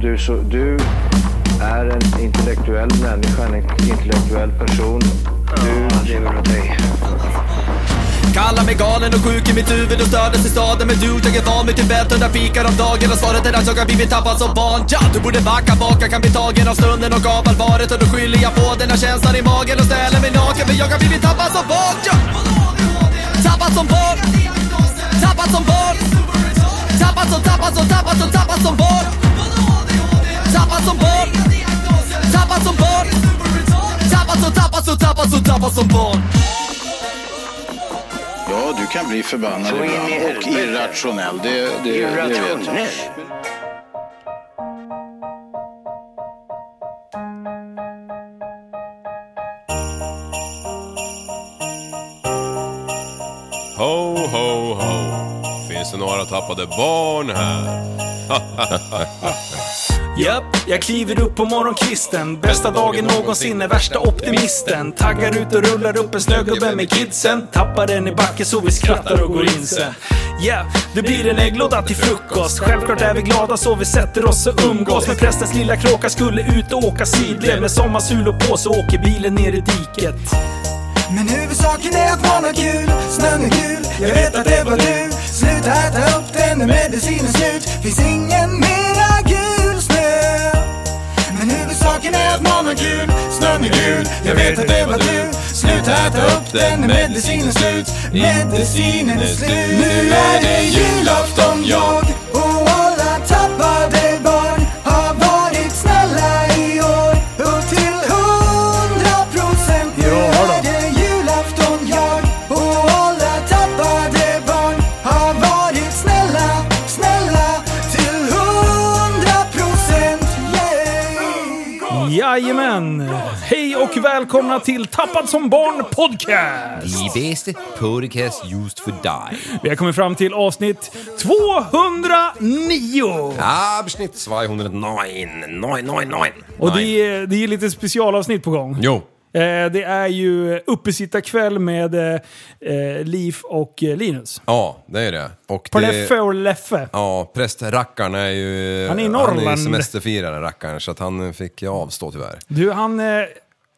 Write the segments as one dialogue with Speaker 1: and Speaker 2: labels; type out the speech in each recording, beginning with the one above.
Speaker 1: du, så, du är en intellektuell människa, en intellektuell person. Du lever av dig.
Speaker 2: Kallar mig galen och sjuk i mitt huvud och stördes i staden Men du, jag är van vid Tibet och där fikar om dagen Och svaret är att jag har blivit tappad som barn ja, Du borde backa bak, jag kan bli tagen av stunden och av allvaret Och då skyller jag på den här känslan i magen och ställer mig naken För jag har blivit tappad som barn ja. Tappad som barn Tappad som barn Tappad som, tappad som, tappad som, tappad som barn Tappad som barn Tappad som barn Tappad som, tappad som, tappad som, tappad som barn
Speaker 3: Ja, du kan bli förbannad
Speaker 1: Så in i
Speaker 3: ibland och
Speaker 1: helvete.
Speaker 3: irrationell. Det, det, det vet jag.
Speaker 1: Irrationell.
Speaker 4: Ho, ho, ho. Finns det några tappade barn här?
Speaker 5: Japp, jag kliver upp på morgonkvisten. Bästa dagen någonsin är värsta optimisten. Taggar ut och rullar upp en snögubbe med kidsen. Tappar den i backen så vi skrattar och går in sen. Yeah, det blir en ägglåda till frukost. Självklart är vi glada så vi sätter oss och umgås. Men prästens lilla kråka skulle ut och åka sidled. Med sommarsulor på så åker bilen ner i diket.
Speaker 6: Men huvudsaken är att man har kul, snön är gul, jag vet att det var du Sluta äta upp den när medicinen är slut, finns ingen mera gul snö Men huvudsaken är att man har kul, snön är gul, jag vet att det var du Sluta äta upp den när medicinen är slut, medicinen är slut Nu är det julafton jag och alla tappade barn har varit snälla i år och till hundra procent nu är det julafton jag och alla tappade barn har varit snälla, snälla till hundra procent yeah
Speaker 5: Jajamän! Hej och välkomna till Tappad som barn podcast!
Speaker 7: The best podcast used for die.
Speaker 5: Vi har kommit fram till avsnitt 209!
Speaker 7: Abschnitt 209. Neun, neun, neun.
Speaker 5: Och
Speaker 7: Nein.
Speaker 5: det är, det är lite specialavsnitt på gång.
Speaker 7: Jo.
Speaker 5: Eh, det är ju uppesittarkväll med eh, eh, Liv och eh, Linus.
Speaker 4: Ja, det är det. Och
Speaker 5: På
Speaker 4: det...
Speaker 5: Leffe och Leffe.
Speaker 4: Ja, prästrackarn är ju...
Speaker 5: Han är i
Speaker 4: Han är ju
Speaker 5: Norrland.
Speaker 4: semesterfirare, rackaren, så att han fick avstå tyvärr.
Speaker 5: Du, han... Eh,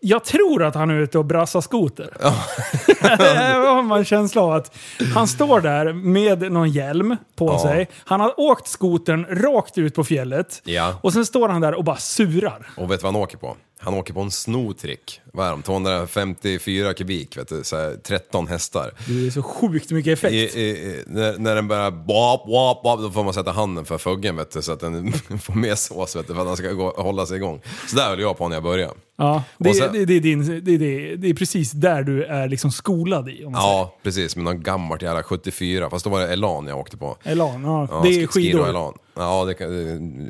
Speaker 5: jag tror att han är ute och brassar skoter. det har man en känsla av att han står där med någon hjälm på
Speaker 4: Ja.
Speaker 5: sig. Han har åkt skotern rakt ut på fjället.
Speaker 4: Ja.
Speaker 5: Och sen står han där och bara surar.
Speaker 4: Och vet du vad han åker på? Han åker på en snotrick. Vad är de? 254 kubik, vet du? Så här, 13 hästar.
Speaker 5: Det är så sjukt mycket effekt.
Speaker 4: I, i, i, när, när den börjar bap, bap, bap, då får man sätta handen för fuggen vet du, så att den får mer sås vet du, för att den ska gå, hålla sig igång. Så där höll jag på när jag började.
Speaker 5: Ja, det,
Speaker 4: Och sen-
Speaker 5: det, det, är din, det, det, det är precis där du är liksom skolad i. Om man
Speaker 4: Ja, precis. Med någon gammalt jävla 74, fast då var det Elan jag åkte på.
Speaker 5: säger. Elan, ja.
Speaker 4: Ja,
Speaker 5: det
Speaker 4: sk-
Speaker 5: är
Speaker 4: Skiro
Speaker 5: skidor.
Speaker 4: Elan. Ja, det kan...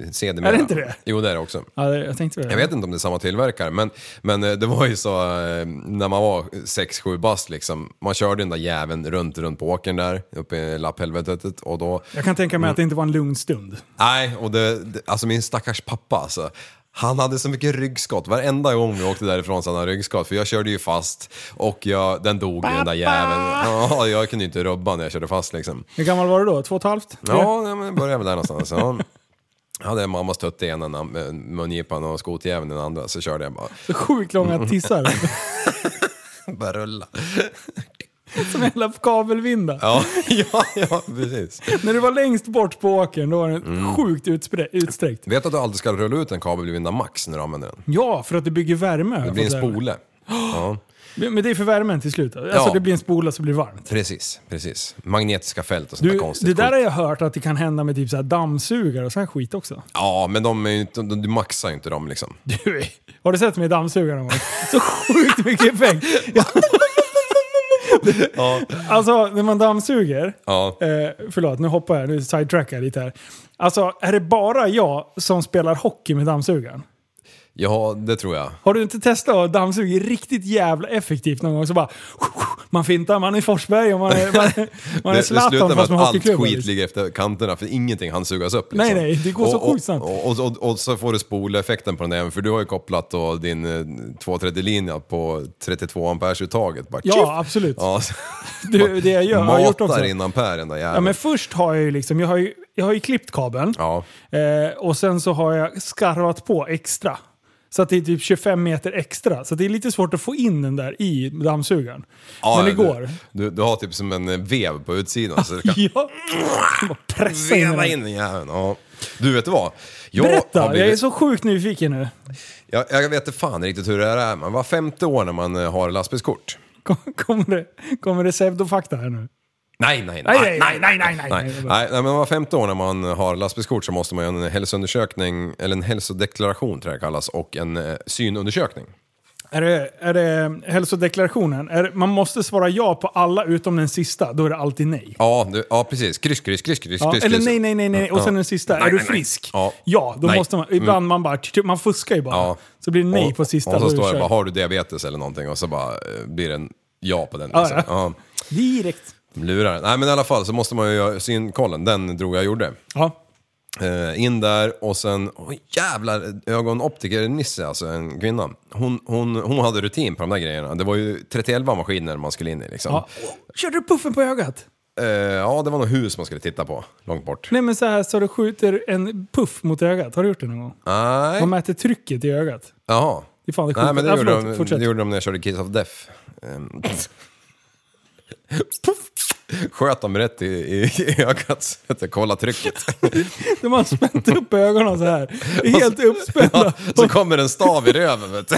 Speaker 4: det- sedermera.
Speaker 5: Är det inte det?
Speaker 4: Jo, det är det också.
Speaker 5: Ja, det, jag tänkte väl det.
Speaker 4: Jag vet inte om det är samma tillverkare, men, men eh, det var ju så eh, när man var 6-7 bast liksom. Man körde den där jäveln runt, runt på åkern där, uppe i lapphelvetet och då...
Speaker 5: Jag kan tänka mig att det inte var en lugn stund.
Speaker 4: Nej, och det, det, alltså min stackars pappa alltså. Han hade så mycket ryggskott. Varenda gång vi åkte därifrån så hade han ryggskott. För jag körde ju fast och jag, den dog i den där jäveln. Ja, jag kunde ju inte rubba när jag körde fast liksom.
Speaker 5: Hur gammal var du då? Två och ett halvt?
Speaker 4: Ja, nej, men det började väl där någonstans. Ja. Jag hade mammas tutt i ena nam- eh, mungipan och skotjäveln i den andra. Så körde jag bara,
Speaker 5: Så Sjukt långa tissar.
Speaker 4: bara rulla.
Speaker 5: Som hela kabelvindar.
Speaker 4: Ja, ja, ja, Mm. precis.
Speaker 5: När du var längst bort på åkern, då var den sjukt utspre- utsträckt.
Speaker 4: Vet att du aldrig ska rulla ut en kabelvinda max när du använder den?
Speaker 5: Ja, för att det bygger värme. har
Speaker 4: Det
Speaker 5: jag
Speaker 4: blir en
Speaker 5: fått lära mig.
Speaker 4: spole. Ja,
Speaker 5: Men det är för värmen till slut. Alltså
Speaker 4: Ja.
Speaker 5: det blir en spola så blir det varmt.
Speaker 4: precis, precis. Magnetiska fält och sånt där
Speaker 5: Du,
Speaker 4: konstigt.
Speaker 5: det där
Speaker 4: skit.
Speaker 5: har jag hört att det kan hända med typ så här dammsugare och sån här skit också.
Speaker 4: Ja, men de är ju inte, de- du maxar ju inte dem liksom.
Speaker 5: Du, har du sett mig dammsuga någon gång? Så sjukt mycket effekt! Ja. Alltså, när man dammsuger...
Speaker 4: Ja.
Speaker 5: Eh, förlåt, nu hoppar jag. Nu sidetrackar jag lite här. Alltså, är det bara jag som spelar hockey med dammsugaren?
Speaker 4: Ja, det tror jag.
Speaker 5: Har du inte testat att dammsuga riktigt jävla effektivt någon gång så bara... Man fintar, man är i Forsberg och man är, man är, man är
Speaker 4: det, det
Speaker 5: Zlatan
Speaker 4: slutar med
Speaker 5: fast
Speaker 4: att
Speaker 5: med
Speaker 4: allt
Speaker 5: hockeyklubban.
Speaker 4: skit
Speaker 5: liksom.
Speaker 4: ligger efter kanterna för ingenting hann sugas upp. liksom.
Speaker 5: Nej, nej, det går så
Speaker 4: Och- och-
Speaker 5: sjukt snabbt.
Speaker 4: Och, och, och, och så får du spoleffekten på den där, för du har ju kopplat då din eh, 230-linja på 32 ampersuttaget. Bara, tjuff!
Speaker 5: Ja, absolut.
Speaker 4: Ja, så-
Speaker 5: Du, det jag gör, har jag gjort
Speaker 4: Matar
Speaker 5: också.
Speaker 4: in amperen där jäveln.
Speaker 5: Ja, men först har jag ju liksom, jag har ju jag har ju klippt kabeln.
Speaker 4: Ja.
Speaker 5: Eh, och sen så har jag skarvat på extra. Så att det är typ 25 meter extra. Så det är lite svårt att få in den där i dammsugaren.
Speaker 4: Ja,
Speaker 5: Men det går.
Speaker 4: Du, du, du har typ som en eh, vev på utsidan. Så du kan
Speaker 5: Ja. Bara Pressa in
Speaker 4: veva
Speaker 5: den.
Speaker 4: in den jäveln. Ja. Du, vet du vad? Jag har
Speaker 5: Berätta!
Speaker 4: blivit-
Speaker 5: Jag är så sjukt nyfiken nu.
Speaker 4: Jag, jag vet inte fan riktigt hur det här är. Man var femte år när man eh, har lastbilskort.
Speaker 5: Kom- Kommer det, kommer det pseudofakta här nu?
Speaker 4: Nej, nej, nej. Ah,
Speaker 5: Nej, nej, nej, nej, nej.
Speaker 4: Nej,
Speaker 5: nej.
Speaker 4: nej, nej, men var femte år när man har lastbilskort så måste man göra en hälsoundersökning, eller en hälsodeklaration tror jag det kallas, och en eh, synundersökning.
Speaker 5: Är, det, är det eh, hälsodeklarationen? Är, det- man måste svara ja på alla utom den sista. Då är det alltid nej.
Speaker 4: Ja, du, ja precis. Kryss, kryss, kryss, kryss,
Speaker 5: Ja,
Speaker 4: kryss.
Speaker 5: eller
Speaker 4: kryss.
Speaker 5: nej, nej, nej, nej. Och sen den sista. är
Speaker 7: nej,
Speaker 5: du
Speaker 7: nej.
Speaker 5: frisk?
Speaker 4: Ja.
Speaker 5: Ja, då
Speaker 4: Nej.
Speaker 5: måste man... Ibland man bara... Man fuskar ju bara.
Speaker 4: Ja.
Speaker 5: Så blir det nej
Speaker 4: Och-
Speaker 5: på sista.
Speaker 4: Och
Speaker 5: då
Speaker 4: så
Speaker 5: är du
Speaker 4: står det
Speaker 5: körd.
Speaker 4: bara, har du diabetes eller någonting? Och så bara eh, blir det en ja på den.
Speaker 5: Ja,
Speaker 4: Liksom.
Speaker 5: ja.
Speaker 4: Ja.
Speaker 5: Direkt.
Speaker 4: de lurar. Nej, men i alla fall så måste man ju göra synkollen. Den drog jag gjorde.
Speaker 5: Ja.
Speaker 4: Eh, In där och sen, oh, jävlar, ögonoptiker-Nisse, alltså en kvinna. Hon, hon, hon hade rutin på de där grejerna. Det var ju 31 maskiner man skulle in i liksom.
Speaker 5: ja. Åh, Körde du puffen på ögat?
Speaker 4: Eh, ja, det var något hus man skulle titta på, långt bort.
Speaker 5: Nej men så här så du skjuter en puff mot ögat. Har du gjort det någon gång?
Speaker 4: Nej,
Speaker 5: Man mäter trycket i ögat.
Speaker 4: jaha.
Speaker 5: Det är fan det
Speaker 4: Nej, men det,
Speaker 5: Ja,
Speaker 4: gjorde
Speaker 5: förlåt,
Speaker 4: de,
Speaker 5: fortsätt.
Speaker 4: det gjorde de när jag körde Kiss of Death. Ehm, Puff! Sköt dem rätt i, i, i ögat så att jag kollade trycket.
Speaker 5: De har spänt upp ögonen så här. Det är Helt uppspända.
Speaker 4: Ja, så kommer en stav i röven vet du.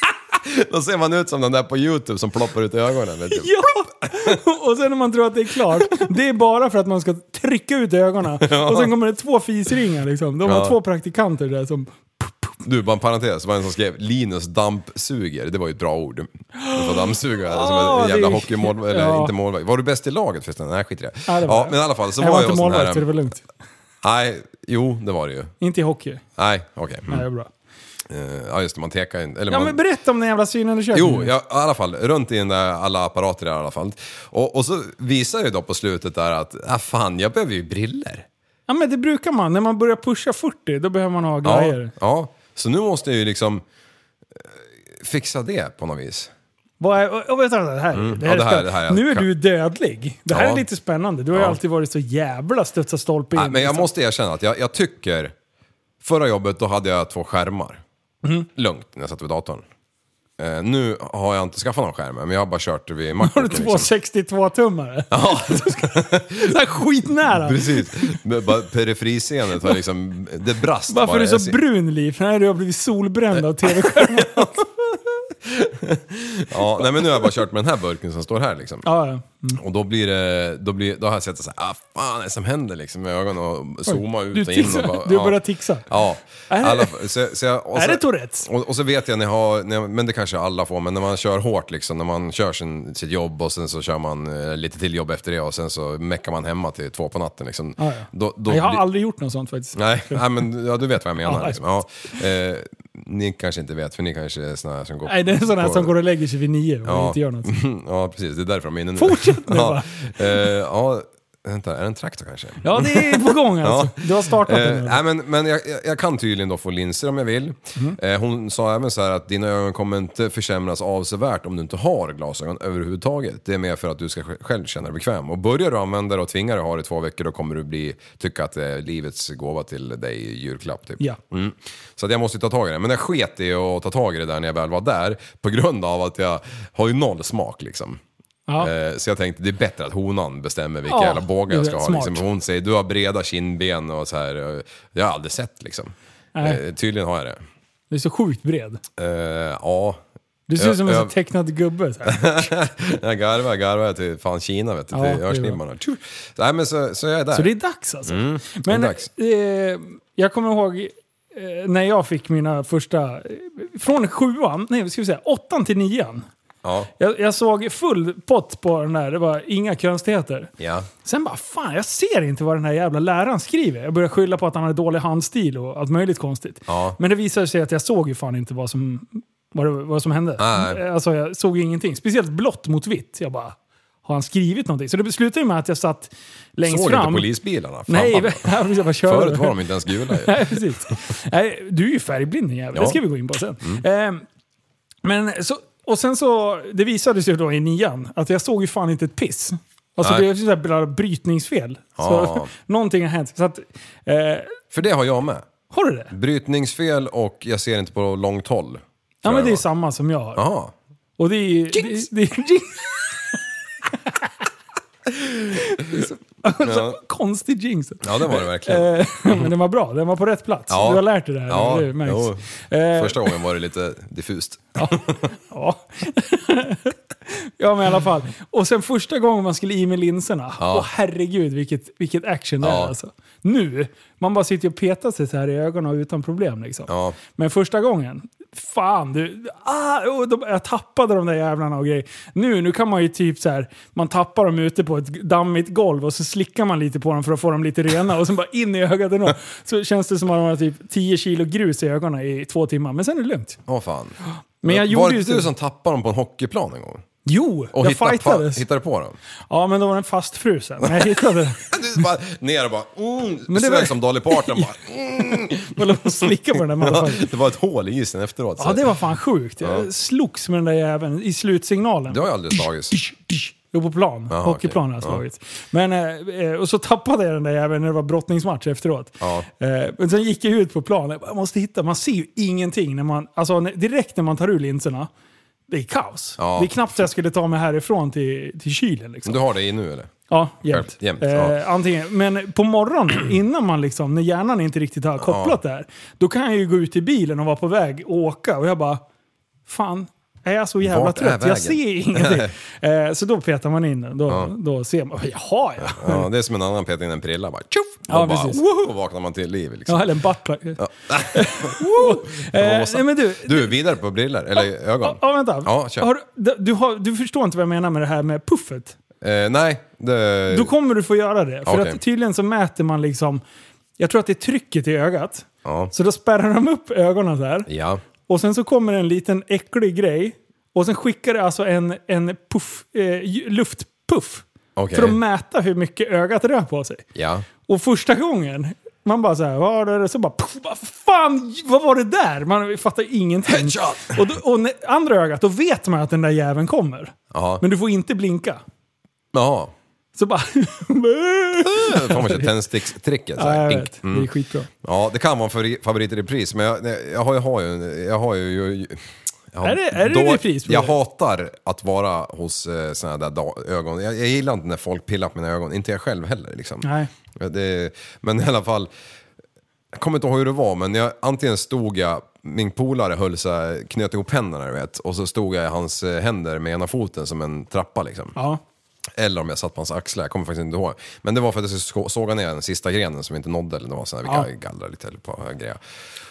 Speaker 4: Då ser man ut som den där på YouTube som ploppar ut ögonen. Vet du.
Speaker 5: Ja! Och sen när man tror att det är klart, det är bara för att man ska trycka ut ögonen. Och sen kommer det två fisringar liksom. De har
Speaker 4: Ja.
Speaker 5: två praktikanter där som...
Speaker 4: Du, bara en parentes. Det var en som skrev Linus dampsuger. Det var ju ett bra ord. Du får dammsuga alltså, som
Speaker 5: Ah,
Speaker 4: en jävla
Speaker 5: det-
Speaker 4: hockeymålvakt. Eller
Speaker 5: ja.
Speaker 4: inte målvakt. Var du bäst i laget förresten? Nej, skit i det.
Speaker 5: Ja, det var
Speaker 4: ja,
Speaker 5: jag.
Speaker 4: men i alla fall så
Speaker 5: Jag
Speaker 4: var
Speaker 5: var
Speaker 4: jag
Speaker 5: inte
Speaker 4: hos den
Speaker 5: målvakt så det
Speaker 4: här...
Speaker 5: var lugnt.
Speaker 4: Nej, jo det var det ju.
Speaker 5: Inte i hockey.
Speaker 4: Nej, okej.
Speaker 5: Nej, det
Speaker 4: Mm.
Speaker 5: är bra.
Speaker 4: Eh, Ja, just det. Man tekar inte. Eller
Speaker 5: Ja
Speaker 4: man...
Speaker 5: men berätta om den jävla synundersökningen.
Speaker 4: Jo, ja, i alla fall. Runt i den där alla apparater där i alla fall. Och, och så visar jag ju då på slutet där att, ah, fan, jag behöver ju briller.
Speaker 5: Ja men det brukar man. När man börjar pusha 40, då behöver man ha grejer.
Speaker 4: ja. Så nu måste jag ju liksom eh, fixa det på något vis.
Speaker 5: Vad är, och, och vänta, vänta, det här, det här,
Speaker 4: Mm. Ja, det här-
Speaker 5: är spännande.
Speaker 4: det här är-
Speaker 5: Nu är du dödlig. Det här
Speaker 4: Ja.
Speaker 5: är lite spännande. Du har ju
Speaker 4: Ja.
Speaker 5: alltid varit så jävla studsa stolpe in.
Speaker 4: Nej, men jag måste erkänna att jag, jag tycker... Förra jobbet då hade jag två skärmar.
Speaker 5: Mhm.
Speaker 4: Lugnt, när jag satt vid datorn. Eh, nu har jag inte skaffat någon skärm, men jag har bara kört det vid
Speaker 5: Har
Speaker 4: macken.
Speaker 5: du två 62-tummare?
Speaker 4: liksom. Ja,
Speaker 5: Så här skitnära!
Speaker 4: precis. Men bara Periferiseenet har liksom... Det brast
Speaker 5: Varför är du
Speaker 4: Jag
Speaker 5: så
Speaker 4: ser-
Speaker 5: brun Liv? Nej, du har blivit solbränd av tv-skärmen.
Speaker 4: Ja, nej, men nu har jag bara kört med den här burken som står här liksom.
Speaker 5: Ja, ja.
Speaker 4: Och då blir det... Då, blir, då har jag sett så här, ah, fan är det som händer liksom med ögonen och zooma ut
Speaker 5: du
Speaker 4: och in.
Speaker 5: tixar.
Speaker 4: och bara,
Speaker 5: Du börjar tixa.
Speaker 4: Ja.
Speaker 5: Är det-
Speaker 4: Alla, så, så jag, och
Speaker 5: Är
Speaker 4: så,
Speaker 5: det Tourettes?
Speaker 4: Och, och så vet jag, när jag, har, när jag, men det kanske alla får, men när man kör hårt liksom, när man kör sin, sitt jobb och sen så kör man eh, lite till jobb efter det och sen så meckar man hemma till två på natten liksom.
Speaker 5: Ja, ja.
Speaker 4: Då, då,
Speaker 5: jag har
Speaker 4: blir-
Speaker 5: aldrig gjort något sånt faktiskt.
Speaker 4: Nej, nej men ja, du vet vad jag menar.
Speaker 5: Ja,
Speaker 4: liksom. ja, eh, ni kanske inte vet, för ni kanske är såna här som går...
Speaker 5: Nej, det är sådana här
Speaker 4: på-
Speaker 5: som går och lägger sig vid nio och
Speaker 4: Ja.
Speaker 5: inte gör något.
Speaker 4: Ja, precis. Det är därför de är inne nu.
Speaker 5: Fortsätt nu
Speaker 4: ja.
Speaker 5: bara.
Speaker 4: Eh, ja, vänta, är det en traktor kanske?
Speaker 5: Ja, det är på gång alltså. Du har startat
Speaker 4: Eh,
Speaker 5: den. nu.
Speaker 4: nej, men men jag, jag- jag kan tydligen då få linser om jag vill.
Speaker 5: Mm.
Speaker 4: Eh, hon sa även så här att dina ögon kommer inte försämras avsevärt om du inte har glasögon överhuvudtaget. Det är mer för att du ska sj- själv känna dig bekväm. Och börjar du använda det och tvingar dig ha det i två veckor då kommer du bli, tycka att det är livets gåva till dig i julklapp. Typ.
Speaker 5: Ja.
Speaker 4: Mm. Så att jag måste ju ta tag i det. Men jag sket i att ta tag i det där när jag väl var där på grund av att jag har ju noll smak liksom.
Speaker 5: Ja.
Speaker 4: Eh, Så jag tänkte det är bättre att honan bestämmer vilka
Speaker 5: Ja,
Speaker 4: jävla bågar jag
Speaker 5: det är
Speaker 4: ska ha.
Speaker 5: smart.
Speaker 4: Liksom. Hon säger du har breda kindben och så här. eh, Jag har aldrig sett liksom.
Speaker 5: Nej.
Speaker 4: Eh, Tydligen har jag det.
Speaker 5: Du är så sjukt bred.
Speaker 4: Eh, ja.
Speaker 5: Du ser ut som en
Speaker 4: Jag-
Speaker 5: sån tecknad gubbe. Så här.
Speaker 4: Jag garvar, garvar till fan Kina vet du,
Speaker 5: Ja, det är
Speaker 4: till
Speaker 5: bra.
Speaker 4: örsnibbarna. Tju! Så, nej, men så, så jag är där.
Speaker 5: Så det är dags alltså. Men
Speaker 4: Mm, det är dags.
Speaker 5: Eh, jag kommer ihåg eh, när jag fick mina första... Eh, från sjuan, nej ska vi säga åttan till nian.
Speaker 4: Ja.
Speaker 5: Jag, jag såg full pott på den där, det var inga konstigheter.
Speaker 4: ja.
Speaker 5: Sen bara, fan jag ser inte vad den här jävla läraren skriver. Jag började skylla på att han hade dålig handstil och allt möjligt konstigt.
Speaker 4: Ja.
Speaker 5: Men det visade sig att jag såg ju fan inte vad som, vad det, vad som hände.
Speaker 4: Nej.
Speaker 5: Alltså jag såg ju ingenting. Speciellt blått mot vitt. Jag bara, har han skrivit någonting? Så det slutade ju med att jag satt längst
Speaker 4: Såg
Speaker 5: fram.
Speaker 4: inte polisbilarna? Fan,
Speaker 5: Nej,
Speaker 4: vad-
Speaker 5: jag bara körde.
Speaker 4: Förut var de inte ens gula ju.
Speaker 5: Nej, precis. Nej, du är ju färgblind din jävel.
Speaker 4: Ja. Mm.
Speaker 5: Det ska vi gå in på sen. Ehm, men så, och sen så, det visade sig då i nian att jag såg ju fan inte ett piss. Alltså
Speaker 4: Nej.
Speaker 5: det är så här bara brytningsfel. Så,
Speaker 4: Ja.
Speaker 5: någonting har hänt. Så att, eh,
Speaker 4: För det har jag med.
Speaker 5: har du det?
Speaker 4: Brytningsfel och jag ser inte på långt håll.
Speaker 5: Ja men
Speaker 4: jag
Speaker 5: det
Speaker 4: det
Speaker 5: är
Speaker 4: var.
Speaker 5: samma som jag har.
Speaker 4: Jaha.
Speaker 5: Och det är ju... Det, det, det är så,
Speaker 4: Ja.
Speaker 5: så konstig jinx.
Speaker 4: Ja, det var det verkligen.
Speaker 5: Eh, men den var bra, den var på rätt plats.
Speaker 4: Ja.
Speaker 5: Du har lärt dig det här,
Speaker 4: Ja,
Speaker 5: det märks.
Speaker 4: jo.
Speaker 5: Eh,
Speaker 4: Första gången var det lite diffust.
Speaker 5: Ja. ja, men i alla fall. Och sen första gången man skulle i med linserna. Åh herregud vilket, vilket action det är
Speaker 4: Ja.
Speaker 5: alltså. Nu, man bara sitter och petar sig så här i ögonen utan problem liksom.
Speaker 4: Ja.
Speaker 5: Men första gången, fan du. Ah, och de, jag tappade de där jävlarna och grejer. Nu, nu kan man ju typ så här, man tappar dem ute på ett dammigt golv och så slickar man lite på dem för att få dem lite rena och sen bara in i ögat ändå. Så känns det som att man har typ 10 kilo grus i ögonen i två timmar, men sen är det lugnt.
Speaker 4: Åh fan.
Speaker 5: Men jag
Speaker 4: var
Speaker 5: gjorde
Speaker 4: det
Speaker 5: ju
Speaker 4: inte
Speaker 5: så-
Speaker 4: du som tappade dem på en hockeyplan en gång?
Speaker 5: Jo,
Speaker 4: Och
Speaker 5: jag
Speaker 4: hittade,
Speaker 5: fightades.
Speaker 4: fa- hittade på dem?
Speaker 5: Ja, men då var den fastfrusen. Men jag hittade den.
Speaker 4: Du bara ner och bara... Mm,
Speaker 5: Men det
Speaker 4: det
Speaker 5: var-
Speaker 4: var... som Dolly Parton bara...
Speaker 5: Jag låg och slickade på den där
Speaker 4: Ja,
Speaker 5: motherfuckern.
Speaker 4: det var ett hål i isen efteråt. så.
Speaker 5: Ja, det var fan sjukt. Jag slogs med den där jäveln i slutsignalen.
Speaker 4: Det har jag aldrig slagits.
Speaker 5: Jo, på plan.
Speaker 4: Jaha,
Speaker 5: Hockeyplan har jag
Speaker 4: okej.
Speaker 5: slagit. Men, eh, eh, och så tappade jag den där jäveln när det var brottningsmatch efteråt.
Speaker 4: Ja.
Speaker 5: Eh, men sen gick jag ut på plan. Jag bara, Jag måste hitta. Man ser ju ingenting. När man, alltså, när- direkt när man tar ur linserna, det är kaos.
Speaker 4: Ja.
Speaker 5: Det är knappt så jag skulle ta mig härifrån till, till kylen. Liksom.
Speaker 4: Du har det i nu eller?
Speaker 5: Ja, jämt.
Speaker 4: Själv- jämt,
Speaker 5: eh,
Speaker 4: ja.
Speaker 5: Antingen. Men på morgonen, innan man liksom, när hjärnan inte riktigt har kopplat det här, då kan jag ju gå ut i bilen och vara på väg och åka och jag bara, fan, är jag så jävla
Speaker 4: Vart är
Speaker 5: trött?
Speaker 4: vägen?
Speaker 5: Jag ser ingenting. eh, så då petar man in den. Då, då ser man, jaha ja.
Speaker 4: Ja, det är som en annan petning än en prilla. Bara tjoff!
Speaker 5: Ja,
Speaker 4: och bara,
Speaker 5: precis.
Speaker 4: woho, vaknar man till liv liksom.
Speaker 5: Ja, eller en buttplug. Ja. eh, nej, men du,
Speaker 4: Du, vidare på briller eller ögon?
Speaker 5: ja, ja, vänta.
Speaker 4: Ja, kör.
Speaker 5: Har du, du, har, du förstår inte vad jag menar med det här med puffet?
Speaker 4: Eh, nej, det...
Speaker 5: Då kommer du få göra det. För
Speaker 4: Okej.
Speaker 5: att tydligen så mäter man liksom, jag tror att det är trycket i ögat.
Speaker 4: Ja.
Speaker 5: Så då spärrar de upp ögonen så här.
Speaker 4: ja.
Speaker 5: Och sen så kommer en liten äcklig grej. Och sen skickar det alltså en, en puff, eh, ju- luftpuff.
Speaker 4: Okej.
Speaker 5: För att mäta hur mycket ögat rör på sig.
Speaker 4: Ja.
Speaker 5: Och första gången, man bara så här, vad är det? Så bara, puff, vad fan, vad var det där? Man fattar ingenting.
Speaker 4: Headshot!
Speaker 5: Och, då, och när- andra ögat, då vet man att den där jäveln kommer.
Speaker 4: Ja.
Speaker 5: Men du får inte blinka.
Speaker 4: Jaha.
Speaker 5: Så bara...
Speaker 4: Då får man köra tändstickstricket. så
Speaker 5: ja,
Speaker 4: här. Mm.
Speaker 5: jag
Speaker 4: Dink.
Speaker 5: vet. Det är skitbra.
Speaker 4: Ja, det kan vara en favori- favorit i repris, men jag, jag, har, jag har ju... en- Jag har ju, ju jag har,
Speaker 5: Är det- är det repris på
Speaker 4: Jag
Speaker 5: det?
Speaker 4: hatar att vara hos eh, såna där da, ögon. Jag, jag gillar inte när folk pillar på mina ögon, inte jag själv heller. Liksom.
Speaker 5: Nej.
Speaker 4: Ja, Det, men i alla fall, jag kommer inte ihåg hur det var, men jag, antingen stod jag, min polare höll så här, knöt ihop händerna du vet, och så stod jag i hans eh, händer med ena foten som en trappa liksom.
Speaker 5: Ja.
Speaker 4: Eller om jag satt på hans axlar, jag kommer faktiskt inte ihåg. Men det var för att jag skulle sko- såga ner den sista grenen som vi inte nådde, eller det var sån här, vi gallrar lite eller på grejer.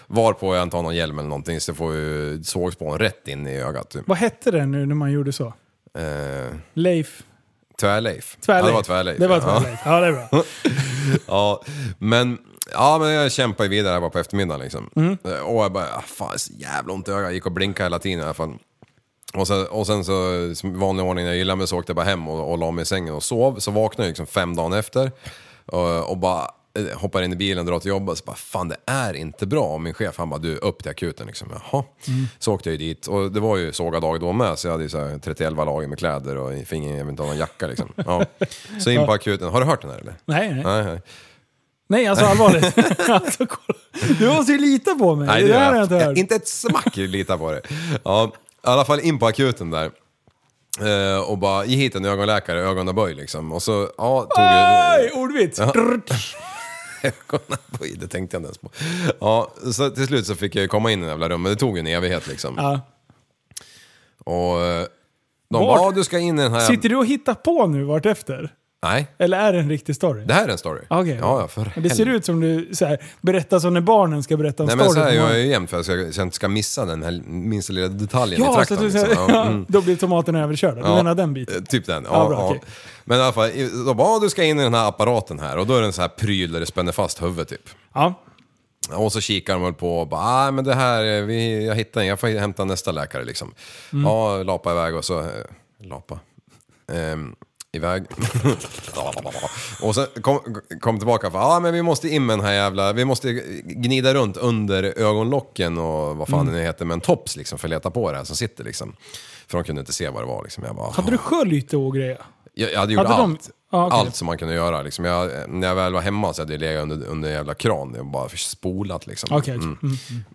Speaker 4: Varpå jag inte har någon hjälm eller någonting, så får ju sågspån rätt in i ögat. Typ.
Speaker 5: Vad hette det nu när man gjorde så?
Speaker 4: Eh,
Speaker 5: Leif?
Speaker 4: tvärleif.
Speaker 5: Tvärleif?
Speaker 4: Ja, det var tvärleif.
Speaker 5: Det var
Speaker 4: ja.
Speaker 5: tvärleif. Ja, det är bra.
Speaker 4: Ja, men, ja, men jag kämpade vidare här bara på eftermiddagen. Liksom. Och jag bara, ah, fan så jävla ont i ögat. Jag gick och blinkade hela tiden i alla fall. Och sen, och sen så, som i vanlig ordning, när jag gillade mig så åkte jag bara hem och, och la mig i sängen och sov. Så vaknade jag liksom fem dagar efter och, och bara eh, hoppar in i bilen, drar till jobbet så bara fan det är inte bra. Och min chef han bara du upp till akuten liksom. Jaha. Så åkte jag ju dit och det var ju sågad dag då med så jag hade ju så här 31 lager med kläder och ingen, jag vill inte ha någon jacka liksom. Ja. Så in på akuten, har du hört den här eller?
Speaker 5: Nej, nej.
Speaker 4: Nej, nej.
Speaker 5: Nej, alltså allvarligt. alltså, kolla. Du måste ju lita på mig.
Speaker 4: Nej,
Speaker 5: det
Speaker 4: det
Speaker 5: här
Speaker 4: gör
Speaker 5: har jag
Speaker 4: jag
Speaker 5: inte hört.
Speaker 4: Inte ett smack lita på det. Ja, I alla fall in på akuten där. Eh, och bara, ge hit en ögonläkare, ögonaböj liksom. Och så, ja, tog jag...
Speaker 5: Nej, ordvits! Drrt.
Speaker 4: Ögonaböj, det tänkte jag inte ens på. Ja, så till slut så fick jag ju komma in i det jävla rummet, det tog ju en evighet liksom.
Speaker 5: Ja.
Speaker 4: Och eh, de
Speaker 5: Vart?
Speaker 4: bara, ja, du ska in i den här...
Speaker 5: Sitter du och hittar på nu vartefter?
Speaker 4: Nej,
Speaker 5: Eller är det en riktig story?
Speaker 4: det här är en story.
Speaker 5: Ah, okej.
Speaker 4: Ja, ja, för
Speaker 5: Men Det ser
Speaker 4: helvete.
Speaker 5: ut som du så här, berättar som när barnen ska berätta en
Speaker 4: Nej
Speaker 5: story.
Speaker 4: men så här
Speaker 5: till
Speaker 4: gör jag
Speaker 5: barnen.
Speaker 4: ju jämt för att jag ska- inte ska missa den här minsta lilla detaljen i
Speaker 5: Ja, så
Speaker 4: traktorn.
Speaker 5: att du, så
Speaker 4: liksom. Ja, mm.
Speaker 5: då blir tomaten överkörd. Du
Speaker 4: Ja.
Speaker 5: menar den biten?
Speaker 4: Eh, Typ den, ja.
Speaker 5: Ja, bra,
Speaker 4: ja.
Speaker 5: okej.
Speaker 4: Men i alla fall, i- de bara, "Ah, du ska in i den här apparaten här och då är det en sån här pryl där det spänner fast huvudet typ.
Speaker 5: Ja.
Speaker 4: Och så kikar de väl på och bara, ah, men det här, eh, vi, jag hittar en, jag får hämta nästa läkare liksom.
Speaker 5: Mm.
Speaker 4: Ja, lapa iväg och så, eh, lapa. Ehm, iväg. och sen kom, kom tillbaka för, ja ah, men vi måste in med den här jävla, vi måste gnida runt under ögonlocken och vad
Speaker 5: Mm.
Speaker 4: fan det nu heter, med en tops liksom för att leta på det här som sitter liksom. För de kunde inte se vad det var liksom. Jag bara,
Speaker 5: Hade du sköljt och grejer?
Speaker 4: Jag, jag hade gjort
Speaker 5: Hade de-
Speaker 4: allt.
Speaker 5: Ja, okej.
Speaker 4: Allt som man kunde göra. Liksom. Jag, när jag väl var hemma så hade jag legat under, under en jävla kran och bara spolat. Liksom.
Speaker 5: Okej, okej. Mm.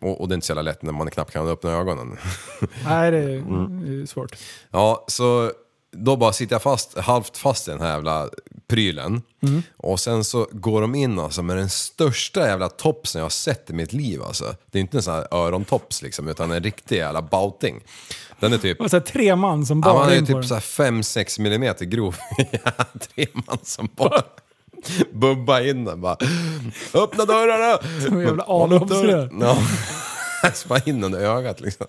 Speaker 4: Och, och det är inte så jävla lätt när man knappt kan öppna ögonen.
Speaker 5: Nej, det är
Speaker 4: Mm.
Speaker 5: det är svårt.
Speaker 4: Ja, så då bara sitter jag fast, halvt fast i den här jävla prylen.
Speaker 5: Mm.
Speaker 4: Och sen så går de in alltså med den största jävla topsen jag har sett i mitt liv alltså. Det är inte en sån här örontops liksom, utan en riktig jävla bauting. Den är typ...
Speaker 5: Det var så här tre man som
Speaker 4: Ja,
Speaker 5: bar
Speaker 4: man är
Speaker 5: in
Speaker 4: ju
Speaker 5: på den.
Speaker 4: typ såhär 5-6 millimeter grov. Tre man som bara bubba in den bara. Öppna dörrarna!
Speaker 5: Som en jävla
Speaker 4: Håll upp
Speaker 5: avloppsrör.
Speaker 4: dörren. Ja. Spa in den i ögat liksom.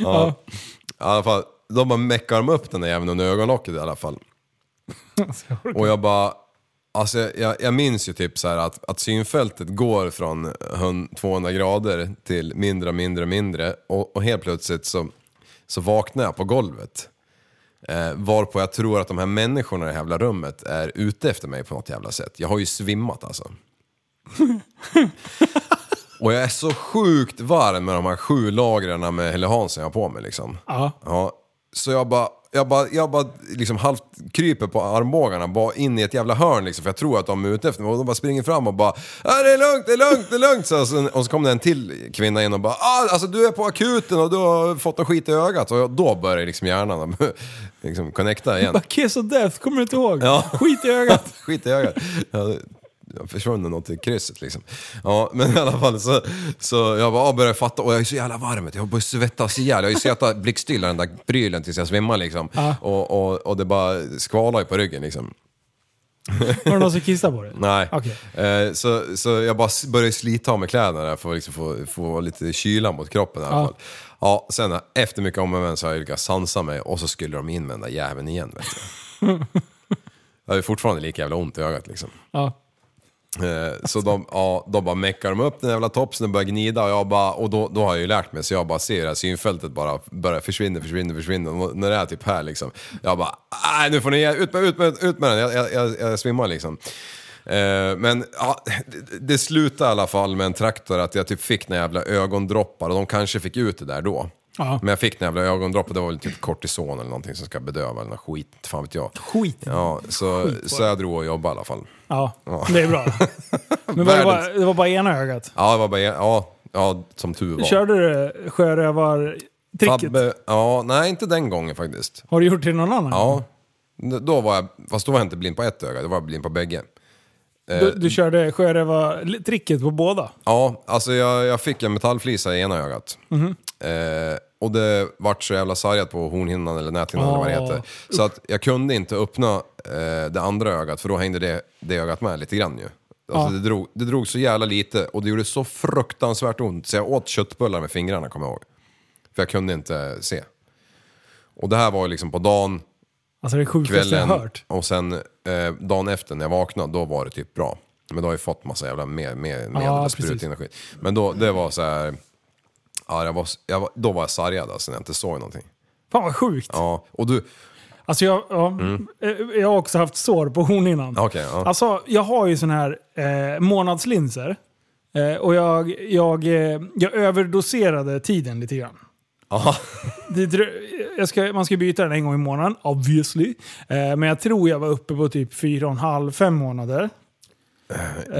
Speaker 4: Ja. I alla fall, de bara meckar de upp den där jäveln under ögonlocket i alla fall. Och jag bara... Alltså jag- jag, jag minns ju typ så här att, att synfältet går från hun- 200 grader till mindre och mindre och mindre och, och helt plötsligt så, så vaknar jag på golvet. Eh, varpå jag tror att de här människorna i det här jävla rummet är ute efter mig på något jävla sätt. Jag har ju svimmat alltså. och jag är så sjukt varm med de här sju lagren med Helle Hansen jag har på mig liksom.
Speaker 5: Ja.
Speaker 4: Ja, så jag bara, jag bara, jag bara liksom halvt kryper på armbågarna bara in i ett jävla hörn liksom, för jag tror att de är ute efter mig. Och de bara springer fram och bara "Ja, “Det är lugnt, det är lugnt, det är lugnt” så, och sen- och så kom det en till kvinna in och bara ah, “Alltså du är på akuten och du har fått en skit i ögat” och jag- då börjar liksom hjärnan liksom connecta igen.
Speaker 5: Bara Kiss och Death, kommer du inte ihåg?
Speaker 4: Ja.
Speaker 5: Skit i ögat.
Speaker 4: Skit i ögat. Jag- Jag försvunnit något i krysset liksom. Ja, men i alla fall så, så jag bara ah, började fatta och jag är så jävla varm. vet du. Jag börjar svettas ihjäl. Jag har ju suttit blickstilla den där prylen tills jag svimmar liksom. Och, och, och det bara skvalar ju på ryggen liksom.
Speaker 5: Var det någon som kissade på dig?
Speaker 4: Nej.
Speaker 5: Okej.
Speaker 4: Eh, så, så jag bara s- började slita av mig kläderna där för att liksom få, få lite kyla mot kroppen i alla
Speaker 5: Ja.
Speaker 4: fall. Ja, sen efter mycket om och men så har jag lyckats sansa mig och så skulle de in med den där jäveln igen vet du. Jag har ju fortfarande lika jävla ont i ögat liksom.
Speaker 5: Ja.
Speaker 4: Eh, Så de, ja, de bara meckar de upp den jävla topsen och börjar gnida och, jag bara, och då, då har jag ju lärt mig så jag bara ser det här synfältet bara börja försvinna, försvinna, försvinna. Och när det är typ här liksom. Jag bara, nej nu får ni ge- ut med, ut med, ut med den, jag, jag, jag, jag svimmar liksom. Eh, Men ja, det- det slutade i alla fall med en traktor att jag typ fick några jävla ögondroppar och de kanske fick ut det där då.
Speaker 5: Ja.
Speaker 4: Men jag fick några jävla ögondroppar, det var väl typ kortison eller någonting som ska bedöva eller något skit, fan vet jag.
Speaker 5: Skit. Ja.
Speaker 4: Ja, så, så jag drog och jobbade i alla fall.
Speaker 5: Det är bra. Men var det, bara, det var bara ena ögat.
Speaker 4: Ja, det var bara, ja, ja som tur var.
Speaker 5: Körde du sjörövartricket?
Speaker 4: Fabbe, ja, nej inte den gången faktiskt.
Speaker 5: Har du gjort det någon annan gång?
Speaker 4: Ja, N- då var jag, fast då var jag inte blind på ett öga, då var jag blind på bägge. eh,
Speaker 5: Du, du körde sjörövartricket på båda?
Speaker 4: Ja, alltså jag, jag fick en metallflisa i ena ögat. Eh, och det vart så jävla sargat på hornhinnan eller näthinnan eller vad
Speaker 5: Ah.
Speaker 4: det heter. Så att jag kunde inte öppna eh, det andra ögat för då hängde det, det ögat med lite grann ju. Alltså
Speaker 5: Ja.
Speaker 4: det, drog, det drog så jävla lite och det gjorde så fruktansvärt ont så jag åt köttbullar med fingrarna kommer jag ihåg. För jag kunde inte se. Och det här var ju liksom på dagen,
Speaker 5: Alltså det är sjukaste jag
Speaker 4: kvällen
Speaker 5: har hört.
Speaker 4: och sen eh, dagen efter när jag vaknade, då var det typ bra. Men då har jag ju fått massa jävla med, med, med
Speaker 5: Ja,
Speaker 4: ah,
Speaker 5: precis.
Speaker 4: sprutningar och skit. Men då, det var så här, ja, jag var, jag var, då var jag sargad alltså när jag inte såg någonting.
Speaker 5: Fan vad sjukt.
Speaker 4: Ja, Mm. och du,
Speaker 5: Alltså jag, ja, eh, jag har också haft sår på hornhinnan.
Speaker 4: Okej, ja.
Speaker 5: Alltså jag har ju sån här eh, månadslinser. Eh, och jag, jag, eh, jag överdoserade tiden lite grann.
Speaker 4: ja,
Speaker 5: Det, drö- jag ska, man ska ju byta den en gång i månaden, obviously. Eh, men jag tror jag var uppe på typ fyra och en halv, fem månader.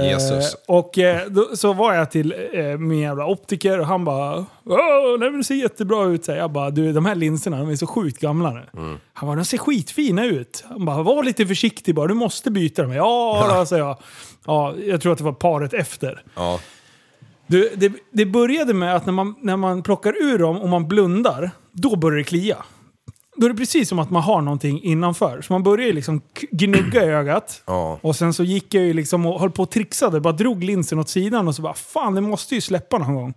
Speaker 4: Jesus.
Speaker 5: Eh, och eh, då, så var jag till eh, min jävla optiker och han bara Åh, nej men det ser jättebra ut. Så jag bara, du de här linserna de är så sjukt gamla nu. Han bara, de ser skitfina ut. Han bara, var lite försiktig bara, du måste byta dem. Ja, då, sa jag. Ja, jag tror att det var paret efter.
Speaker 4: Ja,
Speaker 5: Du, det, det började med att när man, när man plockar ur dem och man blundar, då börjar det klia. Då är det precis som att man har någonting innanför. Så man börjar ju liksom k- gnugga i ögat.
Speaker 4: ja.
Speaker 5: Och sen så gick jag ju liksom och höll på och trixade. Bara drog linsen åt sidan och så bara fan det måste ju släppa någon gång.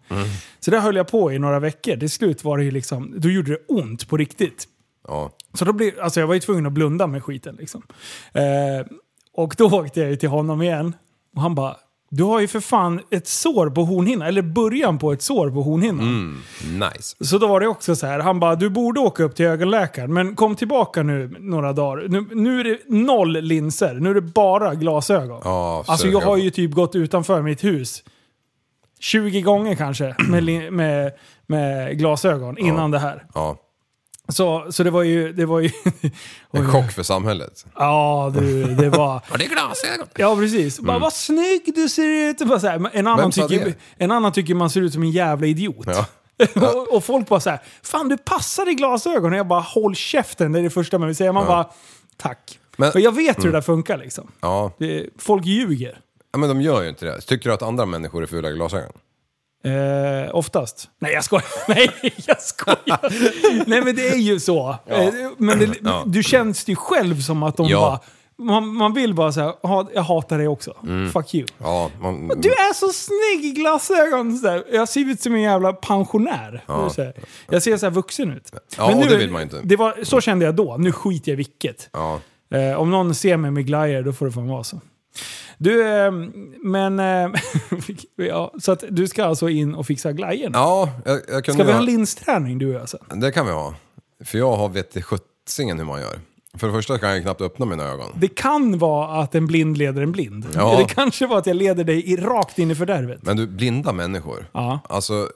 Speaker 5: Så det höll jag på i några veckor. Till slut var det ju liksom, då gjorde det ont på riktigt.
Speaker 4: ja.
Speaker 5: Så då blev, alltså jag var ju tvungen att blunda med skiten liksom. Eh, och då åkte jag ju till honom igen. Och han bara, du har ju för fan ett sår på hornhinnan. Eller början på ett sår på hornhinnan.
Speaker 4: Mm. Nice.
Speaker 5: Så då var det också så här, han bara du borde åka upp till ögonläkaren men kom tillbaka nu några dagar. Nu, nu är det noll linser, nu är det bara glasögon.
Speaker 4: Ja,
Speaker 5: alltså
Speaker 4: så-
Speaker 5: jag har ju typ gått utanför mitt hus 20 gånger kanske med, lin- med, med glasögon innan det här.
Speaker 4: Ja,
Speaker 5: Så, så det var ju... Det var ju
Speaker 4: En chock för samhället.
Speaker 5: ja, du, det var...
Speaker 7: Och det är glasögon.
Speaker 5: Ja, precis. Bara, vad snygg du ser ut! Och Bara så här, en, annan
Speaker 4: Mm. Vem sa
Speaker 5: tycker,
Speaker 4: det?
Speaker 5: en annan tycker man ser ut som en jävla idiot.
Speaker 4: Ja.
Speaker 5: och, och folk bara så här, fan du passar i glasögon. Och jag bara, håll käften, det är det första man vill säga. Man bara, tack.
Speaker 4: Men- Mm.
Speaker 5: och jag vet hur det där funkar liksom.
Speaker 4: Ja.
Speaker 5: Det, folk ljuger.
Speaker 4: ja, men de gör ju inte det. Tycker du att andra människor är fula i glasögon?
Speaker 5: Eh, oftast. Nej, jag skojar. Nej, jag skojar. Nej, men det är ju så. Eh, men det,
Speaker 4: Ja.
Speaker 5: du känns ju själv som att de
Speaker 4: Ja.
Speaker 5: bara... Man, man vill bara säga, jag hatar dig också.
Speaker 4: Mm.
Speaker 5: Fuck you.
Speaker 4: Ja, man,
Speaker 5: Du är så snygg i glasögon! Så där. Jag ser ut som en jävla pensionär. Så här. Jag ser så här vuxen ut.
Speaker 4: Ja, och det vill man ju inte.
Speaker 5: Det var, så kände jag då. Nu skiter jag i vilket.
Speaker 4: ja.
Speaker 5: Eh, om någon ser mig med glajjor, då får det fan vara så. Du, eh, men... Eh, ja, så att du ska alltså in och fixa glajjorna?
Speaker 4: ja, jag, jag kunde
Speaker 5: Ska vi
Speaker 4: ju
Speaker 5: ha
Speaker 4: ha-
Speaker 5: linsträning du och jag alltså? sen?
Speaker 4: Det kan vi ha. För jag har vett i sjuttsingen hur man gör. För det första kan jag ju knappt öppna mina ögon.
Speaker 5: Det kan vara att en blind leder en blind.
Speaker 4: Ja.
Speaker 5: Det kanske var att jag leder dig i, rakt in i fördärvet.
Speaker 4: Men du, blinda människor.
Speaker 5: Ja.
Speaker 4: Alltså,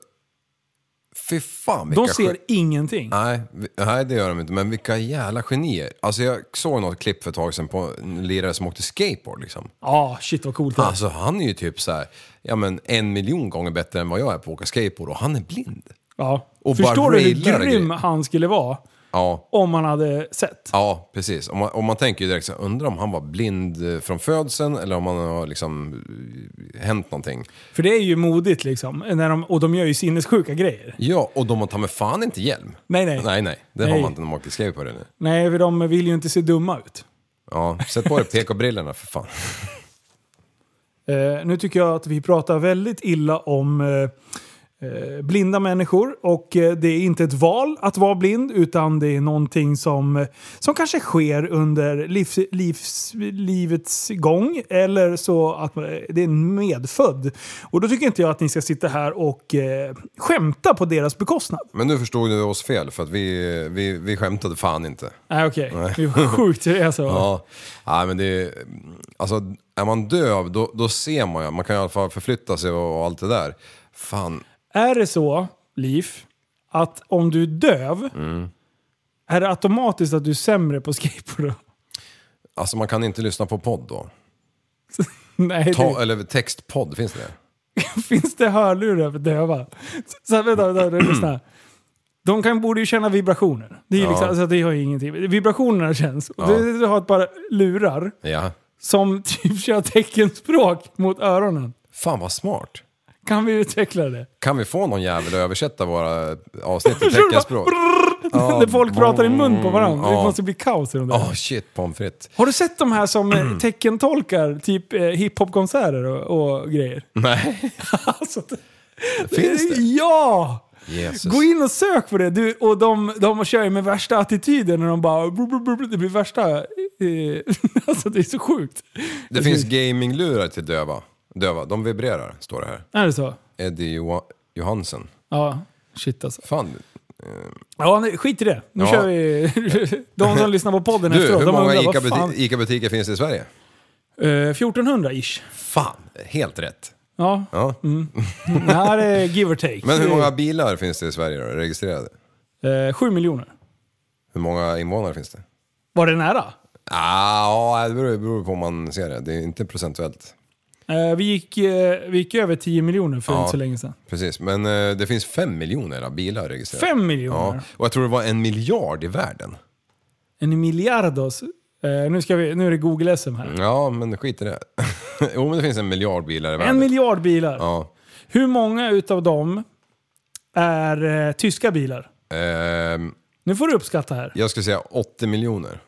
Speaker 4: fy fan vilka
Speaker 5: De ser
Speaker 4: sjuk-
Speaker 5: ingenting.
Speaker 4: Nej, vi- nej, det gör de inte. Men vilka jävla genier. Alltså jag såg något klipp för ett tag sedan på en lirare som åkte skateboard liksom.
Speaker 5: Ja, shit vad coolt det är.
Speaker 4: Alltså han är ju typ så här, ja men en miljon gånger bättre än vad jag är på att åka skateboard och han är blind.
Speaker 5: Ja.
Speaker 4: Och
Speaker 5: Förstår
Speaker 4: bara
Speaker 5: du hur
Speaker 4: railar
Speaker 5: grym
Speaker 4: grejer.
Speaker 5: han skulle vara
Speaker 4: Ja,
Speaker 5: om man hade sett?
Speaker 4: ja precis. Om man, om man tänker ju direkt så här, undrar om han var blind eh, från födseln eller om han har liksom eh, hänt någonting.
Speaker 5: För det är ju modigt liksom. När de, och de gör ju sinnessjuka grejer.
Speaker 4: Ja, och de har ta med fan inte hjälm.
Speaker 5: Nej, nej.
Speaker 4: Nej, nej. Det har
Speaker 5: Nej.
Speaker 4: man inte när man åker skateboard nu.
Speaker 5: Nej, för de vill ju inte se dumma ut.
Speaker 4: Ja, sätt på dig PK-brillorna för fan.
Speaker 5: Eh, nu tycker jag att vi pratar väldigt illa om eh, eh, blinda människor och eh, det är inte ett val att vara blind utan det är någonting som, eh, som kanske sker under livs, livs, livets gång eller så att eh, det är medfödd. Och då tycker inte jag att ni ska sitta här och eh, skämta på deras bekostnad.
Speaker 4: Men nu förstod du oss fel för att vi, vi, vi skämtade fan inte.
Speaker 5: Nej okej, det var sjukt hur det är så.
Speaker 4: Ja, nej men det är, alltså är man döv då, då ser man ju, man kan i alla fall förflytta sig och, och allt det där. Fan,
Speaker 5: Är det så, Liv, att om du är döv, är det automatiskt att du är sämre på skateboard? då?
Speaker 4: alltså man kan inte lyssna på podd då.
Speaker 5: Nej,
Speaker 4: Ta, eller textpodd, finns det?
Speaker 5: det, finns det hörlurar för döva? Så- Så, här, vänta, vänta, vänta, lyssna. De kan, borde ju känna vibrationer. Det, är
Speaker 4: Mm.
Speaker 5: ju
Speaker 4: Ja.
Speaker 5: liksom, alltså, det har ju ingenting. Vibrationerna känns. Och
Speaker 4: Ja.
Speaker 5: Du, du har ett par lurar
Speaker 4: Ja.
Speaker 5: som typ kör teckenspråk mot öronen.
Speaker 4: Fan vad smart.
Speaker 5: Kan vi utveckla det?
Speaker 4: Kan vi få någon jävel att översätta våra eh, avsnitt till
Speaker 5: Förstår du?
Speaker 4: teckenspråk? Ja.
Speaker 5: När folk pratar i mun på varandra.
Speaker 4: Ja.
Speaker 5: Det
Speaker 4: Mm.
Speaker 5: måste bli kaos i de där.
Speaker 4: Åh shit, pommes frites.
Speaker 5: Har du sett de här som eh, teckentolkar typ eh, hiphopkonserter och, och grejer?
Speaker 4: Nej,
Speaker 5: Alltså,
Speaker 4: finns det?
Speaker 5: Ja!
Speaker 4: Jesus.
Speaker 5: Gå in och sök på det. Du, och de, de kör ju med värsta attityden när de bara... Br, br, br, br, det blir värsta... Eh, alltså det är så sjukt.
Speaker 4: Det finns
Speaker 5: Alltså,
Speaker 4: gaminglurar till döva. Döva, de vibrerar, står det här.
Speaker 5: Är det så?
Speaker 4: Eddie Joha- Johansen.
Speaker 5: Ja. Shit alltså.
Speaker 4: Fan.
Speaker 5: Ja, nej, skit i det. Nu
Speaker 4: Ja.
Speaker 5: kör vi... De som lyssnar på podden
Speaker 4: Du,
Speaker 5: efteråt,
Speaker 4: hur
Speaker 5: de
Speaker 4: många
Speaker 5: undrar vad
Speaker 4: Ica-buti-
Speaker 5: fan...
Speaker 4: ICA-butiker finns det i Sverige?
Speaker 5: Eh, 1400-ish.
Speaker 4: Fan, helt rätt.
Speaker 5: Ja.
Speaker 4: Ja.
Speaker 5: Mm, Det här är give or take.
Speaker 4: Men hur många bilar finns det i Sverige då, registrerade?
Speaker 5: Eh, sju miljoner.
Speaker 4: Hur många invånare finns det?
Speaker 5: Var det nära?
Speaker 4: Ah, ja, det beror, beror på om man ser det. Det är inte procentuellt.
Speaker 5: Eh, vi, gick, eh, vi gick över 10 miljoner för
Speaker 4: Ja.
Speaker 5: inte så länge sedan.
Speaker 4: Precis, men eh, det finns fem miljoner bilar registrerade.
Speaker 5: Fem
Speaker 4: Ja,
Speaker 5: miljoner?
Speaker 4: och jag tror det var en miljard i världen.
Speaker 5: En miljardos. Eh, nu, ska vi, nu är det Google-SM här.
Speaker 4: Ja, men skit i det. jo, men det finns en miljard bilar i världen.
Speaker 5: En miljard bilar.
Speaker 4: Ja.
Speaker 5: Hur många utav dem är eh, tyska bilar?
Speaker 4: Ehm,
Speaker 5: Nu får du uppskatta här.
Speaker 4: jag skulle säga 80 miljoner.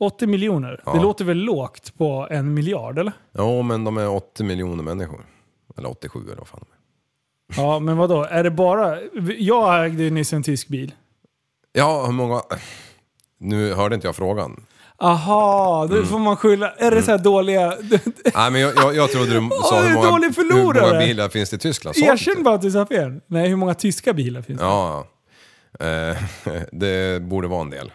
Speaker 5: 80 miljoner.
Speaker 4: Ja.
Speaker 5: Det låter väl lågt på en miljard, eller?
Speaker 4: Ja, men de är 80 miljoner människor. Eller 87 eller vad fan de är.
Speaker 5: Ja, men vad då? Är det bara... Jag ägde ju nyss en tysk bil.
Speaker 4: Ja, hur många... Nu hörde inte jag frågan.
Speaker 5: Aha,
Speaker 4: Mm.
Speaker 5: då får man skylla... Är det så här dåliga...
Speaker 4: Nej, men jag, jag, jag trodde du sa
Speaker 5: du är
Speaker 4: hur många,
Speaker 5: dålig
Speaker 4: hur många
Speaker 5: förlorare.
Speaker 4: bilar finns det i Tyskland. Sa du
Speaker 5: Erkänn
Speaker 4: inte?
Speaker 5: bara att du sa fel. Nej, hur många tyska bilar finns det?
Speaker 4: Ja, ja. Eh, det borde vara en del.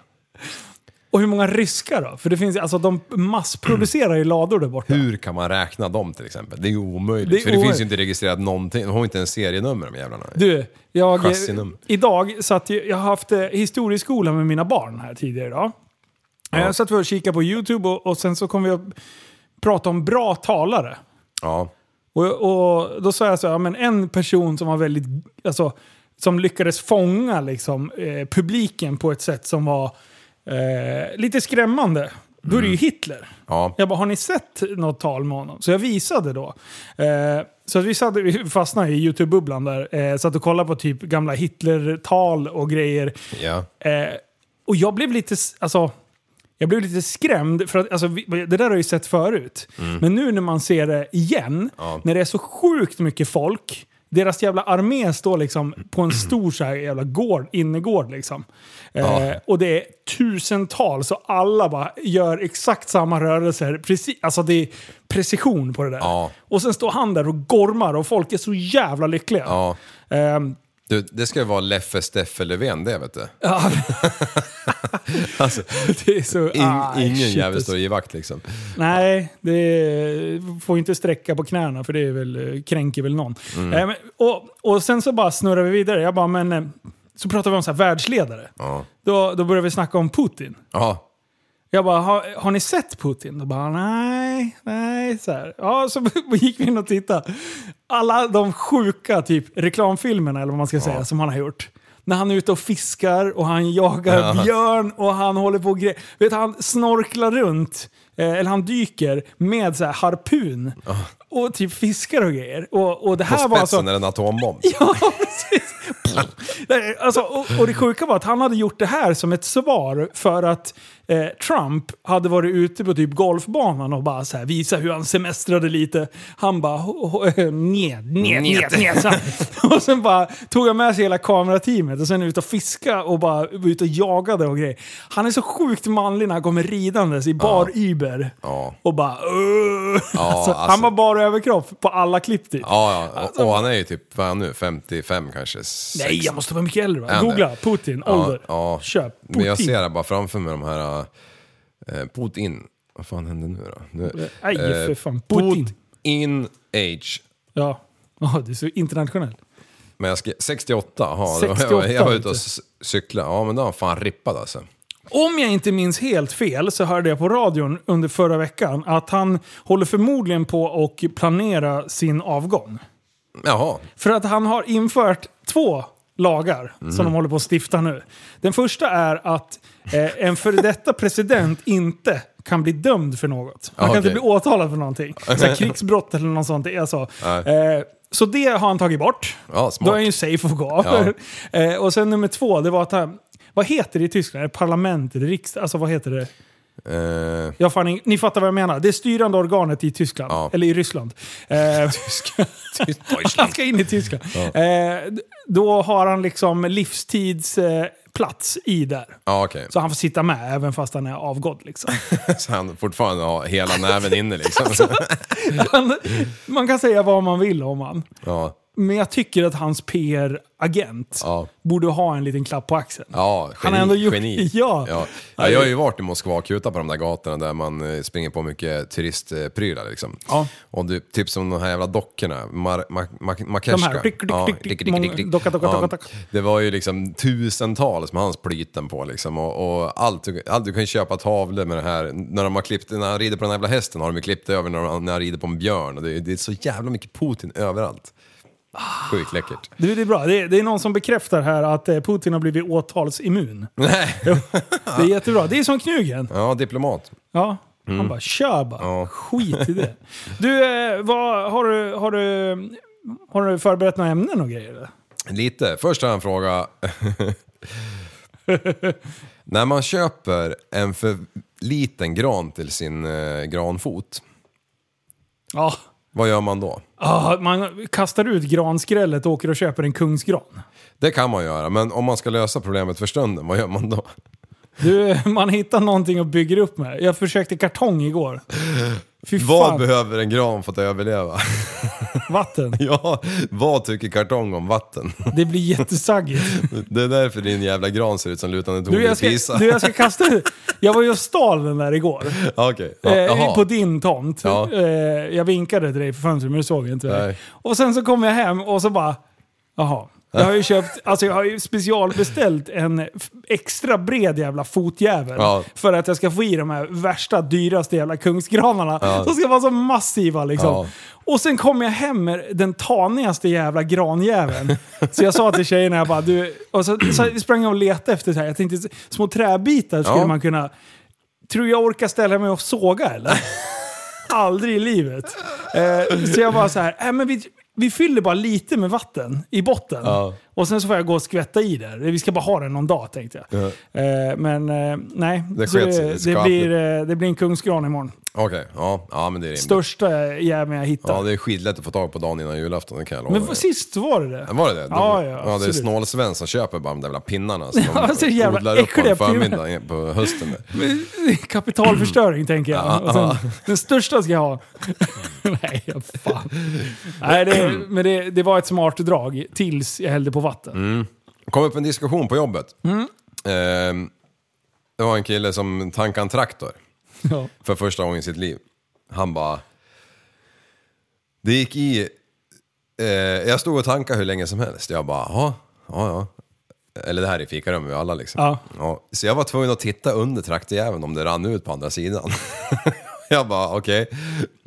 Speaker 5: Och hur många ryska då? För det finns, alltså de massproducerar ju lador där borta.
Speaker 4: Hur kan man räkna dem till exempel? Det är ju omöjligt.
Speaker 5: Det är
Speaker 4: för det
Speaker 5: omöjligt.
Speaker 4: finns ju inte registrerat någonting. De har ju inte ens serienummer de jävlarna.
Speaker 5: Du, jag,
Speaker 4: Chassinum.
Speaker 5: idag satt jag, jag har haft eh, historieskola med mina barn här tidigare idag. Ja. Satt vi och kikade på YouTube och, och sen så kom vi att prata om bra talare.
Speaker 4: Ja.
Speaker 5: Och, och då sa jag så här, ja, men en person som var väldigt, alltså, som lyckades fånga liksom, eh, publiken på ett sätt som var eh, lite skrämmande. Då är det ju Hitler.
Speaker 4: Ja.
Speaker 5: Jag bara, har ni sett något tal med honom? Så jag visade då. Eh, så att vi, satt, vi fastnade i YouTube-bubblan där. Eh, satt och kollade på typ gamla Hitler-tal och grejer.
Speaker 4: ja.
Speaker 5: Eh, och jag blev lite, s- alltså, jag blev lite skrämd, för att, alltså, vi, det där har jag ju sett förut.
Speaker 4: Mm.
Speaker 5: Men nu när man ser det igen, när det är så sjukt mycket folk, deras jävla armé står liksom på en stor så här jävla gård, innergård liksom. Eh, Och det är tusentals och alla bara gör exakt samma rörelser. Precis, alltså det är precision på det där.
Speaker 4: Ja.
Speaker 5: Och sen står han där och gormar och folk är så jävla lyckliga.
Speaker 4: ja.
Speaker 5: Ehm,
Speaker 4: Du, det ska ju vara Leffe Steffe Löfven det vet du.
Speaker 5: Ja. det är så...
Speaker 4: In,
Speaker 5: ah,
Speaker 4: ingen
Speaker 5: Alltså, shit,
Speaker 4: jävel
Speaker 5: det-
Speaker 4: står i vakt liksom.
Speaker 5: Nej, det får ju inte sträcka på knäna för det är väl, kränker väl någon. Eh, men- och, och sen så bara snurrar vi vidare. Jag bara, men... eh, Så pratar vi om så här världsledare.
Speaker 4: Ja.
Speaker 5: Då, då börjar vi snacka om Putin.
Speaker 4: Ja.
Speaker 5: Jag bara, har, har ni sett Putin? Då bara, nej, nej. Så, här. Ja, så gick vi in och tittade. Alla de sjuka typ, reklamfilmerna, eller vad man ska säga, som han har gjort. När han är ute och fiskar och han jagar björn och han håller på och gre- Vet du, Han snorklar runt, eh, eller han dyker med så här harpun. Och typ fiskar och grejer. Och, och det
Speaker 4: På
Speaker 5: här
Speaker 4: spetsen
Speaker 5: var alltså...
Speaker 4: är det en atombomb.
Speaker 5: Ja, precis. Nej, alltså, och, och det sjuka var att han hade gjort det här som ett svar för att eh, Trump hade varit ute på typ golfbanan och bara så här, visa hur han semestrade lite. Han bara ho- eh, ho- ned, ned, ned, ned. så här. Och sen bara tog han med sig hela kamerateamet och sen ut och fiska och bara var ute och jagade och grejer. Han är så sjukt manlig när han kommer ridandes i bar Uber.
Speaker 4: Ja.
Speaker 5: Och bara... "Åh." alltså, Han
Speaker 4: alltså.
Speaker 5: var bara överkropp på alla klipp typ.
Speaker 4: Ja, ja. Och, och han är ju typ, vad är han nu, 55 kanske?
Speaker 5: Nej, jag måste vara mycket äldre
Speaker 4: Är
Speaker 5: va?
Speaker 4: han
Speaker 5: Googla
Speaker 4: det?
Speaker 5: Putin, ålder, köp. Putin.
Speaker 4: Men jag ser det bara framför mig de här... Eh, Putin. Vad fan hände nu då? Nu,
Speaker 5: Nej, för fan. Putin.
Speaker 4: Putin age.
Speaker 5: Ja. Ja, du är så internationell.
Speaker 4: Men jag skrev 68, aha, 68 jag, var-
Speaker 5: 68,
Speaker 4: jag var ute och
Speaker 5: vet
Speaker 4: s- cykla. Ja, men då var han fan rippad alltså.
Speaker 5: Om jag inte minns helt fel så hörde jag på radion under förra veckan att han håller förmodligen på att planera sin avgång.
Speaker 4: Jaha,
Speaker 5: För att han har infört två lagar
Speaker 4: Mhm.
Speaker 5: som de håller på att stifta nu. Den första är att eh, en före detta president inte kan bli dömd för något. Han
Speaker 4: Ah,
Speaker 5: kan inte
Speaker 4: okej.
Speaker 5: bli åtalad för någonting. Så här, krigsbrott eller något sånt. det är så. Eh, så det har han tagit bort.
Speaker 4: Ja, smart.
Speaker 5: Då är han ju safe att gå av. Eh, och sen nummer två, det var att han... Vad heter det i Tyskland? Är det parlamentet? Riksdag? Alltså vad heter det?
Speaker 4: eh,
Speaker 5: Ja, fan, ni- ni fattar vad jag menar. Det styrande organet i Tyskland.
Speaker 4: Ja.
Speaker 5: Eller i Ryssland. Eh, han ska in i Tyskland. Eh, d- då har han liksom livstids... Eh, plats i där.
Speaker 4: ja okej.
Speaker 5: Så han får sitta med även fast han är avgådd. Liksom.
Speaker 4: Så han fortfarande har hela näven inne liksom.
Speaker 5: Han, man kan säga vad man vill om han.
Speaker 4: Ja,
Speaker 5: Men jag tycker att hans PR-agent
Speaker 4: Ja.
Speaker 5: borde ha en liten klapp på axeln.
Speaker 4: ja geni,
Speaker 5: Han har ändå gjort-
Speaker 4: geni.
Speaker 5: ja.
Speaker 4: Ja. ja, jag har ju varit i Moskva och kutat på de där gatorna där man eh, springer på mycket turistprylar liksom.
Speaker 5: Ja.
Speaker 4: Och du, typ som de här jävla dockorna, Mar- Ma- Ma- Makeshka.
Speaker 5: De här, klick, klick,
Speaker 4: Ja,
Speaker 5: klick, klick, många- docka, docka,
Speaker 4: Ja,
Speaker 5: docka, docka.
Speaker 4: Det var ju liksom tusentals med hans plyten på liksom. Och, och allt, du- allt, du kan ju köpa tavlor med det här. När de har klippt, när han rider på den här jävla hästen har de ju klippt över när, de, när han rider på en björn. Och det, är- det är så jävla mycket Putin överallt. Sjukt läckert.
Speaker 5: Du, det är bra. Det är, det är någon som bekräftar här att eh, Putin har blivit åtalsimmun.
Speaker 4: Nej.
Speaker 5: Det är jättebra. Det är som Knugen.
Speaker 4: Ja, diplomat.
Speaker 5: Ja. Han bara kör bara. Skit i det. Du, eh, vad, har, du, har, du, har du förberett några ämnen och grejer? eller?
Speaker 4: Lite. Först har jag en fråga. När man köper en för liten gran till sin eh, granfot,
Speaker 5: Ja.
Speaker 4: vad gör man då?
Speaker 5: Ah, man kastar ut granskrället och åker och köper en kungsgran.
Speaker 4: Det kan man göra, men om man ska lösa problemet för stunden, vad gör man då?
Speaker 5: Du, man hittar någonting och bygger upp med. Jag försökte kartong igår. Fy
Speaker 4: Vad
Speaker 5: fan,
Speaker 4: behöver en gran för att överleva?
Speaker 5: vatten.
Speaker 4: ja, vad tycker kartong om vatten?
Speaker 5: Det blir jättesaggigt.
Speaker 4: Det är därför din jävla gran ser ut som lutande torn
Speaker 5: Du,
Speaker 4: i
Speaker 5: jag ska,
Speaker 4: Pisa.
Speaker 5: du, jag ska kasta Jag var ju och stal den där igår.
Speaker 4: Ja, Okej, ja,
Speaker 5: Eh,
Speaker 4: jaha.
Speaker 5: på din tomt.
Speaker 4: Ja.
Speaker 5: Eh, jag vinkade till dig på fönstret men du såg inte mig.
Speaker 4: Nej.
Speaker 5: Och sen så kom jag hem och så bara, jaha. Jag har ju köpt, alltså jag har ju specialbeställt en f- extra bred jävla fotjävel.
Speaker 4: Ja.
Speaker 5: För att jag ska få i de här värsta, dyraste jävla kungsgranarna. Som ska vara så massiva liksom.
Speaker 4: Ja.
Speaker 5: Och sen kom jag hem med den tanigaste jävla granjäveln. Så jag sa till tjejerna, jag bara du... Och så, så sprang jag och letade efter så här. Jag tänkte små träbitar skulle
Speaker 4: Ja.
Speaker 5: man kunna... Tror jag orkar ställa mig och såga eller? Aldrig i livet. Eh, så jag bara så här, äh, men vi, vi fyller bara lite med vatten i botten.
Speaker 4: Ja.
Speaker 5: Och sen så får jag gå och skvätta i där. Vi ska bara ha den någon dag tänkte jag. Eh, men eh, nej,
Speaker 4: Det
Speaker 5: så,
Speaker 4: sket sig.
Speaker 5: det,
Speaker 4: Skapligt.
Speaker 5: blir, eh, det blir en kungsgran imorgon.
Speaker 4: Okej, ja, ja men det är rimligt.
Speaker 5: Största jäveln jag hittar.
Speaker 4: Ja, det är skitlätt att få tag på dagen innan julafton, det kan jag lova
Speaker 5: Men
Speaker 4: dig.
Speaker 5: för, sist var det det.
Speaker 4: Ja, Var det det? De,
Speaker 5: Ja, ja,
Speaker 4: det är
Speaker 5: absolut.
Speaker 4: snålsven som köper bara de där jävla pinnarna som
Speaker 5: Ja, så
Speaker 4: de
Speaker 5: jävla
Speaker 4: odlar upp på
Speaker 5: äckliga
Speaker 4: en förmiddag i- på hösten.
Speaker 5: Kapitalförstöring tänker jag. Och sen, den största ska jag ha. Nej, fan. Nej, det, men det, det var ett smart drag tills jag hällde på vatten.
Speaker 4: Det kom upp en diskussion på jobbet.
Speaker 5: Mm.
Speaker 4: Ehm, det var en kille som tankade en traktor
Speaker 5: Ja.
Speaker 4: för första gången i sitt liv. Han bara... Det gick i... Eh, jag stod och tankade hur länge som helst. Jag bara, "Jaha, ja, ja. Eller det här är i fikarummet, vi alla liksom.
Speaker 5: Ja.
Speaker 4: så jag var tvungen att titta under traktorjäveln om det rann ut på andra sidan. jag bara, okej.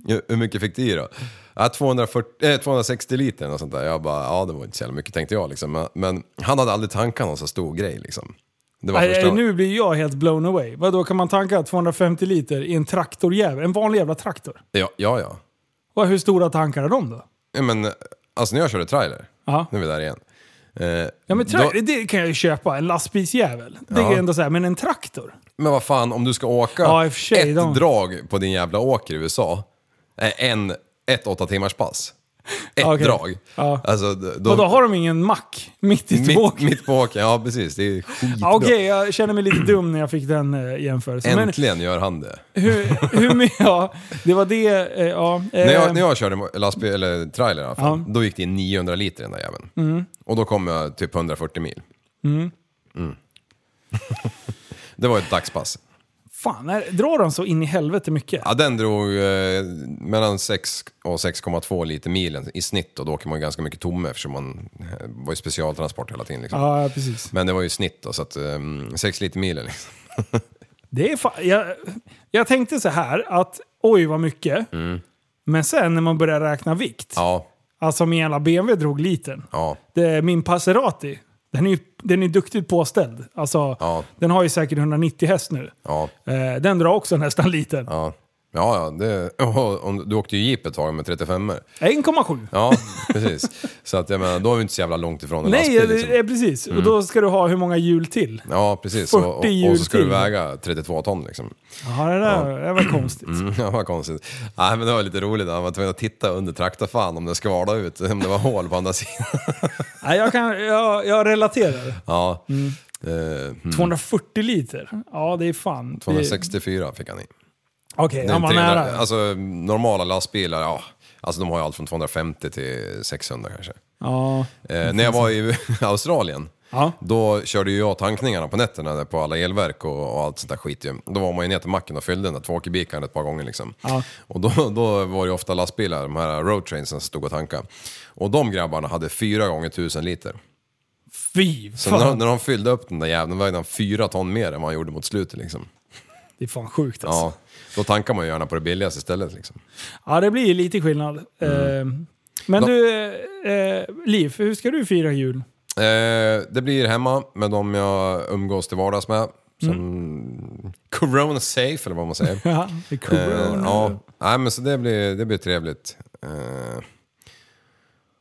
Speaker 4: Hur- Hur mycket fick det i då? Ja, 240, eh, 260 liter och sånt där. Jag bara, ja det var inte så jävla mycket tänkte jag liksom. Men, men han hade aldrig tankat någon så stor grej liksom. Det var
Speaker 5: Nej,
Speaker 4: första...
Speaker 5: nej, nu blir jag helt blown away. Vadå, kan man tanka 250 liter i en traktorjävel? En vanlig jävla traktor?
Speaker 4: Ja, ja. ja.
Speaker 5: Och hur stora tankar är de då?
Speaker 4: Ja, men alltså när jag körde trailer,
Speaker 5: Ja.
Speaker 4: nu är vi där igen. Eh,
Speaker 5: Ja, men
Speaker 4: då,
Speaker 5: tra- Det kan jag ju köpa, en lastbilsjävel. Det
Speaker 4: Ja.
Speaker 5: är ändå så här, men en traktor?
Speaker 4: men vad fan, om du ska åka
Speaker 5: Ja, i och för sig,
Speaker 4: ett
Speaker 5: de-
Speaker 4: drag på din jävla åker i USA, eh, en, ett åtta timmars pass. Ett
Speaker 5: Okej.
Speaker 4: drag.
Speaker 5: Ja.
Speaker 4: Alltså, d- då,
Speaker 5: Och då har de ingen mack mitt i
Speaker 4: mitt,
Speaker 5: tåget?
Speaker 4: mitt på åkern, ja precis. Det är skitbra.
Speaker 5: Ja, Okej, jag känner mig lite dum när jag fick den eh, jämförelsen. Men-
Speaker 4: Äntligen gör han det.
Speaker 5: hur, hur mycket, ja, det var det, eh, ja. eh,
Speaker 4: När jag, när jag körde lastbil, eller trailer i alla fall,
Speaker 5: Ja. Mm.
Speaker 4: då gick det in 900 liter i den där jäveln. Och då kom jag typ 140 mil. Mm. det var ett dagspass.
Speaker 5: Eh, Fan, är, drar de så in i helvete mycket?
Speaker 4: Ja, den drog eh, mellan 6 och 6,2 liter milen i snitt och då åker man ganska mycket tomme eftersom man eh, var ju specialtransport hela tiden. Liksom.
Speaker 5: Ja, precis.
Speaker 4: Men det var ju i snitt då, så att 6 liter milen. Liksom.
Speaker 5: Det är fan, jag, jag tänkte så här att oj vad mycket. Men sen när man börjar räkna vikt,
Speaker 4: Mm. Ja,
Speaker 5: alltså min jävla BMW drog liten.
Speaker 4: ja,
Speaker 5: Det, min Passerati, den är ju den är duktigt påställd. Alltså,
Speaker 4: Ja.
Speaker 5: den har ju säkert 190 häst nu.
Speaker 4: ja,
Speaker 5: Eh, den drar också nästan liten.
Speaker 4: ja. Ja, ja, det, och, och, du åkte ju jeep ett tag med 35 er
Speaker 5: 1,7.
Speaker 4: Ja, precis. Så att jag menar, då är vi inte så jävla långt ifrån en
Speaker 5: Nej,
Speaker 4: lastbil.
Speaker 5: eh,
Speaker 4: Liksom.
Speaker 5: eh, precis. Och då ska du ha hur många hjul till?
Speaker 4: Ja, precis. Och, och,
Speaker 5: 40 hjul
Speaker 4: och så ska du
Speaker 5: till.
Speaker 4: väga 32 ton liksom.
Speaker 5: Ja, det där det var konstigt.
Speaker 4: Mm, Ja, vad konstigt. Nej, men det var lite roligt. Han var tvungen att titta under traktorfan om det skvalade ut, om det var hål på andra sidan.
Speaker 5: Nej, jag, kan, jag, jag relaterar.
Speaker 4: Ja. Eh, mm.
Speaker 5: 240 liter? Ja, det är fan.
Speaker 4: 264 fick han i.
Speaker 5: Det- Okej,
Speaker 4: Det är
Speaker 5: han var
Speaker 4: 300
Speaker 5: nära.
Speaker 4: Alltså normala lastbilar, ja. Alltså de har ju allt från 250 till 600 kanske.
Speaker 5: ja.
Speaker 4: Eh, när jag var i Australien,
Speaker 5: Ja.
Speaker 4: då körde ju jag tankningarna på nätterna där på alla elverk och, och allt sånt där skit ju. Då var man ju ner till macken och fyllde den där tvåkubikaren ett par gånger liksom.
Speaker 5: Ja.
Speaker 4: Och då, då var det ju ofta lastbilar, de här roadtrainsen som stod och tankade. Och de grabbarna hade fyra gånger tusen liter.
Speaker 5: Fy
Speaker 4: Så när,
Speaker 5: fan.
Speaker 4: de- när de fyllde upp den där jäveln vägde han fyra ton mer än vad han gjorde mot slutet liksom.
Speaker 5: Det är fan sjukt alltså.
Speaker 4: Ja, då tankar man ju gärna på det billigaste istället liksom.
Speaker 5: Ja, det blir ju lite skillnad.
Speaker 4: Mm.
Speaker 5: Eh, men
Speaker 4: Då-
Speaker 5: du, eh, Liv, hur ska du fira jul?
Speaker 4: Eh, det blir hemma med de jag umgås till vardags med. Som
Speaker 5: Mm.
Speaker 4: corona safe eller vad man säger.
Speaker 5: Ja, det är
Speaker 4: Eh,
Speaker 5: corona.
Speaker 4: ja, nej men så det blir, det blir trevligt. Eh,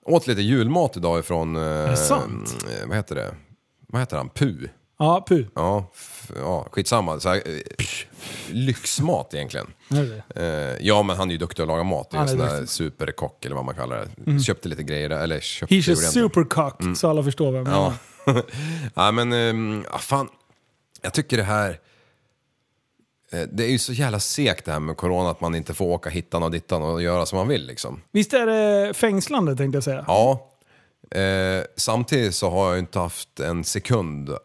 Speaker 4: åt lite julmat idag ifrån, eh,
Speaker 5: det sant?
Speaker 4: eh, vad heter det? Vad heter han? Pu?
Speaker 5: Ja, pu.
Speaker 4: Ja, f- ja skitsamma. Så här, eh, lyxmat egentligen.
Speaker 5: Nu är det.
Speaker 4: Eh, ja, men han är ju duktig att laga mat. Det är
Speaker 5: Han
Speaker 4: en
Speaker 5: är
Speaker 4: sån där
Speaker 5: duktig.
Speaker 4: superkock eller vad man kallar det. Köpte lite grejer där, eller köpte
Speaker 5: He's a
Speaker 4: gjorde jag inte.
Speaker 5: supercock, så alla förstår vad jag menar.
Speaker 4: Ja. ja, men ehm, ah, fan. Jag tycker det här... eh, Det är ju så jävla segt det här med corona, att man inte får åka hittan och dittan och göra som man vill liksom.
Speaker 5: Visst är det fängslande tänkte jag säga?
Speaker 4: Ja. Eh, samtidigt så har jag ju inte haft en sekund eh,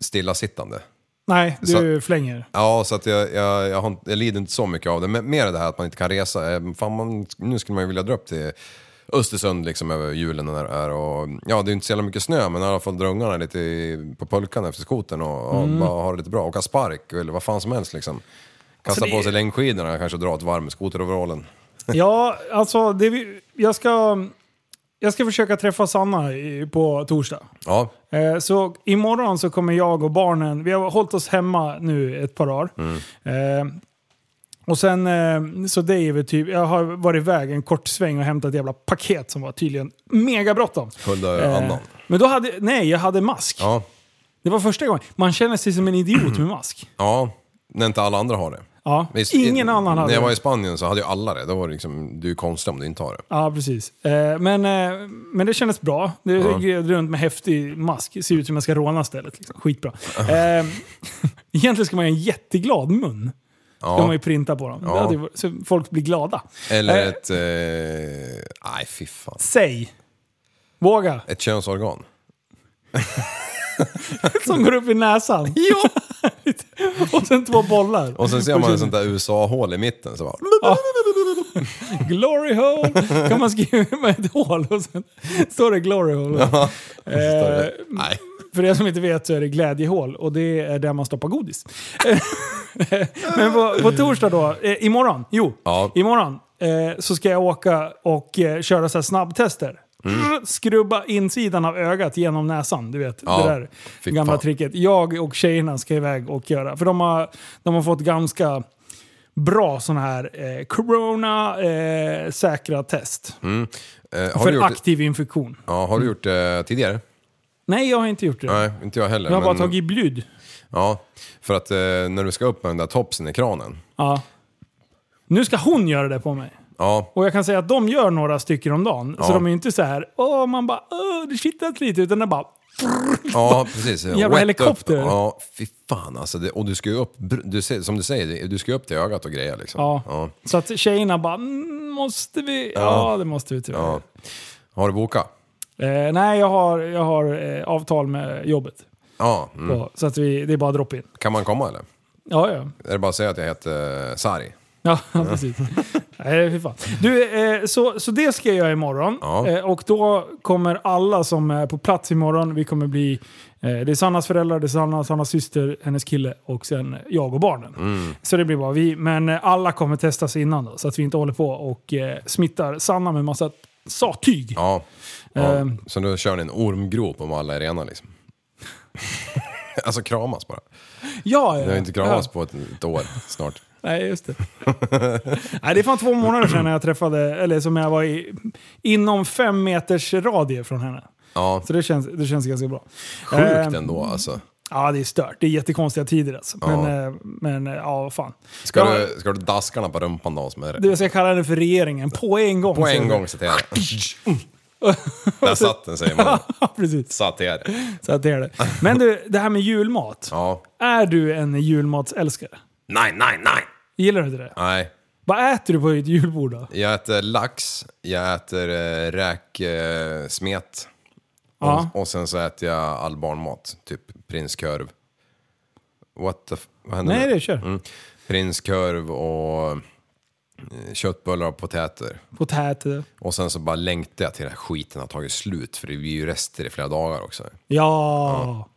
Speaker 4: stillasittande.
Speaker 5: Nej, du
Speaker 4: Så-
Speaker 5: flänger.
Speaker 4: Ja, så att jag, jag, jag, har, inte- jag lider inte så mycket av det. Men mer det här att man inte kan resa. Eh, Fan, man, nu skulle man ju vilja dra upp till Östersund liksom över julen när det är. Och, ja, det är ju inte så jävla mycket snö, men i alla fall dra ungarna lite i, på pulkan efter skotern och, och
Speaker 5: Mm.
Speaker 4: bara ha det lite bra. Åka spark eller vad fan som helst liksom. Kasta
Speaker 5: Alltså, det-
Speaker 4: på sig längdskidorna kanske och dra ett varv med skoteroverallen.
Speaker 5: Ja, alltså det, vi- jag, ska, jag ska försöka träffa Sanna i, på torsdag.
Speaker 4: Ja,
Speaker 5: Eh, Så imorgon så kommer jag och barnen, vi har hållit oss hemma nu ett par dagar.
Speaker 4: Mm.
Speaker 5: Eh, och sen, eh, så det är väl typ, jag har varit iväg en kort sväng och hämtat ett jävla paket som var tydligen mega bråttom.
Speaker 4: Hulda
Speaker 5: Eh.
Speaker 4: andan.
Speaker 5: men då hade, nej jag hade mask.
Speaker 4: Ja,
Speaker 5: Det var första gången. Man känner sig som en idiot med mask.
Speaker 4: ja. När inte alla andra har det.
Speaker 5: Ja,
Speaker 4: Visst,
Speaker 5: ingen annan hade
Speaker 4: När jag var
Speaker 5: det.
Speaker 4: i Spanien så hade ju alla det. Då var det liksom, du är konstig om du inte har det.
Speaker 5: Ja, precis. Eh, men, eh, men det kändes bra. Det jag gled runt med häftig mask. Ser ut som jag ska råna stället. Liksom. Skitbra. Eh, egentligen ska man ha en jätteglad mun. Ska man ju printa på dem. Det hade ju varit- så folk blir glada.
Speaker 4: Eller
Speaker 5: Eh.
Speaker 4: ett... Eh, nej, fy fan.
Speaker 5: Säg! Våga!
Speaker 4: Ett könsorgan.
Speaker 5: Som går upp i näsan. ja! och sen två bollar.
Speaker 4: Och sen ser man ett sånt där USA-hål i mitten. Så bara,
Speaker 5: Mm. Glory hole! Kan man skriva med ett hål och sen står det glory hole. Eh,
Speaker 4: nej.
Speaker 5: För er som inte vet så är det glädjehål och det är där man stoppar godis. Men på, på torsdag då, eh, imorgon, jo,
Speaker 4: Ja.
Speaker 5: imorgon eh, så ska jag åka och eh, köra så här snabbtester.
Speaker 4: Mm.
Speaker 5: Skrubba insidan av ögat genom näsan, du vet.
Speaker 4: Ja.
Speaker 5: Det där
Speaker 4: Fy
Speaker 5: gamla
Speaker 4: fan.
Speaker 5: tricket. Jag och tjejerna ska iväg och göra, för de har, de har fått ganska bra sådana här eh, corona-säkra test.
Speaker 4: Eh, har,
Speaker 5: för
Speaker 4: du gjort, det-
Speaker 5: aktiv Mm. infektion.
Speaker 4: ja, har du gjort det tidigare?
Speaker 5: Nej, jag har inte gjort det.
Speaker 4: Nej, inte jag heller.
Speaker 5: jag har bara
Speaker 4: men-
Speaker 5: tagit blud.
Speaker 4: Ja, för att eh, när du ska upp med den där topsen i kranen.
Speaker 5: Ja. Nu ska hon göra det på mig.
Speaker 4: Ja,
Speaker 5: Och jag kan säga att de gör några stycken om dagen. Så
Speaker 4: Ja.
Speaker 5: de är ju inte så här, åh, man bara, åh, det kittlas lite. Utan det är bara,
Speaker 4: ja precis. Wet up.
Speaker 5: helikopter.
Speaker 4: Ja, fy fan alltså. Det, och du ska ju upp, br- du, ser- som du säger, du ska ju upp till ögat och grejer liksom.
Speaker 5: ja.
Speaker 4: ja.
Speaker 5: Så att tjejerna bara, "Mm, måste vi? Ja, det måste vi tyvärr.
Speaker 4: Ja. Har du bokat?
Speaker 5: Eh, nej, jag har, jag har eh, avtal med jobbet.
Speaker 4: Ja. Mm.
Speaker 5: Ja, så att vi, det är bara drop in.
Speaker 4: Kan man komma eller?
Speaker 5: Ja, ja.
Speaker 4: Är det bara att säga att jag heter eh, Sari?
Speaker 5: Ja, precis. Nej, fy fan. Du, eh, så, så det ska jag göra imorgon.
Speaker 4: Ja.
Speaker 5: Eh, och då kommer alla som är på plats imorgon, vi kommer bli... Eh, det är Sannas föräldrar, det är Sanna, Sannas syster, hennes kille och sen jag och barnen.
Speaker 4: Mm.
Speaker 5: Så det blir bara vi. Men eh, alla kommer testas innan då, så att vi inte håller på och eh, smittar Sanna med massa sattyg.
Speaker 4: Ja. ja.
Speaker 5: Ehm.
Speaker 4: Så nu kör ni en ormgrop om alla är rena liksom? alltså kramas bara.
Speaker 5: Ja, ja.
Speaker 4: Ni har ju inte kramats
Speaker 5: ja.
Speaker 4: på ett, ett år snart.
Speaker 5: Nej, just det. Nej, det är fan två månader sedan när jag träffade, eller som jag var i, inom fem meters radie från henne.
Speaker 4: Ja,
Speaker 5: Så det känns, det känns ganska bra.
Speaker 4: sjukt
Speaker 5: Eh,
Speaker 4: ändå alltså.
Speaker 5: Ja, det är stört. Det är jättekonstiga tider alltså.
Speaker 4: Ja.
Speaker 5: Men, eh, men eh, ja, vad fan.
Speaker 4: Ska,
Speaker 5: Ja,
Speaker 4: du, ska du daskarna på rumpan då som är
Speaker 5: det
Speaker 4: det?
Speaker 5: jag ska kalla den för regeringen. På en gång.
Speaker 4: På
Speaker 5: säger
Speaker 4: en
Speaker 5: jag.
Speaker 4: gång citerar jag. Där satt den säger man.
Speaker 5: Ja, precis.
Speaker 4: Satt er.
Speaker 5: Så att det är det. Men du, det här med julmat.
Speaker 4: Ja,
Speaker 5: Är du en julmatsälskare?
Speaker 7: Nej, nej, nej.
Speaker 5: Gillar du inte det?
Speaker 4: nej.
Speaker 5: Vad äter du på ett julbord då?
Speaker 4: Jag äter lax, jag äter eh, räksmet eh, smet.
Speaker 5: Ja.
Speaker 4: och, och sen så äter jag all barnmat, typ prinskorv. What the f- vad händer
Speaker 5: Nej,
Speaker 4: nu?
Speaker 5: det kör.
Speaker 4: Mm. Prinskorv och eh, köttbullar och potäter.
Speaker 5: Potäter.
Speaker 4: Och sen så bara längtade jag till den här skiten har tagit slut för det blir ju rester i flera dagar också.
Speaker 5: Ja.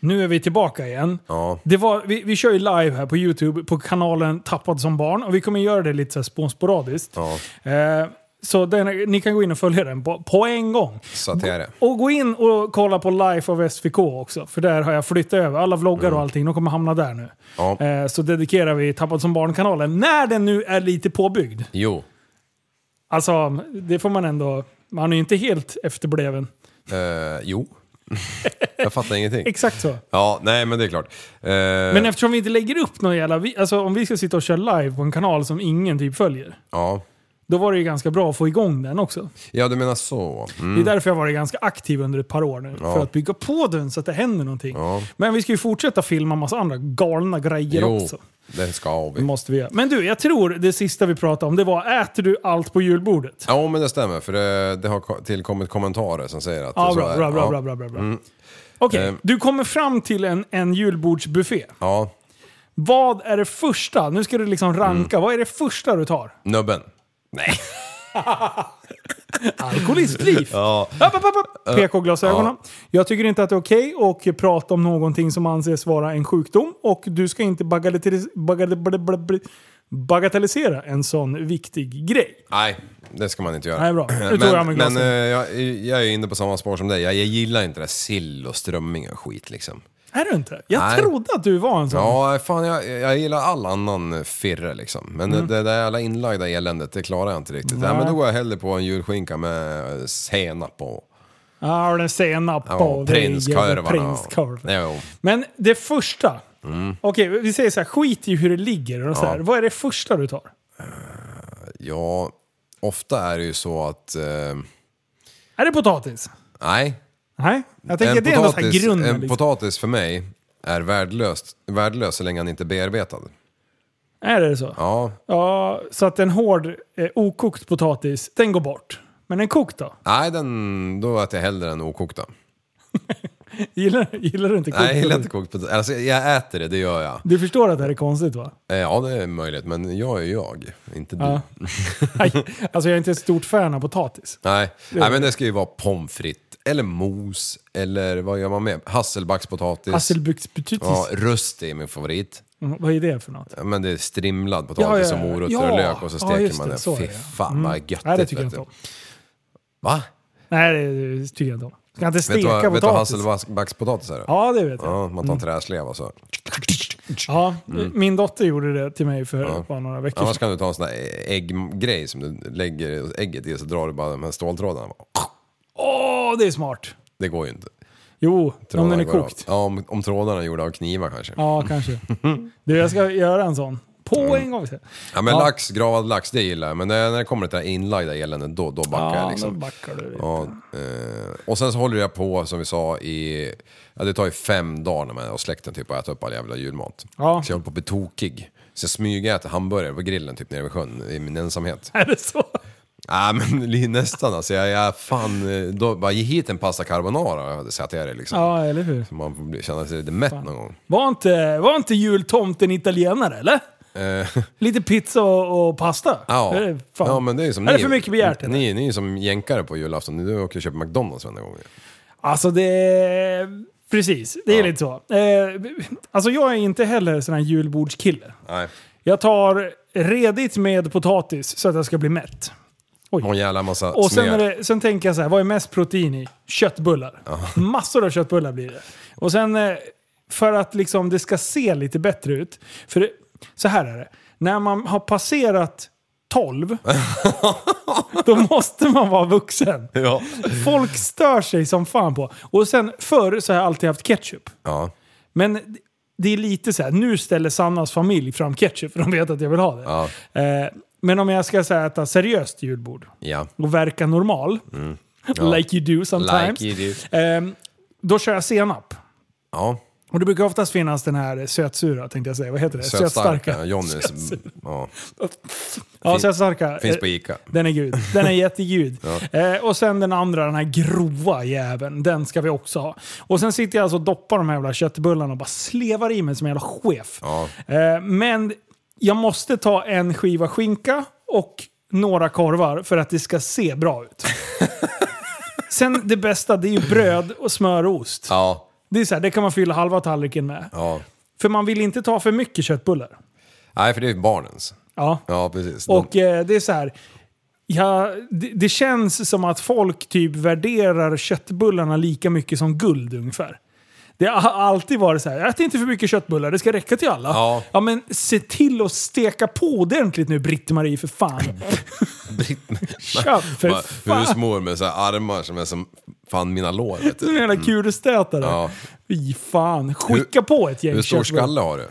Speaker 5: Nu är vi tillbaka igen.
Speaker 4: Ja.
Speaker 5: Det var, vi, vi kör ju live här på YouTube på kanalen Tappad som barn och vi kommer göra det lite så här sponsporadiskt.
Speaker 4: Ja,
Speaker 5: Eh, så den, ni kan gå in och följa den på, på en gång.
Speaker 4: så att det är det.
Speaker 5: Och gå in och kolla på Life of SVK också, för där har jag flyttat över. Alla vloggar och allting, de kommer hamna där nu.
Speaker 4: Mm. Ja.
Speaker 5: Eh, så dedikerar vi Tappad som barn-kanalen, när den nu är lite påbyggd.
Speaker 4: Jo,
Speaker 5: Alltså, det får man ändå... Man är ju inte helt efterbleven.
Speaker 4: eh, jo. jag fattar ingenting.
Speaker 5: Exakt så.
Speaker 4: Ja, nej men det är klart. Eh,
Speaker 5: Men eftersom vi inte lägger upp någon jävla... vi- Alltså om vi ska sitta och köra live på en kanal som ingen typ följer.
Speaker 4: ja,
Speaker 5: Då var det ju ganska bra att få igång den också.
Speaker 4: Ja, du menar så. Mm.
Speaker 5: Det är därför jag har varit ganska aktiv under ett par år nu. För att bygga på den så att det händer någonting.
Speaker 4: Ja.
Speaker 5: Men vi ska ju fortsätta filma massa andra galna grejer
Speaker 4: Jo,
Speaker 5: också.
Speaker 4: det ska
Speaker 5: Det
Speaker 4: vi.
Speaker 5: måste vi göra. Men du, jag tror det sista vi pratade om det var äter du allt på julbordet?
Speaker 4: Ja, men det stämmer. För det, det har ko- tillkommit kommentarer som säger att
Speaker 5: Ja,
Speaker 4: så
Speaker 5: bra,
Speaker 4: är.
Speaker 5: bra, bra,
Speaker 4: ja. Mm.
Speaker 5: bra, bra, bra. bra. Okej,
Speaker 4: Ehm.
Speaker 5: du kommer fram till en, en julbordsbuffé.
Speaker 4: Ja,
Speaker 5: Vad är det första? Nu ska du liksom
Speaker 4: Mm.
Speaker 5: ranka. Vad är det första du tar?
Speaker 4: nubben. Nej.
Speaker 5: Alkoholistliv!
Speaker 4: Ja.
Speaker 5: Upp, upp, upp, upp. PK-glasögonen. Jag tycker inte att det är okej att prata om någonting som anses vara en sjukdom och du ska inte bagatellis- bagat- bl- bl- bl- bagatellisera en sån viktig grej.
Speaker 4: Nej, det ska man inte göra.
Speaker 5: Nej, bra. Nu tog
Speaker 4: Men,
Speaker 5: jag mig
Speaker 4: men eh,
Speaker 5: glasen.
Speaker 4: jag, jag är inne på samma spår som dig. Jag, jag gillar inte det där sill och strömming och skit liksom.
Speaker 5: Är du inte? Jag
Speaker 4: Nej.
Speaker 5: trodde att du var en sån.
Speaker 4: Ja, fan jag, jag gillar all annan eh, firre liksom. Men
Speaker 5: Mm.
Speaker 4: det, det där alla inlagda eländet, det klarar jag inte riktigt. Nej. men då går jag hellre på en julskinka med eh, senap och,
Speaker 5: Ja, och den senap
Speaker 4: och
Speaker 5: och
Speaker 4: prinskorvarna. och-
Speaker 5: prinskorv.
Speaker 4: Jo.
Speaker 5: Men det första. Okej, vi säger så här. Skit i hur det ligger. Och så här. Vad är det första du tar?
Speaker 4: Ja, ofta är det ju så att... Eh,
Speaker 5: Är det potatis?
Speaker 4: nej.
Speaker 5: Nej, jag tänker det är ändå så här grunden.
Speaker 4: en
Speaker 5: liksom.
Speaker 4: potatis för mig är värdelöst, värdelös så länge han inte är bearbetad.
Speaker 5: Är det så?
Speaker 4: Ja,
Speaker 5: Ja, så att en hård, eh, okokt potatis, den går bort. Men en kokt då?
Speaker 4: nej den, då äter jag hellre den okokta.
Speaker 5: Gillar, gillar du inte kokt?
Speaker 4: Nej, jag gillar
Speaker 5: potatis?
Speaker 4: inte kokt potatis. Alltså, jag äter det, det gör jag.
Speaker 5: Du förstår att det här är konstigt va?
Speaker 4: Eh, Ja, det är möjligt, men jag är jag, inte du.
Speaker 5: Ja. Nej, alltså jag är inte ett stort fan av potatis.
Speaker 4: Nej. Nej, men det ska ju vara pommes frites, eller mos, eller vad gör man med? Hasselbackspotatis.
Speaker 5: Hasselbuckspotatis,
Speaker 4: Ja, rustig är min favorit.
Speaker 5: Mm, vad är det för något?
Speaker 4: Ja, Men det är strimlad potatis
Speaker 5: Ja, ja, ja.
Speaker 4: och morötter
Speaker 5: Ja.
Speaker 4: och lök och så
Speaker 5: Ja,
Speaker 4: steker
Speaker 5: just
Speaker 4: man
Speaker 5: det,
Speaker 4: det.
Speaker 5: så är
Speaker 4: Fy
Speaker 5: det, ja.
Speaker 4: fan
Speaker 5: Mm.
Speaker 4: vad göttigt.
Speaker 5: Nej, det tycker jag
Speaker 4: vet
Speaker 5: inte
Speaker 4: du.
Speaker 5: om.
Speaker 4: Va?
Speaker 5: Nej, det tycker jag inte om. Ska inte
Speaker 4: Vet du
Speaker 5: steka
Speaker 4: vad, vet du vad
Speaker 5: potatis?
Speaker 4: hasselbackspotatis är?
Speaker 5: ja, Mm. det vet jag.
Speaker 4: Ja, Mm. man tar en träslev och så.
Speaker 5: Ja, Min dotter gjorde det till mig för bara några veckor
Speaker 4: Annars
Speaker 5: sedan.
Speaker 4: kan du ta en sån där ägggrej som du lägger ägget i så drar du bara de här ståltrådarna.
Speaker 5: Åh, det är smart!
Speaker 4: Det går ju inte.
Speaker 5: Jo, om den
Speaker 4: Trådarna
Speaker 5: är
Speaker 4: går av.
Speaker 5: kokt.
Speaker 4: Ja, om, om trådarna är gjorda av knivar kanske.
Speaker 5: Ja, kanske. Du, jag ska göra en sån. På
Speaker 4: Mm.
Speaker 5: en gång.
Speaker 4: Ja men
Speaker 5: Ja.
Speaker 4: lax, gravad lax, det gillar jag. Men när när det kommer till det där inlagda eländet, då, då backar jag
Speaker 5: Så
Speaker 4: liksom.
Speaker 5: backar du.
Speaker 4: Ja, eh, och sen så håller jag på, som vi sa, i... Ja, det tar ju fem dagar när man är hos släkten typ, och äter upp all jävla julmat.
Speaker 5: Ja.
Speaker 4: Så jag håller på att bli tokig. Så jag smygäter hamburgare på grillen typ nere vid sjön i min ensamhet.
Speaker 5: Är det så?
Speaker 4: Nej men li- nästan alltså. Jag, jag fan, eh, då, bara ge hit en pasta carbonara så äter jag det liksom.
Speaker 5: Ja, eller hur?
Speaker 4: Man får bli, känna sig lite mätt någon gång.
Speaker 5: Var inte, var inte jultomten italienare eller?
Speaker 4: Eh,
Speaker 5: Lite pizza och, och pasta?
Speaker 4: Ja.
Speaker 5: Är det, fan?
Speaker 4: ja, men det är ju som
Speaker 5: är det
Speaker 4: ni-
Speaker 5: för mycket begärt? eller?
Speaker 4: Ni, ni är som jänkare på julafton. Du åker och köper McDonalds varenda gång.
Speaker 5: Alltså det... Precis, det är lite så. Eh, alltså jag är inte heller sån här julbordskille.
Speaker 4: Nej.
Speaker 5: Jag tar redigt med potatis så att jag ska bli mätt.
Speaker 4: Och en jävla massa
Speaker 5: Och sen,
Speaker 4: smör.
Speaker 5: är det, sen tänker jag så här, vad är mest protein i? Köttbullar. Massor av köttbullar blir det. Och sen eh, för att liksom det ska se lite bättre ut. För det, så här är det, när man har passerat 12, då måste man vara vuxen.
Speaker 4: Ja.
Speaker 5: Folk stör sig som fan på. Och sen förr så har jag alltid haft ketchup.
Speaker 4: ja.
Speaker 5: Men det är lite så här, nu ställer Sannas familj fram ketchup för de vet att jag vill ha det.
Speaker 4: Ja.
Speaker 5: Eh, men om jag ska så här, äta seriöst julbord
Speaker 4: Ja.
Speaker 5: och verka normal. Like you do sometimes.
Speaker 4: Mm. Like you
Speaker 5: Ehm, då kör jag senap.
Speaker 4: Ja.
Speaker 5: Och det brukar oftast finnas den här sötsura, tänkte jag säga. Vad heter det?
Speaker 4: Sötstarka. Johnny's. Ja.
Speaker 5: Ja,
Speaker 4: Fin-
Speaker 5: sötstarka.
Speaker 4: Finns
Speaker 5: Eh,
Speaker 4: på Ica.
Speaker 5: Den är gud. Den är jättegud. eh, och sen den andra, den här grova jäveln. Den ska vi också ha. Och sen sitter jag alltså och doppar de här jävla köttbullarna och bara slevar i mig som en jävla chef.
Speaker 4: Ja.
Speaker 5: Eh, men jag måste ta en skiva skinka och några korvar för att det ska se bra ut. Sen det bästa, det är ju bröd och smör och ost.
Speaker 4: Ja.
Speaker 5: Det är så här, det kan man fylla halva tallriken med.
Speaker 4: ja.
Speaker 5: För man vill inte ta för mycket köttbullar.
Speaker 4: Nej, för det är barnens.
Speaker 5: Ja.
Speaker 4: Ja, precis. De-
Speaker 5: Och eh, det är så här. Ja, det, det känns som att folk typ värderar köttbullarna lika mycket som guld ungefär. Det har alltid varit så här, ät inte för mycket köttbullar, det ska räcka till alla.
Speaker 4: Ja.
Speaker 5: men se till att steka på ordentligt nu Britt-Marie för fan. Kör för
Speaker 4: Bara
Speaker 5: fan.
Speaker 4: Husmor med så här armar som är som fan mina lår. Vet
Speaker 5: Du är
Speaker 4: du.
Speaker 5: en jävla kulstötare.
Speaker 4: Ja.
Speaker 5: Fy fan. Skicka på ett gäng
Speaker 4: Hur stor
Speaker 5: köttbullar.
Speaker 4: skalle har du?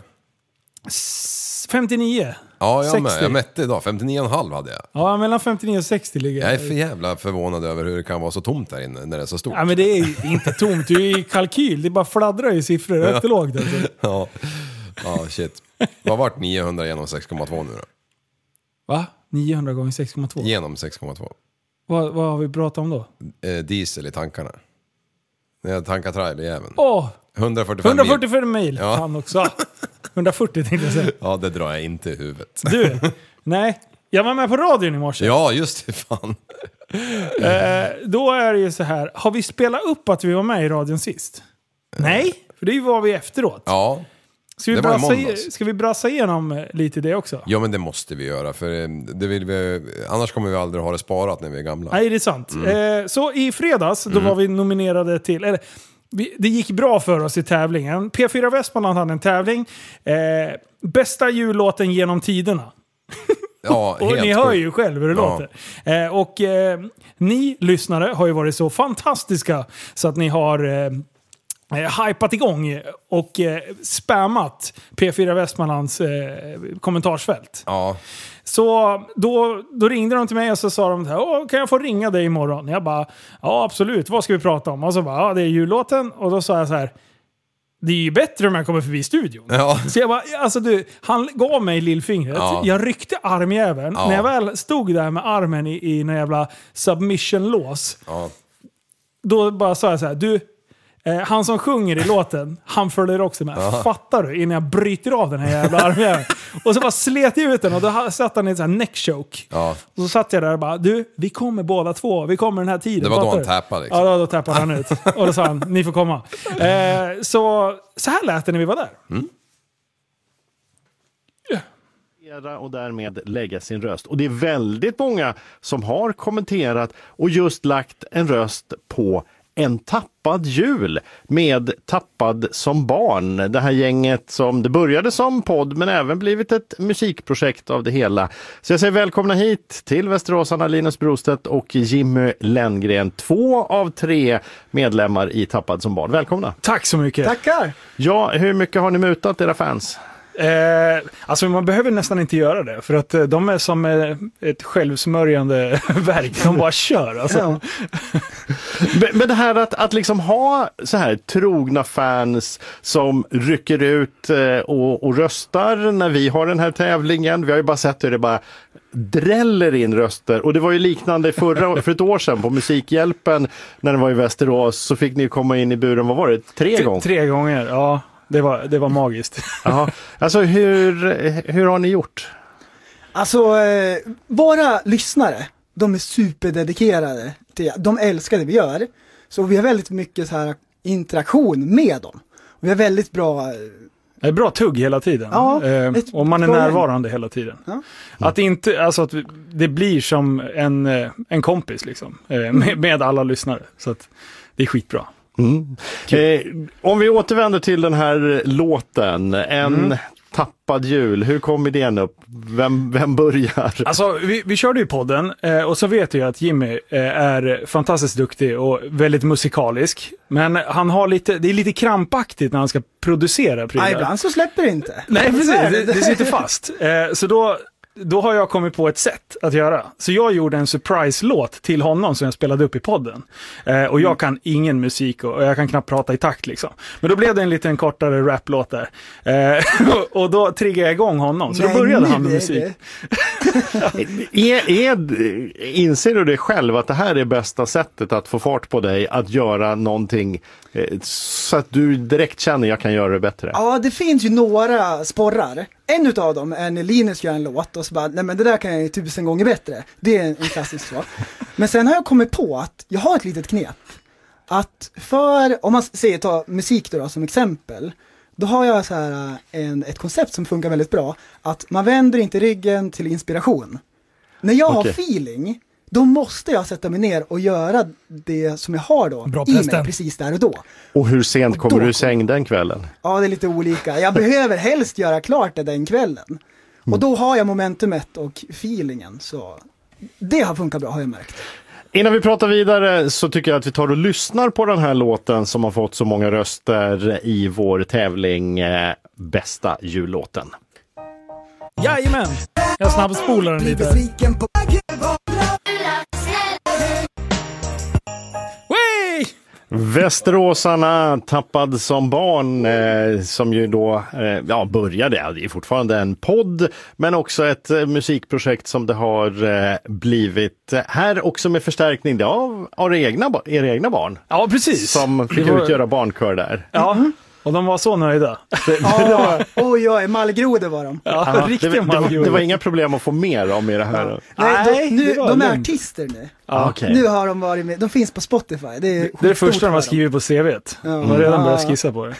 Speaker 5: 59.
Speaker 4: Ja, jag med.
Speaker 5: 60.
Speaker 4: Jag mätte idag. 59,5 hade jag.
Speaker 5: Ja, mellan 59 och 60 ligger
Speaker 4: Jag är för jävla förvånad över hur det kan vara så tomt där inne när det är så stort.
Speaker 5: Ja, men det är ju inte tomt, det är ju i kalkyl. Det bara fladdrar ju siffror högt och lågt. Alltså.
Speaker 4: Ja, ja shit. Vad vart 900 genom 6,2 nu då?
Speaker 5: Va? 900 gånger 6,2?
Speaker 4: Genom 6,2.
Speaker 5: Vad, vad har vi pratat om då?
Speaker 4: Eh, diesel i tankarna. När jag tankar trailerjäveln.
Speaker 5: Åh!
Speaker 4: 145 mil.
Speaker 5: 145 mil!
Speaker 4: Ja.
Speaker 5: Fan också. 140 tänkte jag säga.
Speaker 4: Ja, det drar jag inte i huvudet.
Speaker 5: Du, nej. Jag var med på radion i morse.
Speaker 4: Ja, just det. Fan.
Speaker 5: Då är det ju så här. Har vi spelat upp att vi var med i radion sist? Nej, för det var vi efteråt.
Speaker 4: Eh. Ja.
Speaker 5: Ska vi,
Speaker 4: det var i
Speaker 5: brassa, i-
Speaker 4: måndags.
Speaker 5: ska vi brassa igenom eh, lite det också?
Speaker 4: ja, men det måste vi göra. För eh, det vill vi, annars kommer vi aldrig ha det sparat när vi är gamla.
Speaker 5: Nej, det är sant.
Speaker 4: Mm.
Speaker 5: Eh, så i fredags, då var vi nominerade till... Eller, vi, det gick bra för oss i tävlingen. P4 Västmanland hade en tävling. Eh, bästa jullåten genom tiderna.
Speaker 4: Ja,
Speaker 5: Och
Speaker 4: helt
Speaker 5: ni hör
Speaker 4: sjukt.
Speaker 5: ju själv hur det
Speaker 4: Ja.
Speaker 5: låter. Eh, och eh, ni lyssnare har ju varit så fantastiska så att ni har eh, eh, hypat igång och eh, spammat P4 Västmanlands eh, kommentarsfält.
Speaker 4: Ja,
Speaker 5: Så då, då ringde de till mig och så sa de så här, Åh, kan jag få ringa dig imorgon? Jag bara, ja absolut, vad ska vi prata om? Och så bara, ja det är jullåten. Och då sa jag så här, det är ju bättre om jag kommer förbi studion.
Speaker 4: Ja.
Speaker 5: Så jag bara, alltså du, han gav mig lillfingret.
Speaker 4: Ja.
Speaker 5: Jag ryckte armjäveln.
Speaker 4: Ja.
Speaker 5: När jag väl stod där med armen i, i någon jävla submission-lås,
Speaker 4: ja.
Speaker 5: då bara sa jag så här, du, eh, han som sjunger i låten, han följer också med. Fattar du? Innan jag bryter av den här jävla armjäveln. och så bara slet jag ut den och då ha- satt han i en sån här neckchoke.
Speaker 4: ja.
Speaker 5: Och så satt jag där och bara, du, vi kommer båda två, vi kommer den här tiden.
Speaker 4: Det var då
Speaker 5: Fattar
Speaker 4: han
Speaker 5: du?
Speaker 4: tappade, liksom.
Speaker 5: Ja, då, då tappade han ut. Och då sa han, ni får komma. Eh, så, så här lät det när vi var där.
Speaker 4: Mm.
Speaker 8: kommentera och därmed lägga sin röst. Och det är väldigt många som har kommenterat och just lagt en röst på en tappad jul med Tappad som barn. Det här gänget som det började som podd men även blivit ett musikprojekt av det hela. Så jag säger välkomna hit till Västeråsarna Linus Brostedt och Jimmy Lenngren. Två av tre medlemmar i Tappad som barn. Välkomna!
Speaker 5: Tack så mycket.
Speaker 9: Tackar!
Speaker 8: Ja, hur mycket har ni mutat era fans?
Speaker 9: Eh, alltså man behöver nästan inte göra det, för att eh, de är som eh, ett självsmörjande verk. De bara kör. Alltså.
Speaker 8: Men- Men det här att, att liksom ha så här trogna fans som rycker ut eh, och, och röstar när vi har den här tävlingen. Vi har ju bara sett hur det bara dräller in röster och det var ju liknande förra, för ett år sedan på Musikhjälpen när den var i Västerås så fick ni komma in i buren, vad var det, tre gånger?
Speaker 9: Tre gånger, ja. Det var, det var magiskt.
Speaker 8: Jaha. Alltså hur, hur har ni gjort?
Speaker 10: Alltså, eh, våra lyssnare, de är superdedikerade till De älskar det vi gör. Så vi har väldigt mycket så här interaktion med dem. Vi har väldigt bra, eh,
Speaker 9: Det är bra tugg hela tiden.
Speaker 10: Ja,
Speaker 9: eh,
Speaker 10: ett
Speaker 9: och man är
Speaker 10: bra gäng.
Speaker 9: närvarande hela tiden.
Speaker 10: Ja.
Speaker 9: Att, inte, alltså att vi- det blir som en, eh, en kompis liksom, eh, med, med alla lyssnare. Så att det är skitbra.
Speaker 8: Eh, om vi återvänder till den här låten, En tappad jul, hur kom idén upp? Vem, vem börjar?
Speaker 9: Alltså, vi, vi körde ju podden eh, och så vet jag att Jimmy eh, är fantastiskt duktig och väldigt musikalisk. Men han har lite, det är lite krampaktigt när han ska producera prylar.
Speaker 10: ja, ibland så släpper det inte.
Speaker 9: Nej, precis. Det, det sitter fast. Eh, så då, då har jag kommit på ett sätt att göra. Så jag gjorde en surprise-låt till honom som jag spelade upp i podden. Eh, och jag kan ingen musik och, och jag kan knappt prata i takt liksom. Men då blev det en liten kortare rap-låt där. Eh, och, och då triggade jag igång honom. Så
Speaker 10: Nej,
Speaker 9: då började
Speaker 10: nu
Speaker 9: han med
Speaker 10: är
Speaker 9: musik.
Speaker 10: det-
Speaker 8: Är, är, inser du det själv att det här är bästa sättet att få fart på dig att göra någonting eh, så att du direkt känner jag kan göra det bättre?
Speaker 10: Ja, det finns ju några sporrar. En utav dem är när Linus gör en låt och så bara, nej men det där kan jag ju tusen gånger bättre. Det är en en klassisk så. Men sen har jag kommit på att jag har ett litet knep. Att för, om man säger ta musik då, då som exempel. Då har jag så här äh, en, ett koncept som funkar väldigt bra. Att man vänder inte ryggen till inspiration. När jag
Speaker 8: Okej.
Speaker 10: har feeling, då måste jag sätta mig ner och göra det som jag har då
Speaker 5: Bra
Speaker 10: i mig
Speaker 5: prästen.
Speaker 10: precis där och då.
Speaker 8: Och hur sent kommer
Speaker 10: Då
Speaker 8: du i
Speaker 10: kom-
Speaker 8: säng den kvällen?
Speaker 10: Ja, det är lite olika. Jag behöver helst göra klart det den kvällen. Och då har jag momentumet och feelingen. Så det har funkat bra har jag märkt.
Speaker 8: Innan vi pratar vidare så tycker jag att vi tar och lyssnar på den här låten som har fått så många röster i vår tävling eh, Bästa jullåten.
Speaker 5: Jajamän! Jag snabbspolar den lite. här. Wey!
Speaker 8: Västeråsarna, tappad som barn, eh, som ju då eh, ja, började, ja, det är fortfarande en podd, men också ett eh, musikprojekt som det har eh, blivit. eh, Här också med förstärkning av, av era, egna, ba- era egna barn
Speaker 5: Ja, precis.
Speaker 8: som fick
Speaker 5: Det var-
Speaker 8: utgöra barnkör där.
Speaker 5: Ja, och de var så nöjda.
Speaker 10: Ja, oj oj, mallgrodor var de.
Speaker 5: Ja,
Speaker 8: Ja, det,
Speaker 5: riktiga
Speaker 8: det, var-
Speaker 5: mallgrodor.
Speaker 8: det var inga problem att få mer om i det här.
Speaker 10: Nej,
Speaker 5: Nej,
Speaker 10: de, nu,
Speaker 5: det var
Speaker 10: de är
Speaker 5: lugnt.
Speaker 10: artister nu.
Speaker 8: Ah, okej.
Speaker 10: Nu har de varit med, de finns på Spotify. Det är,
Speaker 5: Det är det
Speaker 10: skitstort
Speaker 5: första de har
Speaker 10: för dem.
Speaker 5: skrivit på CVt. De har redan börjat skissa på det.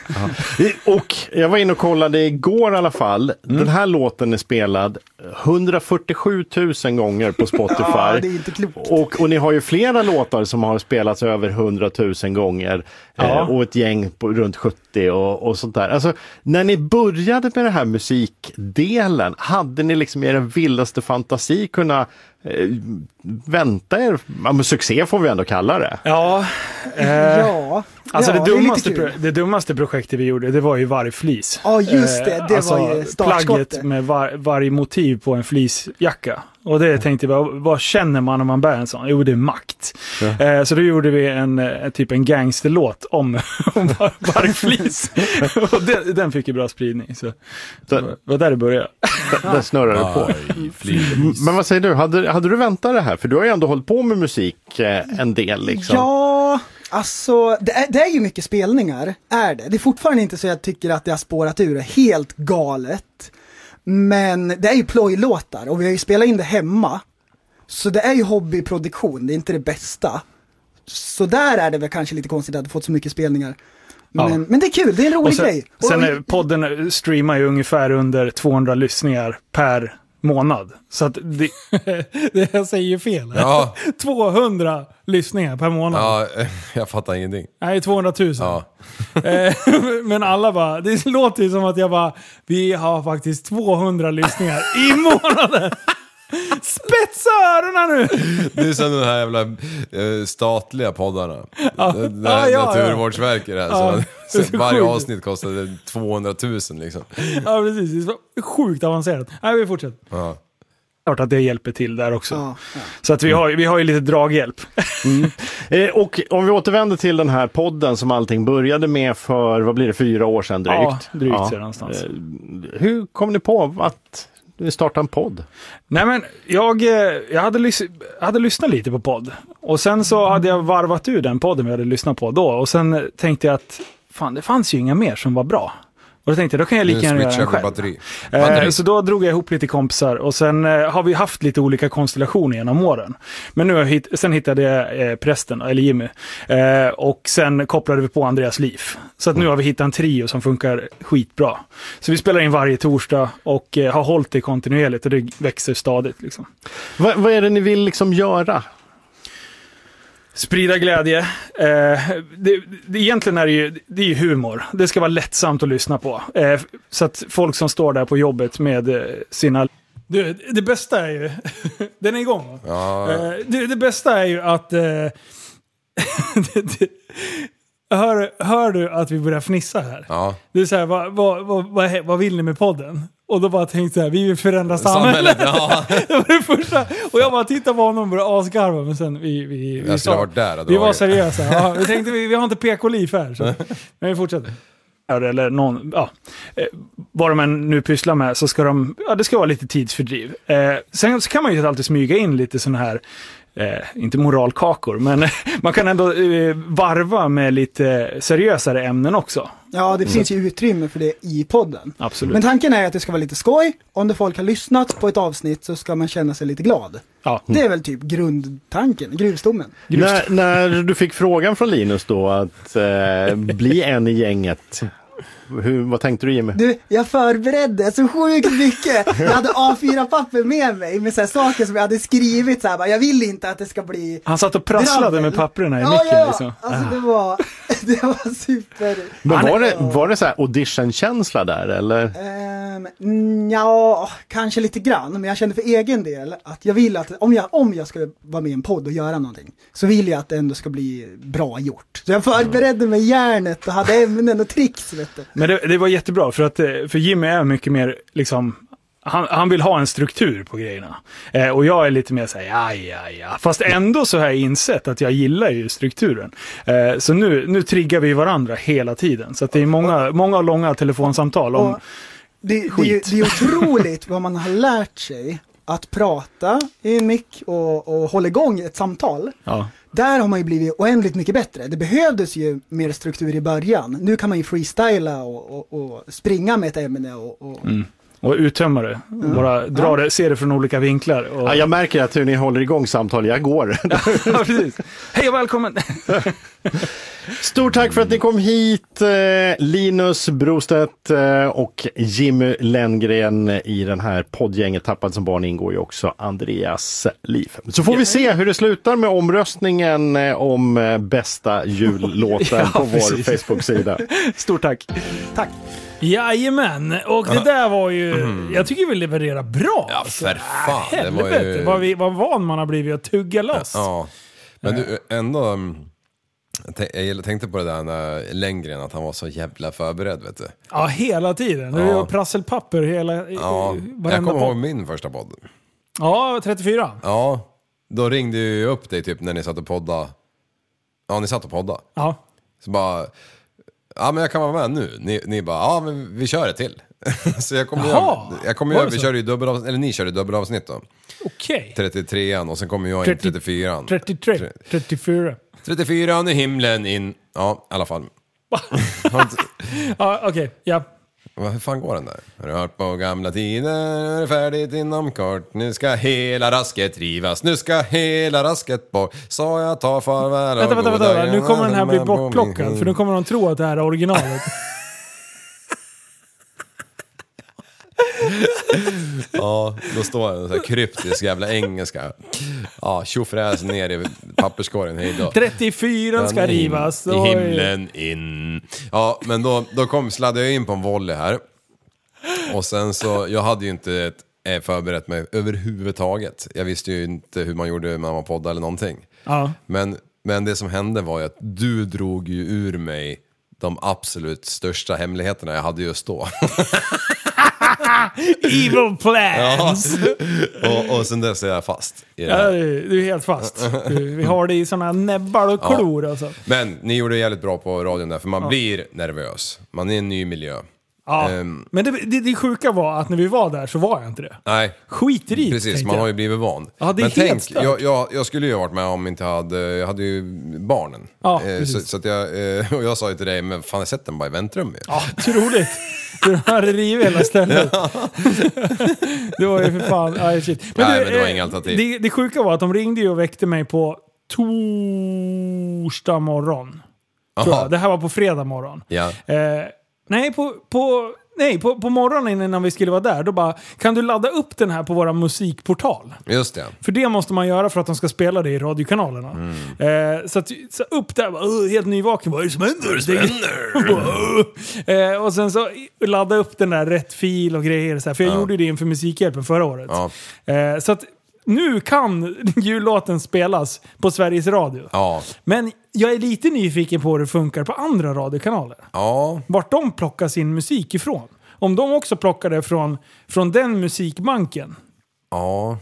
Speaker 8: Och jag var inne och kollade igår i alla fall.
Speaker 10: Mm.
Speaker 8: Den här låten är spelad 147 000 gånger på Spotify.
Speaker 10: Ja, det är inte klokt.
Speaker 8: Och, och ni har ju flera låtar som har spelats över 100 000 gånger. Eh, och ett gäng på runt 70 och, och sånt där. Alltså, när ni började med den här musikdelen, hade ni liksom i er vildaste fantasi kunnat eh, vänta er, ja, men succé får vi ändå kalla det.
Speaker 5: Ja,
Speaker 10: Ja,
Speaker 5: Alltså
Speaker 10: ja,
Speaker 5: det, dummaste
Speaker 10: är lite
Speaker 5: pro-
Speaker 10: kul.
Speaker 5: det dummaste projektet vi gjorde, det var ju vargflis. alltså,
Speaker 10: Ja, just det. Det var ju startskottet.
Speaker 5: Eh, Plagget med var, vargmotiv på en fleecejacka. Och det tänkte jag, vad, vad känner man när man bär en sån? Jo, det är makt. Eh, så då gjorde vi en, eh, typ en gangsterlåt om, om var- vargflis. och den, den fick ju bra spridning. Så det
Speaker 10: Mm.
Speaker 8: Så-
Speaker 5: var där det började.
Speaker 8: Där, där snurrar det på. Men vad säger du, hade, hade du väntat det här? För du har ju ändå hållit på med musik eh, en del. Liksom.
Speaker 10: Ja, alltså det är, det är ju mycket spelningar, är det. Det är fortfarande inte så jag tycker att det har spårat ur helt galet. Men det är ju plojlåtar och vi har ju spelat in det hemma. Så det är ju hobbyproduktion, det är inte det bästa. Så där är det väl kanske lite konstigt att det fått så mycket spelningar. Men,
Speaker 5: Ja.
Speaker 10: men det är kul, det är en rolig
Speaker 5: Och sen,
Speaker 10: grej. Och-
Speaker 5: sen är, podden eh, streamar ju ungefär under 200 lyssningar per månad. Så att det,
Speaker 9: Det jag säger fel.
Speaker 4: Ja,
Speaker 5: 200 lyssningar per månad.
Speaker 4: ja, jag fattar ingenting.
Speaker 5: Nej, 200 000.
Speaker 4: Ja.
Speaker 5: Eh, Men alla bara, det låter ju som att jag bara, vi har faktiskt 200 lyssningar i månaden. Spetsa öronen nu!
Speaker 4: Det är som de här jävla eh, statliga poddarna. Ja.
Speaker 5: Ja, ja, ja.
Speaker 4: Naturvårdsverket här.
Speaker 5: Ja,
Speaker 4: Så,
Speaker 5: det är så
Speaker 4: varje
Speaker 5: sjukt.
Speaker 4: avsnitt kostade 200 000 liksom.
Speaker 5: Ja, precis. Det är så sjukt avancerat. Nej, vi fortsätter.
Speaker 4: Ja.
Speaker 5: Klart att det hjälper till där också.
Speaker 10: Ja,
Speaker 5: Så att vi har, ju- vi har ju lite draghjälp.
Speaker 8: Eh, och om vi återvänder till den här podden som allting började med för, vad blir det, fyra år sedan drygt?
Speaker 5: Ja, drygt sedan någonstans.
Speaker 8: Eh, Hur kom ni på att starta en podd?
Speaker 5: Nej men, jag, eh, jag hade, lys- hade lyssnat lite på podd. Och sen
Speaker 4: Mm.
Speaker 5: så hade jag varvat ur den podden vi hade lyssnat på då. Och sen eh, tänkte jag att, fan det fanns ju inga mer som var bra. Och då tänkte jag, då kan jag
Speaker 4: Nu
Speaker 5: lika gärna göra
Speaker 4: switchar
Speaker 5: den
Speaker 4: vi
Speaker 5: själv.
Speaker 4: batteri.
Speaker 5: Eh, så då drog jag ihop lite kompisar och sen eh, har vi haft lite olika konstellationer genom åren. Men nu har jag hitt- sen hittade jag eh, prästen, eller Jimmy, eh, och sen kopplade vi på Andreas liv. Så att nu har vi hittat en trio som funkar skitbra. Så vi spelar in varje torsdag och eh, har hållit det kontinuerligt och det växer stadigt. Liksom.
Speaker 8: Va, vad är det ni vill liksom göra?
Speaker 5: Sprida glädje. Eh, det, det, egentligen är det ju, det är ju humor. Det ska vara lättsamt att lyssna på. Eh, så att folk som står där på jobbet med eh, sina... Du, det bästa är ju... Den är igång va?
Speaker 4: Ja.
Speaker 5: Eh, det, det bästa är ju att... Eh, det, det, hör, hör du att vi börjar fnissa här?
Speaker 4: Ja.
Speaker 5: Det är så här, vad, vad, vad, vad, he- vad vill ni med podden? Och då bara tänkte jag, så här, vi vill förändra samhället.
Speaker 4: Samhället, ja.
Speaker 5: Det var det första. Och jag bara tittade på honom och började asgarva. Men sen vi... vi, vi
Speaker 4: Jag skulle
Speaker 5: sa-
Speaker 4: ha varit där hade
Speaker 5: Vi
Speaker 4: jag
Speaker 5: var
Speaker 4: varit.
Speaker 5: seriösa. Ja, vi tänkte vi, vi har inte PK-liv här. Så. Men vi fortsätter. Ja, Eller någon, ja. Eh, Vad de än nu pysslar med så ska de, ja det ska vara lite tidsfördriv. Eh, sen så kan man ju alltid smyga in lite sådana här, eh, inte moralkakor, men man kan ändå eh, varva med lite seriösare ämnen också.
Speaker 10: Ja, det finns ju utrymme för det i podden.
Speaker 5: Mm. Absolut.
Speaker 10: Men tanken är att det ska vara lite skoj, om det folk har lyssnat på ett avsnitt så ska man känna sig lite glad.
Speaker 5: ja.
Speaker 10: Det är väl typ grundtanken, grundstommen.
Speaker 8: När, när du fick frågan från Linus då att eh, bli en i gänget, hur, vad tänkte du Jimmy?
Speaker 10: Du, jag förberedde så sjukt mycket. Jag hade A4-papper med mig med så här saker som jag hade skrivit så här, bara, jag vill inte att det ska bli
Speaker 5: Han satt och prasslade
Speaker 10: dravel.
Speaker 5: med papperna i
Speaker 10: ja,
Speaker 5: micken
Speaker 10: ja.
Speaker 5: liksom.
Speaker 10: Alltså det var, det var super.
Speaker 8: Men var det, var det så här auditionkänsla där eller?
Speaker 10: Um, ja, kanske lite grann, men jag kände för egen del att jag vill att om jag, om jag ska vara med i en podd och göra någonting så vill jag att det ändå ska bli bra gjort. Så jag förberedde mig järnet och hade ämnen och tricks vet du.
Speaker 5: Men det, det var jättebra för att eh, för Jimmy är mycket mer liksom
Speaker 9: han, han vill ha en struktur på grejerna. Eh, och jag är lite mer såhär, ja, ja, ja. Fast ändå så har jag insett att jag gillar ju strukturen. Eh, så nu, nu triggar vi varandra hela tiden. Så att det är många, många långa telefonsamtal om...
Speaker 10: Och det, det, är ju- det är otroligt vad man har lärt sig att prata i en mick och, och hålla igång ett samtal.
Speaker 9: Ja.
Speaker 10: Där har man ju blivit oändligt mycket bättre. Det behövdes ju mer struktur i början. Nu kan man ju freestyla och, och, och springa med ett ämne och, och
Speaker 9: Och Mm. uttömma det. Bara dra det, se det från olika vinklar. Och...
Speaker 8: Ja, jag märker att hur ni håller igång samtal, jag går.
Speaker 9: Ja, precis. Hej och välkommen!
Speaker 8: Stort tack för att ni kom hit, eh, Linus Brostedt eh, och Jimmy Lenngren. I den här poddgänget Tappad som barn ingår ju också Andreas Liv. Så får vi se hur det slutar med omröstningen eh, om eh, bästa jullåten
Speaker 9: Ja,
Speaker 8: på vår
Speaker 9: precis.
Speaker 8: Facebook-sida.
Speaker 9: Stort tack! Tack!
Speaker 5: Jajamän, och det där var ju... Jag tycker vi levererar bra.
Speaker 4: Mm.
Speaker 5: Alltså, äh,
Speaker 4: Ja, för fan. Det var
Speaker 5: Helvete,
Speaker 4: ju...
Speaker 5: vad, vi, vad van man har blivit att tugga loss.
Speaker 4: Ja. Men du,
Speaker 5: Eh.
Speaker 4: ändå... mm, jag tän- Jag gillar- tänkte på det där när Lenngren, att han var så jävla förberedd vet du.
Speaker 5: Ja, hela tiden. Det är
Speaker 4: Ja.
Speaker 5: ju prasselpapper hela...
Speaker 4: Ja,
Speaker 5: Ja, Mm.
Speaker 4: jag
Speaker 5: varenda
Speaker 4: kommer ihåg
Speaker 5: podd.
Speaker 4: min första podd.
Speaker 5: Ja, 34.
Speaker 4: Ja, då ringde jag ju upp dig typ när ni satt och podda. Ja, ni satt och podda.
Speaker 5: Ja.
Speaker 4: Så bara, ja men jag kan vara med nu. Ni, ni bara, ja men vi kör det till. så jag kommer
Speaker 5: Jaha,
Speaker 4: ihåg, jag kommer
Speaker 5: var
Speaker 4: ihåg,
Speaker 5: det
Speaker 4: vi
Speaker 5: så?
Speaker 4: körde ju dubbelavsnitt, eller ni körde dubbelavsnitt då.
Speaker 5: Okej.
Speaker 4: 33an och sen kommer jag in
Speaker 5: 30
Speaker 4: 34an.
Speaker 5: 33. 34.
Speaker 4: 34an i himlen in, ja i alla fall.
Speaker 5: Ja, okej. Ja.
Speaker 4: Vad- Hur fan går den där? Har du hört på gamla tider? Nu är det färdigt inom kort. Nu ska hela rasket rivas. Nu ska hela rasket bort. Sa jag ta farväl
Speaker 5: Vänta,
Speaker 4: av
Speaker 5: vänta,
Speaker 4: goda
Speaker 5: vänta. Nu kommer den här bli
Speaker 4: grannar på min
Speaker 5: bortplockad, för nu kommer de tro att det här är originalet.
Speaker 4: Ja, då står den så här kryptisk jävla engelska. Ja, tjofräs ner i papperskorgen, hejdå.
Speaker 5: 34 ska
Speaker 4: Den in-
Speaker 5: rivas.
Speaker 4: I
Speaker 5: Oj.
Speaker 4: himlen in. Ja, men då, då kom, sladdade jag in på en volley här. Och sen så, jag hade ju inte ett, eh, förberett mig överhuvudtaget. Jag visste ju inte hur man gjorde när man poddade eller någonting.
Speaker 5: Ja.
Speaker 4: Men, men det som hände var ju att du drog ju ur mig de absolut största hemligheterna jag hade just då.
Speaker 5: Evil
Speaker 4: Ja.
Speaker 5: plans!
Speaker 4: och, och sen dess är jag fast i det
Speaker 5: Ja,
Speaker 4: här.
Speaker 5: du du är helt fast. Du, vi har det i såna här näbbar och klor alltså.
Speaker 4: Men ni gjorde det jävligt bra på radion där, för man blir nervös. Man är i en ny miljö.
Speaker 5: Ja.
Speaker 4: Ehm.
Speaker 5: Men det, det, det sjuka var att när vi var där så var jag inte det.
Speaker 4: Nej,
Speaker 5: Skiter i det,
Speaker 4: precis.
Speaker 5: tänkte
Speaker 4: Man
Speaker 5: jag.
Speaker 4: har ju blivit van.
Speaker 5: Ja, det är
Speaker 4: Men
Speaker 5: helt
Speaker 4: tänk,
Speaker 5: stört.
Speaker 4: jag, jag, jag skulle ju ha varit med om inte jag hade, jag hade ju barnen.
Speaker 5: Ja,
Speaker 4: Eh, så,
Speaker 5: precis.
Speaker 4: så att jag, eh, och jag sa ju till dig, men fan jag sett den bara i väntrummet.
Speaker 5: Ja, otroligt. Du har rivit hela stället. det var ju för fan... Aj, shit. eh,
Speaker 4: Nej, men det var inga alternativ.
Speaker 5: Det, det sjuka var att de ringde ju och väckte mig på torsdag morgon. Tror
Speaker 4: Aha.
Speaker 5: jag. Det här var på fredag morgon.
Speaker 4: Ja.
Speaker 5: Eh, nej, på, på, nej på, på morgonen innan vi skulle vara där, då bara “Kan du ladda upp den här på våra musikportal?”
Speaker 4: Just det.
Speaker 5: För det måste man göra för att de ska spela det i radiokanalerna. Eh, så, att, så upp där, bara, "Åh, helt nyvaken. Vad är det som händer? Det eh, och sen så ladda upp den där rätt fil och grejer. Så här, för jag gjorde ju det inför Musikhjälpen förra året.
Speaker 4: Ja.
Speaker 5: Eh, så att nu kan jullåten spelas på Sveriges Radio.
Speaker 4: Ja.
Speaker 5: Men jag är lite nyfiken på hur det funkar på andra radiokanaler.
Speaker 4: Ja.
Speaker 5: Vart de plockar sin musik ifrån. Om de också plockar det från, från den musikbanken.
Speaker 4: Ja.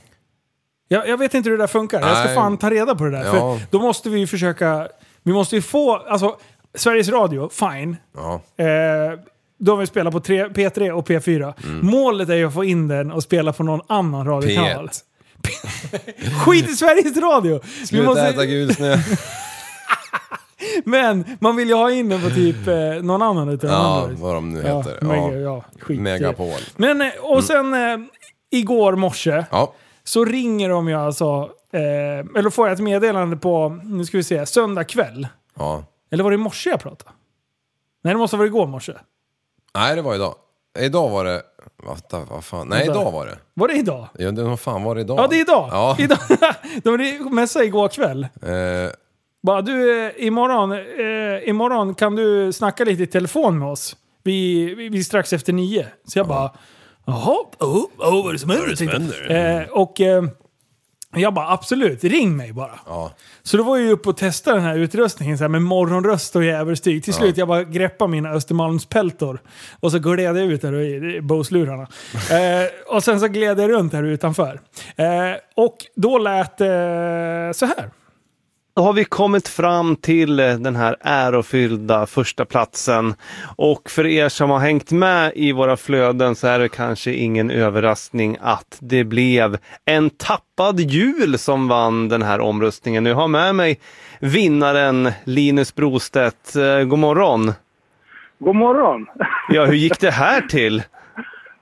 Speaker 5: Jag, jag vet inte hur det där funkar. Jag ska
Speaker 4: Nej.
Speaker 5: fan ta reda på det där.
Speaker 4: Ja.
Speaker 5: För då måste vi ju försöka... Vi måste ju få... Alltså, Sveriges Radio, fine.
Speaker 4: Ja.
Speaker 5: Eh, då har vi spelat på tre, P3 och P4.
Speaker 4: Mm.
Speaker 5: Målet är ju att få in den och spela på någon annan radiokanal.
Speaker 4: P1.
Speaker 5: Skit i Sveriges Radio! Vi
Speaker 4: Sluta
Speaker 5: måste-
Speaker 4: äta gul snö.
Speaker 5: men man vill ju ha in den på typ eh, någon annan utav de
Speaker 4: Ja,
Speaker 5: andra.
Speaker 4: vad de nu
Speaker 5: Ja,
Speaker 4: heter.
Speaker 5: mega,
Speaker 4: Ja.
Speaker 5: ja, skit i det.
Speaker 4: Megapol.
Speaker 5: Men, eh, och sen eh, igår morse
Speaker 4: Ja.
Speaker 5: så ringer de ju alltså... Eh, eller får jag ett meddelande på, nu ska vi se, söndag kväll.
Speaker 4: Ja.
Speaker 5: Eller var det i morse jag pratade? Nej, det måste ha varit igår morse.
Speaker 4: Nej, det var idag. Idag var det... Vänta, vad fan. Nej, idag var det.
Speaker 5: Var det idag?
Speaker 4: Ja, det, vad fan var det idag?
Speaker 5: Ja, det är idag.
Speaker 4: Ja.
Speaker 5: idag. De messade igår kväll.
Speaker 4: Eh,
Speaker 5: Bara, du, eh, imorgon, eh, imorgon kan du snacka lite i telefon med oss. Vi, vi, vi är strax efter nio. Så jag bara, jaha, oh, oh, vad är det som händer? tänkte jag. Eh, och eh, Och Jag bara absolut, ring mig bara. Så då var jag ju uppe och testade den här utrustningen så här, med morgonröst och jävelstyg. Till slut jag bara greppade mina Östermalmspeltor och så gled jag ut där i i Bose-lurarna. eh, och sen så gled jag runt här utanför. Eh, och då lät eh, så här.
Speaker 8: Då har vi kommit fram till eh, den här ärofyllda första platsen. Och för er som har hängt med i våra flöden så är det kanske ingen överraskning att det blev en tappad jul som vann den här omröstningen. Nu har jag med mig vinnaren Linus Brostedt. Eh, God morgon!
Speaker 10: God morgon!
Speaker 8: Ja, hur gick det här till?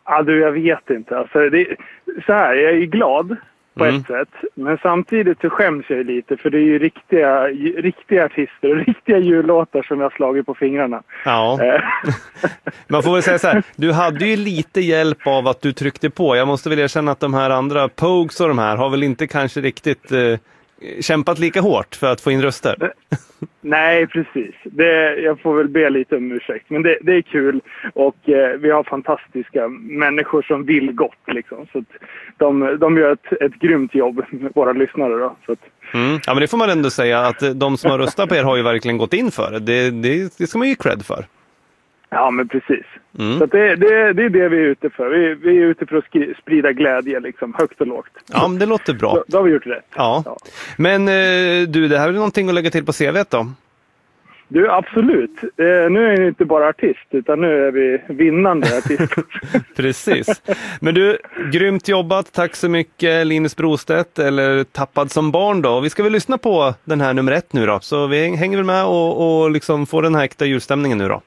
Speaker 10: Ja, du, jag vet inte. Alltså, det, så här, jag är ju glad på
Speaker 8: Mm.
Speaker 10: ett sätt. Men samtidigt så skäms jag ju lite för det är ju riktiga, ju- riktiga artister och riktiga jullåtar som jag har slagit på fingrarna.
Speaker 8: Ja. Man får väl säga så här, du hade ju lite hjälp av att du tryckte på. Jag måste väl erkänna att de här andra, Pogues och de här, har väl inte kanske riktigt eh, kämpat lika hårt för att få in röster.
Speaker 10: Nej, precis. Det, jag får väl be lite om ursäkt. Men det, det är kul och eh, vi har fantastiska människor som vill gott. Liksom. Så att de, de gör ett, ett grymt jobb, våra lyssnare. Då. Så att,
Speaker 8: Mm. Ja, men det får man ändå säga att eh, de som har röstat på er har ju verkligen gått in för det. Det, det, det ska man ju ge cred för.
Speaker 10: ja, men precis.
Speaker 8: Mm.
Speaker 10: Så att det, det, det är det vi är ute för. Vi, vi är ute för att skri- sprida glädje, liksom, högt och lågt.
Speaker 8: Ja, men det låter bra.
Speaker 10: Då, då har vi gjort rätt.
Speaker 8: Ja. Men eh, du, det här är väl någonting att lägga till på CVt då?
Speaker 10: Du, absolut. Eh, nu är ni inte bara artist, utan nu är vi vinnande artister.
Speaker 8: Precis. Men du, grymt jobbat. Tack så mycket Linus Brostedt, eller Tappad som barn då. Vi ska väl lyssna på den här nummer ett nu då, så vi hänger väl med och, och liksom får den här äkta julstämningen nu då.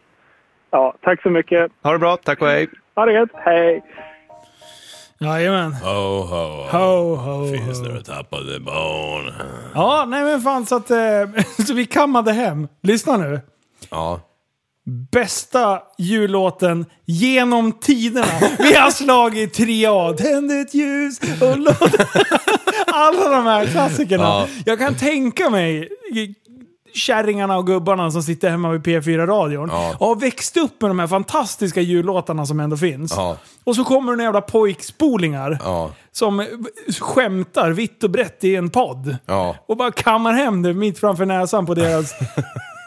Speaker 10: ja, tack så mycket.
Speaker 8: Ha det bra, tack och hej!
Speaker 10: Ha det gött. Hej!
Speaker 5: Jajamän.
Speaker 11: Ho, ho,
Speaker 5: Ho, ho,
Speaker 11: Finns det några tappade barn?
Speaker 5: Ja, nej men fan så att eh, så vi kammade hem. Lyssna nu.
Speaker 4: Ja.
Speaker 5: Bästa jullåten genom tiderna. Vi har slagit triad. Tänd ett ljus och låt... Alla de här klassikerna.
Speaker 4: Ja.
Speaker 5: Jag kan tänka mig kärringarna och gubbarna som sitter hemma vid P4-radion
Speaker 4: Ja.
Speaker 5: och har växt upp med de här fantastiska jullåtarna som ändå finns.
Speaker 4: Ja.
Speaker 5: Och så kommer det några jävla pojkspolingar
Speaker 4: Ja.
Speaker 5: som skämtar vitt och brett i en podd.
Speaker 4: Ja.
Speaker 5: Och bara kammar hem det mitt framför näsan på deras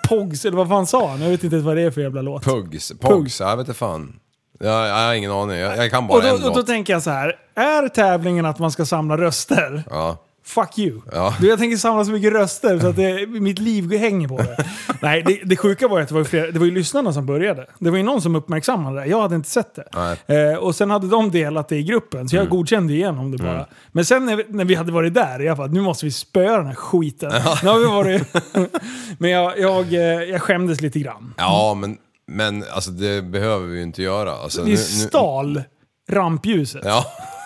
Speaker 5: Pogs, eller vad fan sa han? Jag vet inte ens vad det är för jävla låt.
Speaker 4: Pugs. Pugs. Jag vet inte fan. Jag, jag har ingen aning. Jag, jag kan bara
Speaker 5: Och då,
Speaker 4: en
Speaker 5: och då
Speaker 4: låt.
Speaker 5: tänker jag så här. är tävlingen att man ska samla röster?
Speaker 4: Ja.
Speaker 5: Fuck you.
Speaker 4: Ja.
Speaker 5: Du, jag tänker samla så mycket röster så att det, mitt liv hänger på det. Nej, det, det sjuka var ju att det var, ju flera, det var ju lyssnarna som började. Det var ju någon som uppmärksammade det. Jag hade inte sett det.
Speaker 4: Nej. Mm.
Speaker 5: Eh, och sen hade de delat det i gruppen, så jag godkände igenom det bara. Men sen när vi, när vi hade varit där, jag bara, nu måste vi spöa den här skiten. Nu har vi varit... Men jag, jag, eh, jag skämdes lite grann.
Speaker 4: Ja, men, men alltså, det behöver vi ju inte göra. Alltså,
Speaker 5: Vi stal rampljuset.
Speaker 4: Ja.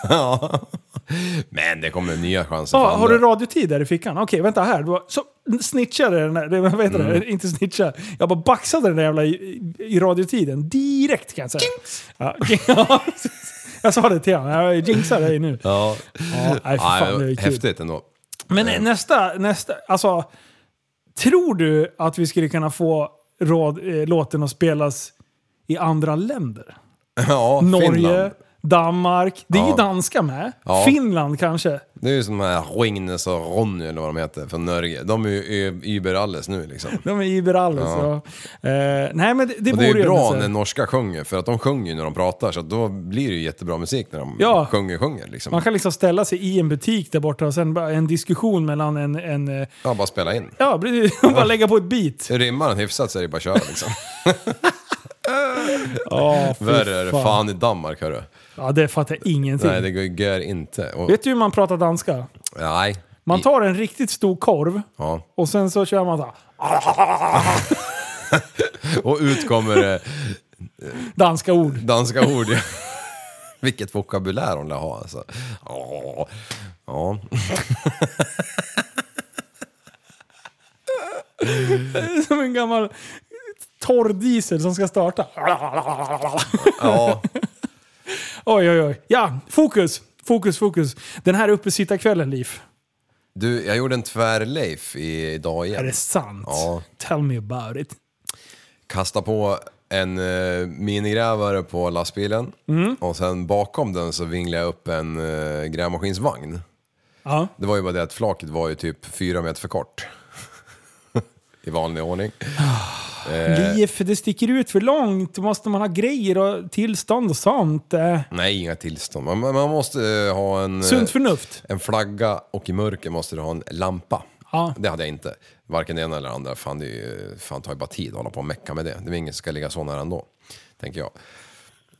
Speaker 4: Ja. men det kommer nya chanser.
Speaker 5: Ja,
Speaker 4: för
Speaker 5: har du
Speaker 4: andra.
Speaker 5: radiotid där i fickan? Okej, vänta här. Du var, så snitchade den där, det- vad heter
Speaker 4: Mm.
Speaker 5: det? Inte snitcha. Jag bara baxade den där jävla i, i radiotiden direkt kan jag säga. Ja, ja, jag sa det till honom, jag jinxar dig nu.
Speaker 4: Ja.
Speaker 5: Ja, nej, för fan, det är kul.
Speaker 4: häftigt ändå.
Speaker 5: Men nästa, nästa, alltså. Tror du att vi skulle kunna få råd, eh, låten att spelas i andra länder?
Speaker 4: Ja,
Speaker 5: Norge,
Speaker 4: Finland.
Speaker 5: Danmark. Det är ju
Speaker 4: Ja.
Speaker 5: danska med.
Speaker 4: Ja.
Speaker 5: Finland kanske.
Speaker 4: Det är ju som de här Ringnes och Ronny eller vad de heter från Norge. De är ju ö- über alles nu liksom.
Speaker 5: De är Iberalles. Ja.
Speaker 4: Ja.
Speaker 5: Eh, nej men det, det
Speaker 4: och det är
Speaker 5: vore
Speaker 4: ju bra
Speaker 5: ändå så
Speaker 4: när
Speaker 5: här.
Speaker 4: norska sjunger, för att de sjunger ju när de pratar, så att då blir det ju jättebra musik när de
Speaker 5: Ja.
Speaker 4: sjunger, sjunger liksom.
Speaker 5: Man kan liksom ställa sig i en butik där borta och sen bara en diskussion mellan en... en eh,
Speaker 4: Ja, bara spela in.
Speaker 5: ja, precis. bara lägga på ett beat.
Speaker 4: Rimmar den hyfsat så är det bara att köra liksom.
Speaker 5: Ja, fy
Speaker 4: Värre är det fan i Danmark hörru.
Speaker 5: Ja, det fattar jag ingenting.
Speaker 4: Nej, det går inte. Och,
Speaker 5: Vet du hur man pratar danska?
Speaker 4: nej.
Speaker 5: Man tar en riktigt stor korv
Speaker 4: Ja.
Speaker 5: och sen så kör man så här,
Speaker 4: Och ut kommer det
Speaker 5: danska ord.
Speaker 4: danska ord. Vilket vokabulär hon lär ha alltså. Ja. Ja.
Speaker 5: Som en gammal torr diesel som ska starta.
Speaker 4: ja.
Speaker 5: Oj, oj, oj. Ja, fokus! Fokus, fokus. Den här uppesittarkvällen, Liv.
Speaker 4: Du, jag gjorde en tvärleif i- idag igen.
Speaker 5: Är det sant?
Speaker 4: Ja.
Speaker 5: Tell me about it.
Speaker 4: kasta på en eh, minigrävare på
Speaker 5: Mm.
Speaker 4: lastbilen och sen bakom den så vinglade jag upp en eh, grävmaskinsvagn.
Speaker 5: Ja.
Speaker 4: Det var ju bara det att flaket var ju typ fyra meter för kort. I vanlig ordning. Eh,
Speaker 5: Liv, det sticker ut för långt. Då måste man ha grejer och tillstånd och sånt. Eh,
Speaker 4: nej, inga tillstånd. Man, man måste eh, ha en... eh,
Speaker 5: Sunt förnuft.
Speaker 4: En flagga och i mörker måste du ha en lampa.
Speaker 5: Ja.
Speaker 4: Det hade jag inte. Varken det ena eller det andra. Fan, det är ju, fan tar ju bara tid att hålla på och mecka med det. Det är väl ingen som ska ligga så nära ändå. Tänker jag.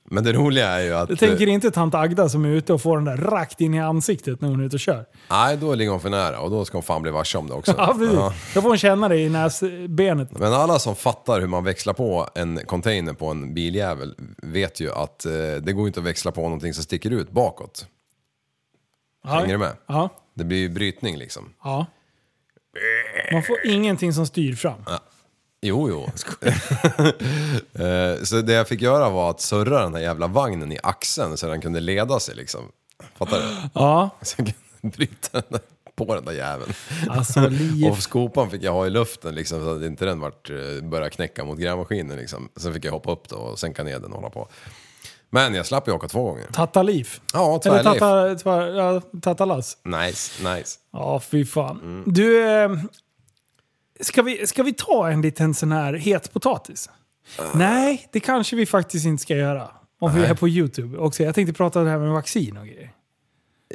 Speaker 4: Men det roliga är ju att...
Speaker 5: Jag tänker inte tant Agda som är ute och får den där rakt in i ansiktet när hon är ute och kör.
Speaker 4: Nej, då ligger hon för nära och då ska hon fan bli varse om det också.
Speaker 5: Ja, precis.
Speaker 4: Ja.
Speaker 5: Då får hon känna det i näsbenet.
Speaker 4: Men alla som fattar hur man växlar på en container på en biljävel vet ju att eh, det går inte att växla på någonting som sticker ut bakåt. Hänger du med?
Speaker 5: Ja.
Speaker 4: Det blir ju brytning liksom.
Speaker 5: ja. Man får ingenting som styr fram.
Speaker 4: Jo, jo. Eh, så det jag fick göra var att surra den här jävla vagnen i axeln så den kunde leda sig liksom. Fattar du?
Speaker 5: Ja.
Speaker 4: Så jag kunde bryta den där, på den där jäveln.
Speaker 5: Alltså, liv.
Speaker 4: Och skopan fick jag ha i luften liksom, så att inte den vart, eh, började knäcka mot grävmaskinen. Liksom. Sen fick jag hoppa upp då och sänka ner den och hålla på. Men jag slapp ju åka två gånger.
Speaker 5: Tatta Liv.
Speaker 4: Ja,
Speaker 5: Eller
Speaker 4: tvärliv.
Speaker 5: Tatta, tvär, ja, tatta Lass.
Speaker 4: Nice, nice.
Speaker 5: Ja, fy fan.
Speaker 4: Mm.
Speaker 5: Du, eh, ska vi, ska vi ta en liten sån här het potatis? Nej, det kanske vi faktiskt inte ska göra. Om vi
Speaker 4: Ah. Nej.
Speaker 5: är på YouTube också. Jag tänkte prata om det här med vaccin och grejer.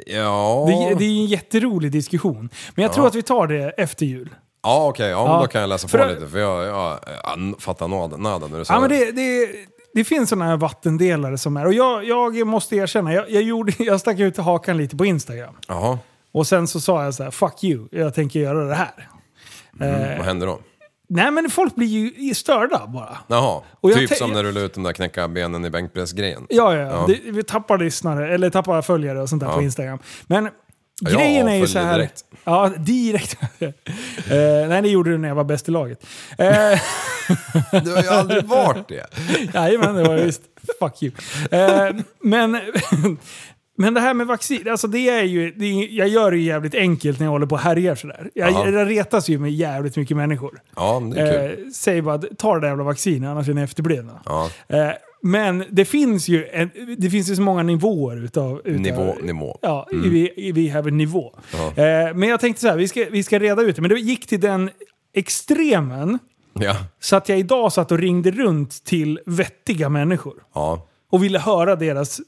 Speaker 4: Ja,
Speaker 5: Det, det är en jätterolig diskussion. Men jag tror
Speaker 4: Ja.
Speaker 5: att vi tar det efter jul.
Speaker 4: ja okej. Ja, men
Speaker 5: Ja.
Speaker 4: Då kan jag läsa på
Speaker 5: För-
Speaker 4: lite. För jag, jag, jag fattar nada, nada när du sa
Speaker 5: Ja, men det, det, det finns sådana här vattendelare som är. Och jag, jag måste erkänna, jag, jag, gjorde, jag stack ut hakan lite på Instagram.
Speaker 4: Jaha,
Speaker 5: Och sen så sa jag så här, fuck you, jag tänker göra det här.
Speaker 4: mm,
Speaker 5: Eh,
Speaker 4: vad hände då?
Speaker 5: Nej men folk blir ju störda bara.
Speaker 4: Jaha,
Speaker 5: Och jag
Speaker 4: typ
Speaker 5: tän-
Speaker 4: som när du la ut den där knäcka benen i bänkpress-grejen.
Speaker 5: Ja, ja, ja.
Speaker 4: Ja.
Speaker 5: Det, vi tappar lyssnare, eller tappar följare och sånt där
Speaker 4: Ja.
Speaker 5: på Instagram. Men
Speaker 4: Ja, jag
Speaker 5: grejen är ju
Speaker 4: avföljer
Speaker 5: så här...
Speaker 4: direkt.
Speaker 5: Ja, direkt. eh, nej, det gjorde du när jag var bäst i laget. Eh,
Speaker 4: Du har ju aldrig varit det.
Speaker 5: Jajamän, det var jag visst. Fuck you. Eh, men, men det här med vaccin, alltså det är ju, det är, jag gör det ju jävligt enkelt när jag håller på och härjar sådär. Jag,
Speaker 4: Ja.
Speaker 5: jag retas ju med jävligt mycket människor.
Speaker 4: Ja, men det är kul.
Speaker 5: Eh, säg bara, ta det där jävla vaccinet annars är ni efterblivna.
Speaker 4: Ja.
Speaker 5: Eh, men det finns, ju en, det finns ju så många nivåer utav... utav
Speaker 4: Nivå, nivå.
Speaker 5: Eh, Ja,
Speaker 4: Mm.
Speaker 5: vi, vi have a nivå.
Speaker 4: Ja.
Speaker 5: Eh, men jag tänkte så här, vi ska, vi ska reda ut det. Men det gick till den extremen
Speaker 4: Ja.
Speaker 5: så att jag idag satt och ringde runt till vettiga människor.
Speaker 4: ja,
Speaker 5: Och ville höra deras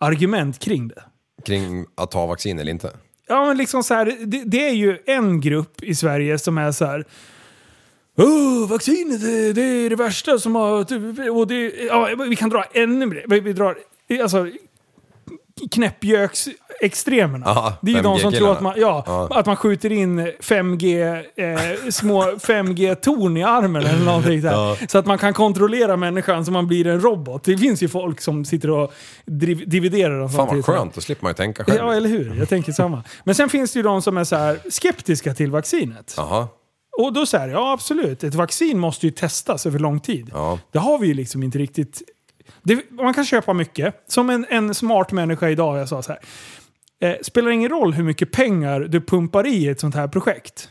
Speaker 5: argument kring det.
Speaker 4: kring att ta vaccin eller inte.
Speaker 5: Ja, men liksom så här, det, det är ju en grupp i Sverige som är så här... Oh, vaccinet det, det är det värsta som har... Och det, ja, vi kan dra ännu mer. Vi, vi drar... Alltså, knäppjöks-extremerna.
Speaker 4: Ja,
Speaker 5: det är ju de som tror
Speaker 4: 5G-killarna.
Speaker 5: att man, ja,
Speaker 4: Ja.
Speaker 5: att man skjuter in 5G, eh, små 5G-torn i armen eller någonting där.
Speaker 4: Ja.
Speaker 5: Så att man kan kontrollera människan så man blir en robot. Det finns ju folk som sitter och driv- dividerar dem
Speaker 4: Fan vad
Speaker 5: samtidigt.
Speaker 4: skönt, då slipper man ju tänka själv.
Speaker 5: Ja, eller hur? Jag tänker samma. Men sen finns det ju de som är så här skeptiska till vaccinet.
Speaker 4: Jaha,
Speaker 5: Och då säger ja absolut, ett vaccin måste ju testas över lång tid.
Speaker 4: ja.
Speaker 5: Det har vi ju liksom inte riktigt... Det, man kan köpa mycket. Som en, en smart människa idag, jag sa så här. Eh, spelar ingen roll hur mycket pengar du pumpar i ett sånt här projekt.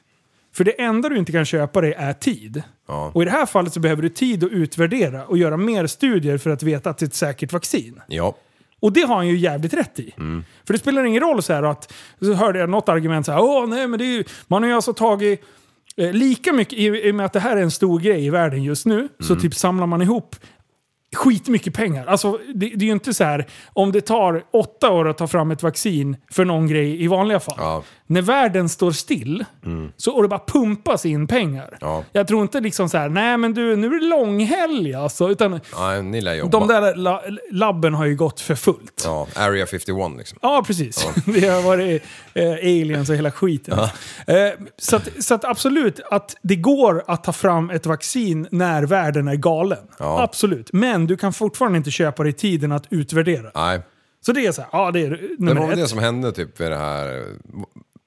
Speaker 5: För det enda du inte kan köpa dig är tid.
Speaker 4: Ja.
Speaker 5: Och i det här fallet så behöver du tid att utvärdera och göra mer studier för att veta att det är ett säkert vaccin.
Speaker 4: Ja.
Speaker 5: Och det har han ju jävligt rätt i.
Speaker 4: Mm.
Speaker 5: För det spelar ingen roll så här att, så hörde jag något argument så här, åh nej men det är ju, man har ju alltså tagit eh, lika mycket, i, i och med att det här är en stor grej i världen just nu, så
Speaker 4: Mm.
Speaker 5: typ samlar man ihop skitmycket pengar. Alltså det, det är ju inte så här, om det tar åtta år att ta fram ett vaccin för någon grej i vanliga fall. När världen står still,
Speaker 4: Mm.
Speaker 5: så, och det bara pumpas in pengar.
Speaker 4: Ja.
Speaker 5: Jag tror inte liksom så här, nej men du, nu är det långhelg alltså. Utan
Speaker 4: Nej, ni lär jobba.
Speaker 5: de där la, labben har ju gått för fullt.
Speaker 4: Ja, Area 51 liksom.
Speaker 5: Ja, precis. Det har varit eh, aliens och hela skiten. Eh, så att, så att absolut, att det går att ta fram ett vaccin när världen är galen.
Speaker 4: Ja.
Speaker 5: Absolut. Men du kan fortfarande inte köpa dig tiden att utvärdera.
Speaker 4: Nej.
Speaker 5: Så det är så här, ja det är
Speaker 4: Det
Speaker 5: nummer
Speaker 4: var väl det
Speaker 5: ett.
Speaker 4: som hände typ vid det här...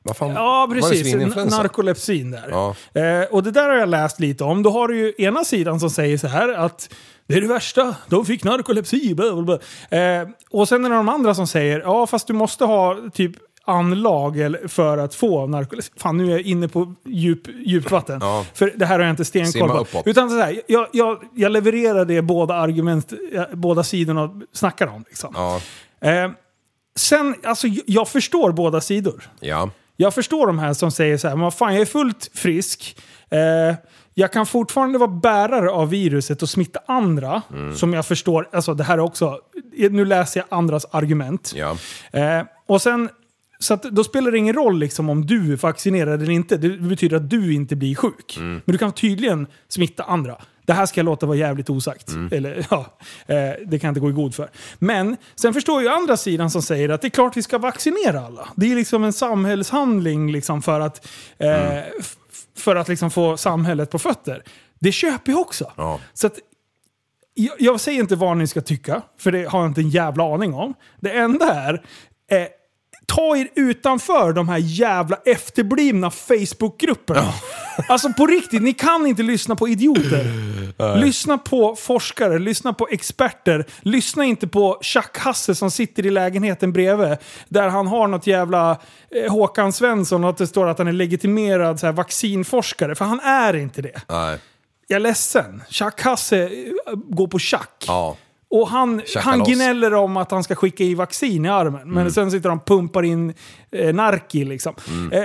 Speaker 4: Vad fan?
Speaker 5: Ja,
Speaker 4: Var det
Speaker 5: precis.
Speaker 4: svininfluensa?
Speaker 5: Narkolepsin där.
Speaker 4: Ja.
Speaker 5: Eh, och det där har jag läst lite om. Då har du ju ena sidan som säger så här att det är det värsta, de fick narkolepsi. Bla, bla, bla. Eh, och sen är det de andra som säger ja fast du måste ha typ anlag eller- för att få narkolepsi. Fan nu är jag inne på djup, djupt vatten.
Speaker 4: Ja.
Speaker 5: För det här har jag inte stenkoll
Speaker 4: Simma
Speaker 5: på.
Speaker 4: uppåt.
Speaker 5: Utan så här, jag, jag, jag levererar det båda argument, eh, båda sidorna snackar om. Liksom.
Speaker 4: Ja.
Speaker 5: Eh, sen, alltså jag- jag förstår båda sidor.
Speaker 4: Ja.
Speaker 5: Jag förstår de här som säger så här, men vad fan jag är fullt frisk. Eh, jag kan fortfarande vara bärare av viruset och smitta andra.
Speaker 12: Mm.
Speaker 5: Som jag förstår, alltså det här är också, nu läser jag andras argument.
Speaker 4: Ja.
Speaker 5: Eh, och sen, så att, då spelar det ingen roll liksom, om du är vaccinerad eller inte. Det betyder att du inte blir sjuk. Men du kan tydligen smitta andra. Det här ska jag låta vara jävligt osagt.
Speaker 12: Mm.
Speaker 5: Eller, ja, eh, det kan jag inte gå i god för. Men sen förstår jag andra sidan som säger att det är klart vi ska vaccinera alla. Det är liksom en samhällshandling liksom för att, eh, f- för att liksom få samhället på fötter. Det köper jag också. Så att jag, jag säger inte vad ni ska tycka, för det har jag inte en jävla aning om. Det enda är, eh, ta er utanför de här jävla efterblivna Facebookgrupperna. Alltså på riktigt, ni kan inte lyssna på idioter.
Speaker 12: Nej.
Speaker 5: Lyssna på forskare, lyssna på experter. Lyssna inte på Chuck Hasse som sitter i lägenheten bredvid. Där han har något jävla eh, Håkan Svensson och att det står att han är legitimerad så här, vaccinforskare. För han är inte det.
Speaker 4: Nej.
Speaker 5: Jag är ledsen. Chuck Hasse eh, går på tjack.
Speaker 4: Ja.
Speaker 5: Och han,
Speaker 4: Tjacka
Speaker 5: han
Speaker 4: loss.
Speaker 5: gnäller om att han ska skicka i vaccin i armen. Men
Speaker 4: Mm.
Speaker 5: sen sitter han och pumpar in eh, Narki liksom.
Speaker 12: Mm.
Speaker 5: Eh,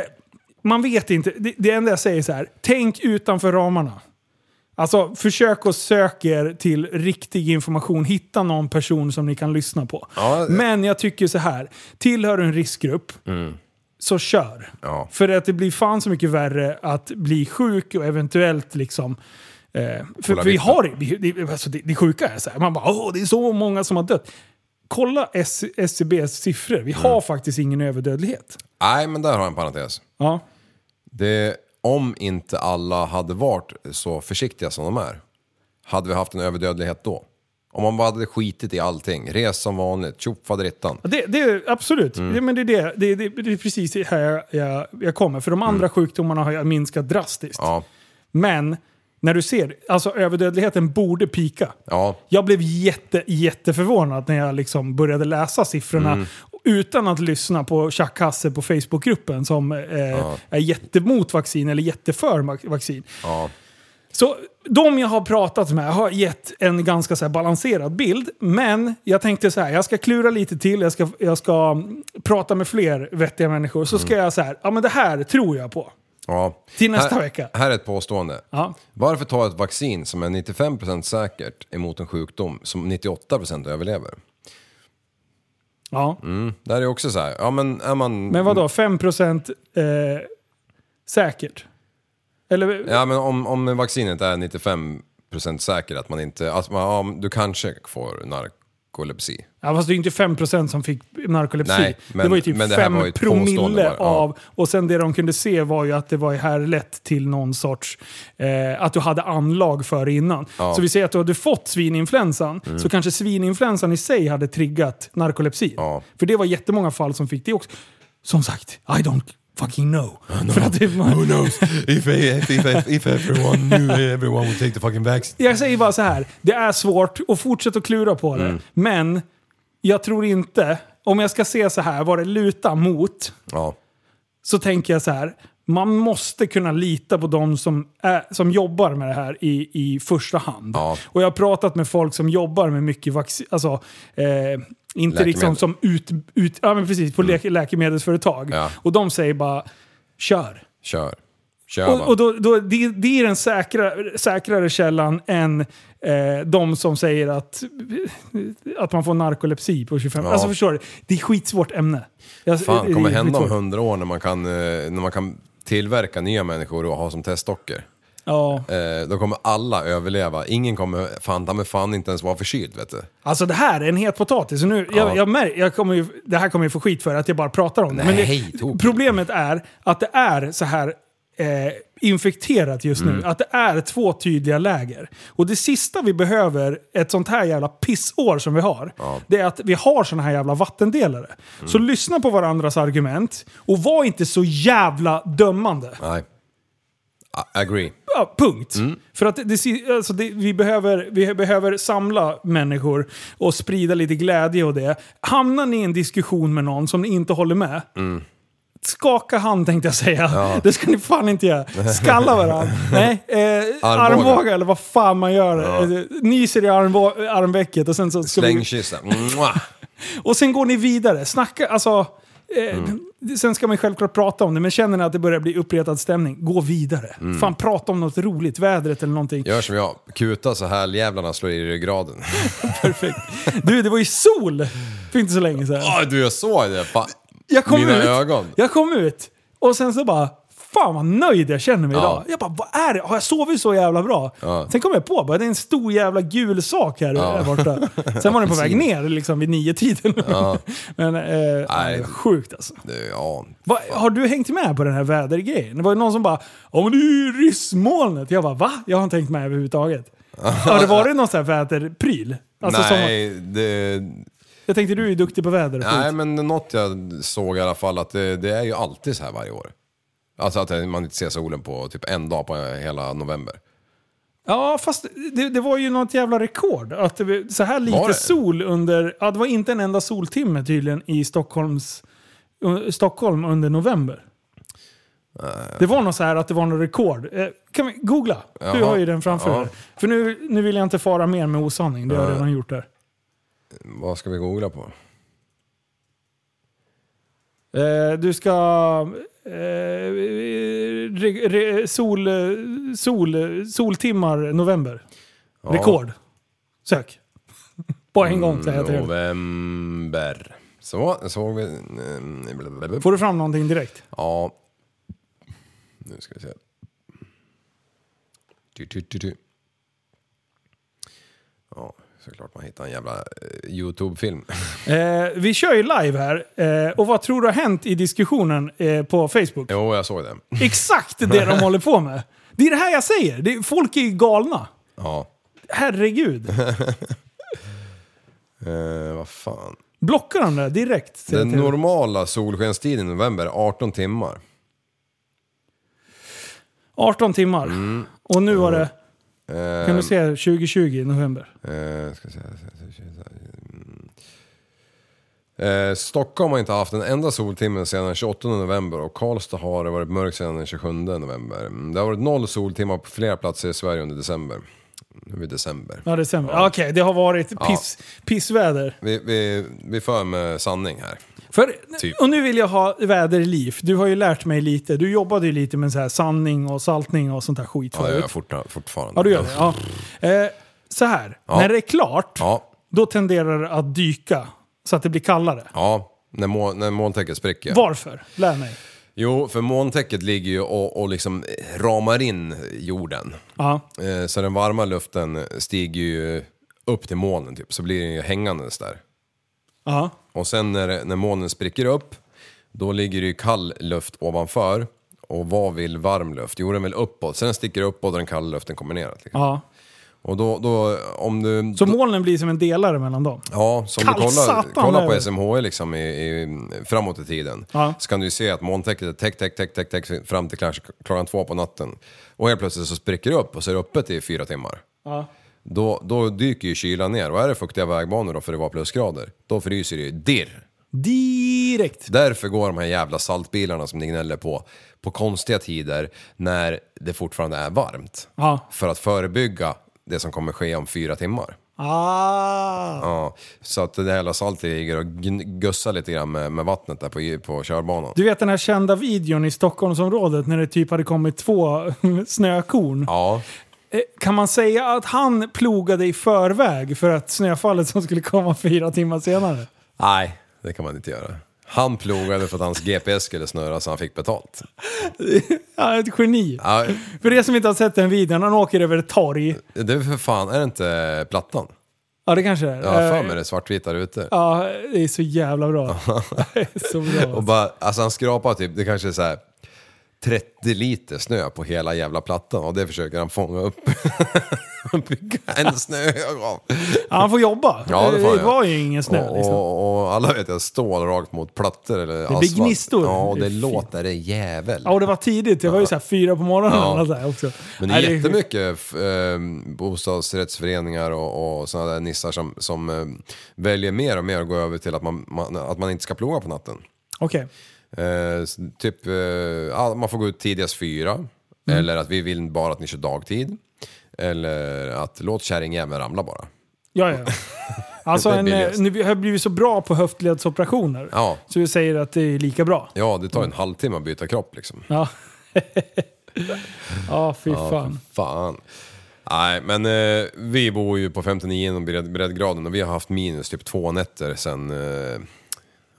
Speaker 5: man vet inte. Det, det enda jag säger är så här. Tänk utanför ramarna. Alltså försök och sök er till riktig information. Hitta någon person som ni kan lyssna på.
Speaker 4: eh.
Speaker 5: Men jag tycker så här. Tillhör du en riskgrupp så kör. För att det blir fan så mycket värre att bli sjuk och eventuellt liksom... Eh, för
Speaker 12: Kolla
Speaker 5: vi
Speaker 12: vikten.
Speaker 5: har det, det, alltså det, det sjuka är så här, man bara åh det är så många som har dött. Kolla S- SCBs siffror, vi
Speaker 4: Mm.
Speaker 5: har faktiskt ingen överdödlighet.
Speaker 4: Nej, men där har jag en parentes.
Speaker 5: Ja.
Speaker 4: Det, om inte alla hade varit så försiktiga som de är, hade vi haft en överdödlighet då? Om man bara hade skitit i allting, res som vanligt, tjoff faderittan.
Speaker 5: Det, det är absolut,
Speaker 4: Mm.
Speaker 5: det, men det är, det, det, det, det är precis det här jag, jag, jag kommer. För de
Speaker 4: Mm.
Speaker 5: andra sjukdomarna har jag minskat drastiskt. Men när du ser, alltså överdödligheten borde pika.
Speaker 4: Ja.
Speaker 5: Jag blev jätte, jätteförvånad när jag liksom började läsa siffrorna
Speaker 4: Mm.
Speaker 5: utan att lyssna på Chuck Hasse på Facebookgruppen som eh,
Speaker 4: Ja.
Speaker 5: är jättemot vaccin eller jätteför ma- vaccin.
Speaker 4: Ja.
Speaker 5: Så de jag har pratat med har gett en ganska så här balanserad bild. Men jag tänkte så här, jag ska klura lite till, jag ska, jag ska mm, prata med fler vettiga människor. Så ska
Speaker 4: Mm.
Speaker 5: jag så här, ja men det här tror jag på.
Speaker 4: Ja.
Speaker 5: Till nästa
Speaker 4: här,
Speaker 5: vecka.
Speaker 4: Här är ett påstående.
Speaker 5: Ja.
Speaker 4: Varför ta ett vaccin som är 95% säkert emot en sjukdom som 98% överlever?
Speaker 5: Ja.
Speaker 4: Mm. Där är också så här, ja men är man...
Speaker 5: Men vadå, 5% eh, säkert? Eller,
Speaker 4: Ja, men om, om vaccinet är 95 säker att man inte... Att man, ja, du kanske får narkolepsi.
Speaker 5: ja, fast det är ju inte 5% som fick narkolepsi.
Speaker 4: Nej, men-
Speaker 5: det var ju typ
Speaker 4: men det här
Speaker 5: 5
Speaker 4: var ju ett påstående
Speaker 5: promille
Speaker 4: bara, ja.
Speaker 5: av... Och sen det de kunde se var ju att det var här lätt till någon sorts... Eh, att du hade anlag för innan.
Speaker 12: Ja.
Speaker 5: Så vi säger att du hade fått svininfluensan,
Speaker 12: Mm.
Speaker 5: så kanske svininfluensan i sig hade triggat narkolepsi. För det var jättemånga fall som fick det också. Som sagt, I don't fucking know. För att det var-
Speaker 4: Who knows? If, if, if, if everyone knew everyone would take the fucking vaccine.
Speaker 5: Jag säger bara så här, det är svårt och fortsätt att klura på det.
Speaker 4: Mm.
Speaker 5: Men jag tror inte, om jag ska se så här, vad det lutar mot,
Speaker 4: Ja.
Speaker 5: så tänker jag så här. Man måste kunna lita på de som, är, som jobbar med det här i, i första hand. Och jag har pratat med folk som jobbar med mycket vaccin, alltså eh, inte
Speaker 12: Läkemedel.
Speaker 5: liksom som ut, ut ja men precis, på lä- läkemedelsföretag. Och de säger bara, kör.
Speaker 4: Kör. Kör
Speaker 5: Och,
Speaker 4: va?
Speaker 5: och då, då, det, det är den säkra, säkrare källan än eh, de som säger att, att man får narkolepsi på 25.
Speaker 4: Ja.
Speaker 5: Alltså förstår du? Det är skitsvårt ämne. Jag-
Speaker 4: Fan,
Speaker 5: det är
Speaker 4: kommer hända om
Speaker 5: skitsvårt.
Speaker 4: hundra år när man, kan, eh, när man kan tillverka nya människor och ha som testdockor?
Speaker 5: Ja.
Speaker 4: Eh, då kommer alla överleva. Ingen kommer fan, ta mig fan inte ens vara förkyld vet du.
Speaker 5: Alltså det här är en het potatis. Och nu, jag,
Speaker 4: Ja.
Speaker 5: jag mär, jag kommer ju, det här kommer ju få skit för att jag bara pratar om det.
Speaker 4: Nej,
Speaker 5: Men det problemet är att det är så här eh, infekterat just nu.
Speaker 12: Mm.
Speaker 5: Att det är två tydliga läger. Och det sista vi behöver, ett sånt här jävla pissår som vi har, det är att vi har såna här jävla vattendelare.
Speaker 4: Mm.
Speaker 5: Så lyssna på varandras argument och var inte så jävla dömande.
Speaker 4: Nej. A- Agree.
Speaker 5: Ja, punkt.
Speaker 4: Mm.
Speaker 5: För att det- det, si- alltså det, vi, behöver, vi behöver samla människor och sprida lite glädje och det. Hamnar ni i en diskussion med någon som ni inte håller med,
Speaker 4: Mm.
Speaker 5: skaka hand tänkte jag säga.
Speaker 4: Ja.
Speaker 5: Det ska ni fan inte göra. Skalla varandra. Nej, eh, armbåga.
Speaker 4: Armbågar.
Speaker 5: eller vad fan man gör.
Speaker 4: Ja.
Speaker 5: Eh, Nyser i armbå- armvecket och sen så... ska vi-
Speaker 4: Slängkyssar. Mwah.
Speaker 5: Och sen går ni vidare. Snacka, alltså... Eh,
Speaker 4: Mm.
Speaker 5: Sen ska man ju självklart prata om det, men känner ni att det börjar bli uppretad stämning, gå vidare.
Speaker 4: Mm.
Speaker 5: Fan, prata om något roligt, vädret eller någonting.
Speaker 4: Gör som jag, kuta så här jävlarna slår i ryggraden.
Speaker 5: Du, det var ju sol för inte så länge sedan.
Speaker 4: Ah, du, jag såg det! Fan.
Speaker 5: Jag kom
Speaker 4: Mina
Speaker 5: ut.
Speaker 4: ögon.
Speaker 5: Jag kom ut och sen så bara, fan vad nöjd jag känner mig
Speaker 4: Ja.
Speaker 5: idag. Jag bara, vad är det? Har jag sovit så jävla bra?
Speaker 4: Ja.
Speaker 5: Sen kom jag på, bara, det är en stor jävla gul sak här
Speaker 4: Ja.
Speaker 5: där borta. Sen var den på väg ner liksom vid nio tiden
Speaker 4: Ja.
Speaker 5: Men eh, Nej. sjukt alltså.
Speaker 4: ja.
Speaker 5: Va, har du hängt med på den här vädergrejen? Det var ju någon som bara “Ja men det är ju ryssmolnet”. Jag bara “Va?” Jag har inte hängt med överhuvudtaget. har det varit någon sån här väderpryl? Alltså Som,
Speaker 4: Nej, det...
Speaker 5: jag tänkte du är ju duktig på väder och skit.
Speaker 4: Nej, men något jag såg i alla fall att det, det är ju alltid så här varje år. Alltså att man inte ser solen på typ en dag på hela november.
Speaker 5: Ja, fast det, det var ju något jävla rekord. Att det, var- så här
Speaker 4: Var
Speaker 5: lite
Speaker 4: det?
Speaker 5: sol under... Ja, det var inte en enda soltimme tydligen i Stockholms, uh, Stockholm under november. Det var något så här att det var något rekord. Eh, kan vi googla? Du
Speaker 4: Jaha.
Speaker 5: har ju den framför
Speaker 4: Ja.
Speaker 5: dig. För nu, nu vill jag inte fara mer med osanning. Det har jag
Speaker 4: Nej.
Speaker 5: redan gjort där.
Speaker 4: Vad ska vi googla på?
Speaker 5: Eh, du ska... Eh, re, re, sol, eh, sol, eh, soltimmar november.
Speaker 4: Ja.
Speaker 5: Rekord. Sök. Bara en gång
Speaker 4: Mm,
Speaker 5: säger jag till dig.
Speaker 4: November. Så, såg vi... eh, blablabla.
Speaker 5: Får du fram någonting direkt?
Speaker 4: Ja. Nu ska vi se. Du, du, du, du. Ja, såklart man hittar en jävla eh, YouTube-film.
Speaker 5: Eh, vi kör ju live här. Eh, och vad tror du har hänt i diskussionen eh, på Facebook?
Speaker 4: Jo, jag såg den.
Speaker 5: Exakt det de håller på med. Det är det här jag säger. Det, folk är ju galna.
Speaker 4: Ja.
Speaker 5: Herregud.
Speaker 4: Eh, vad fan.
Speaker 5: Blockar de det direkt? säger
Speaker 4: Den
Speaker 5: jag till dig.
Speaker 4: normala solskenstiden i november, 18 timmar.
Speaker 5: 18 timmar. Och nu var det,
Speaker 4: Mm. Eh,
Speaker 5: kan du se, 2020 i november.
Speaker 4: Eh, ska se, Mm. Eh, Stockholm har inte haft en enda soltimme sedan den 28 november och Karlstad har det varit mörkt sedan den 27 november. Mm, Det har varit noll soltimmar på flera platser i Sverige under december. Nu är vi i december.
Speaker 5: Ja, det stämmer. Okej, det har varit
Speaker 4: Ja.
Speaker 5: piss, pissväder.
Speaker 4: Vi, vi, vi för med sanning här.
Speaker 5: För,
Speaker 4: Typ.
Speaker 5: Och nu vill jag ha väderliv. Du har ju lärt mig lite. Du jobbade ju lite med så här sanning och saltning och sånt där skit
Speaker 4: Ja, det gör
Speaker 5: förut.
Speaker 4: jag fortfar- fortfarande.
Speaker 5: Ja, du gör det. Ja. Eh, så här,
Speaker 4: Ja.
Speaker 5: när det är klart,
Speaker 4: Ja,
Speaker 5: då tenderar det att dyka så att det blir kallare.
Speaker 4: ja. När, mål, när molntäcket spricker.
Speaker 5: Varför? Lär mig.
Speaker 4: Jo, för molntäcket ligger ju och, och liksom ramar in jorden.
Speaker 5: Ja.
Speaker 4: Eh, Så den varma luften stiger ju upp till molnen typ, så blir den ju hängandes där.
Speaker 5: Ja.
Speaker 4: Och sen när, när molnen spricker upp, då ligger det ju kall luft ovanför. Och vad vill varm luft? Jo, den vill uppåt. Sen sticker det uppåt och den kalla luften kommer ner. Liksom.
Speaker 5: ja.
Speaker 4: Och då, då, om du...
Speaker 5: Så molnen blir som en delare mellan dem.
Speaker 4: Ja, så om du
Speaker 5: Kallt
Speaker 4: kollar,
Speaker 5: satan
Speaker 4: kollar
Speaker 5: är det.
Speaker 4: på SMHI liksom i, i, framåt i tiden
Speaker 5: Ja.
Speaker 4: så kan du ju se att molntäcket är täckt, täckt, täckt, täckt, täckt fram till kanske klockan två på natten. Och helt plötsligt så spricker det upp och så är det öppet i fyra timmar.
Speaker 5: Ja.
Speaker 4: Då, då dyker ju kylan ner och är det fuktiga vägbanor då för det var plusgrader, då fryser det ju dirr.
Speaker 5: Direkt.
Speaker 4: Därför går de här jävla saltbilarna som ni gnäller på, på konstiga tider när det fortfarande är varmt.
Speaker 5: Ja.
Speaker 4: För att förebygga det som kommer ske om fyra timmar.
Speaker 5: Ah.
Speaker 4: Ja, så att det hela saltet ligger och gn- gussar lite grann med, med vattnet där på, på körbanan.
Speaker 5: Du vet den här kända videon i Stockholmsområdet när det typ hade kommit två snökorn.
Speaker 4: Ja.
Speaker 5: Eh, Kan man säga att han plogade i förväg för att snöfallet som skulle komma fyra timmar senare?
Speaker 4: Nej, det kan man inte göra. Han plogade för att hans GPS skulle snurra så han fick betalt.
Speaker 5: Ja, ett geni.
Speaker 4: Ja,
Speaker 5: För er som inte har sett den videon, han åker över ett torg.
Speaker 4: det är för fan, är det inte Plattan?
Speaker 5: Ja, det kanske det är.
Speaker 4: Jag har för
Speaker 5: Eh,
Speaker 4: mig det svartvita rutor.
Speaker 5: Ja, det är så jävla bra. Det är så bra.
Speaker 4: Och bara, alltså han skrapar typ, det kanske är så här 30 liter snö på hela jävla plattan och det försöker han fånga upp. Bygga en snöhög av.
Speaker 5: Ja, han får jobba.
Speaker 4: Ja, det får han
Speaker 5: det var ju ingen snö.
Speaker 4: Och,
Speaker 5: liksom.
Speaker 4: och, och alla vet att stål rakt mot plattor eller
Speaker 5: blir gnistor.
Speaker 4: Ja, och
Speaker 5: Det
Speaker 4: det
Speaker 5: är fint.
Speaker 4: låter det jävel.
Speaker 5: Ja, och det var tidigt. Det var ju så här fyra på morgonen.
Speaker 4: Ja.
Speaker 5: och så här också.
Speaker 4: Men det är
Speaker 5: Nej,
Speaker 4: jättemycket f- eh, bostadsrättsföreningar och, och sådana där nissar som, som eh, väljer mer och mer att gå över till att man, man, att man inte ska ploga på natten.
Speaker 5: Okej.
Speaker 4: Eh, s- typ, eh, ja, man får gå ut tidigast fyra.
Speaker 5: Mm.
Speaker 4: Eller att vi vill bara att ni kör dagtid. Eller att låt kärringjäveln ramla bara.
Speaker 5: Ja, ja. Alltså
Speaker 4: Det är
Speaker 5: en, eh,
Speaker 4: billigast.
Speaker 5: nu, vi har blivit så bra på höftledsoperationer.
Speaker 4: Ja.
Speaker 5: Så vi säger att det är lika bra.
Speaker 4: Ja, det
Speaker 5: Mm.
Speaker 4: tar en halvtimme att byta kropp liksom.
Speaker 5: Ja, ja fy
Speaker 4: Ja,
Speaker 5: fan.
Speaker 4: för fan. Nej, men eh, vi bor ju på 59 och bred, breddgraden och vi har haft minus typ två nätter sen eh,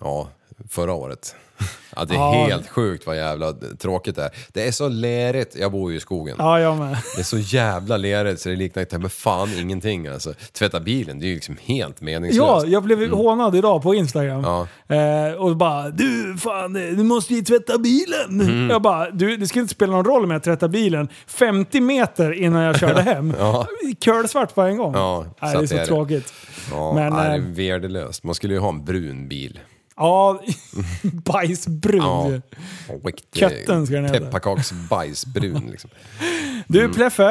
Speaker 4: ja, förra året. Ja, det är
Speaker 5: Ja.
Speaker 4: helt sjukt vad jävla tråkigt det är. Det är så lerigt, jag bor ju i skogen.
Speaker 5: Ja, jag med.
Speaker 4: Det är så jävla lerigt så det liknar inte men fan ingenting alltså. Tvätta bilen, det är ju liksom helt
Speaker 5: Ja,
Speaker 4: meningslöst.
Speaker 5: jag blev hånad idag på Instagram.
Speaker 4: Mm. Ja.
Speaker 5: Eh, och bara du, fan, eh, du måste ju tvätta bilen.
Speaker 4: Mm.
Speaker 5: Jag bara, du, det skulle inte spela någon roll om jag tvättar bilen 50 meter innan jag körde hem.
Speaker 4: Ja.
Speaker 5: Curlsvart på en gång.
Speaker 4: Ja,
Speaker 5: Nej, det är
Speaker 4: att
Speaker 5: så tråkigt.
Speaker 4: Ja,
Speaker 5: Men,
Speaker 4: nej, det
Speaker 5: eh,
Speaker 4: är värdelöst. Man skulle ju ha en brun bil.
Speaker 5: Ja, bajsbrun ju.
Speaker 4: riktig
Speaker 5: Katten ska den heta.
Speaker 4: Pepparkaksbajsbrun liksom.
Speaker 5: Du
Speaker 4: Mm.
Speaker 5: Pleffe,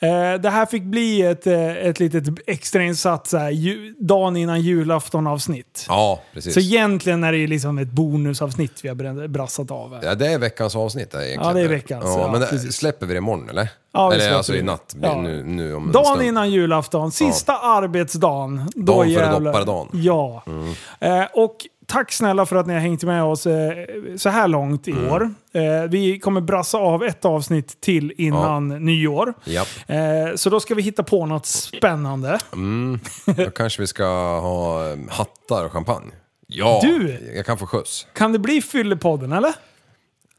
Speaker 5: eh, det här fick bli ett, eh, ett litet extrainsatt så här, ju, dagen innan julafton avsnitt.
Speaker 4: Ja, precis.
Speaker 5: Så egentligen är det ju liksom ett bonusavsnitt vi har br- brassat av. här.
Speaker 4: Ja, det är veckans avsnitt där, egentligen.
Speaker 5: Ja, det är veckans, ja,
Speaker 4: Ja, men det-
Speaker 5: precis.
Speaker 4: släpper vi det imorgon eller?
Speaker 5: Ja, vi
Speaker 4: eller
Speaker 5: släpper
Speaker 4: alltså i
Speaker 5: det.
Speaker 4: natt.
Speaker 5: Ja.
Speaker 4: Nu, nu om en
Speaker 5: Dagen
Speaker 4: stund.
Speaker 5: innan julafton, sista arbetsdagen. Då
Speaker 4: Dagen före
Speaker 5: jävlar.
Speaker 4: dopparedagen.
Speaker 5: Ja.
Speaker 4: Mm.
Speaker 5: Eh, och tack snälla för att ni har hängt med oss eh, så här långt i
Speaker 4: Mm.
Speaker 5: år. Eh, vi kommer brassa av ett avsnitt till innan nyår.
Speaker 4: Japp.
Speaker 5: Eh, så då ska vi hitta på något spännande.
Speaker 4: Mm. Då kanske vi ska ha eh, hattar och champagne. Ja,
Speaker 5: Du!
Speaker 4: jag kan få skjuts.
Speaker 5: Kan det bli Fyllepodden eller?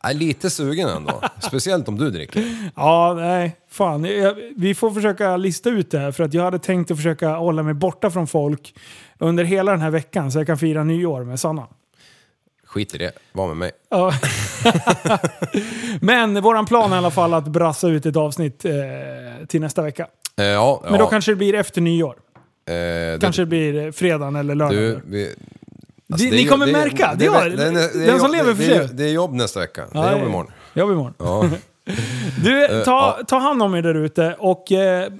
Speaker 4: Jag är lite sugen ändå. Speciellt om du dricker.
Speaker 5: Ja, nej. Fan. Jag, vi får försöka lista ut det här. För att jag hade tänkt att försöka hålla mig borta från folk under hela den här veckan så jag kan fira nyår med Sanna.
Speaker 4: Skit i det, var med mig.
Speaker 5: Ja. Men våran plan är i alla fall att brassa ut ett avsnitt eh, till nästa vecka.
Speaker 4: Eh, ja,
Speaker 5: Men då
Speaker 4: ja.
Speaker 5: kanske det blir efter nyår.
Speaker 4: Eh,
Speaker 5: Kanske det blir eh, fredagen eller lördagen.
Speaker 4: Du, vi, alltså,
Speaker 5: Ni-
Speaker 4: det är
Speaker 5: ni
Speaker 4: ju-
Speaker 5: kommer
Speaker 4: det är-
Speaker 5: märka, det
Speaker 4: är-
Speaker 5: gör-
Speaker 4: är- är
Speaker 5: den
Speaker 4: jobb-
Speaker 5: som lever för
Speaker 4: det är-
Speaker 5: sig.
Speaker 4: Det är jobb nästa vecka. Det
Speaker 5: Ja,
Speaker 4: är jobb
Speaker 5: ja.
Speaker 4: imorgon.
Speaker 5: Jobb imorgon.
Speaker 4: Ja.
Speaker 5: Du,
Speaker 4: Eh,
Speaker 5: ta,
Speaker 4: ja.
Speaker 5: ta hand om er där ute och eh,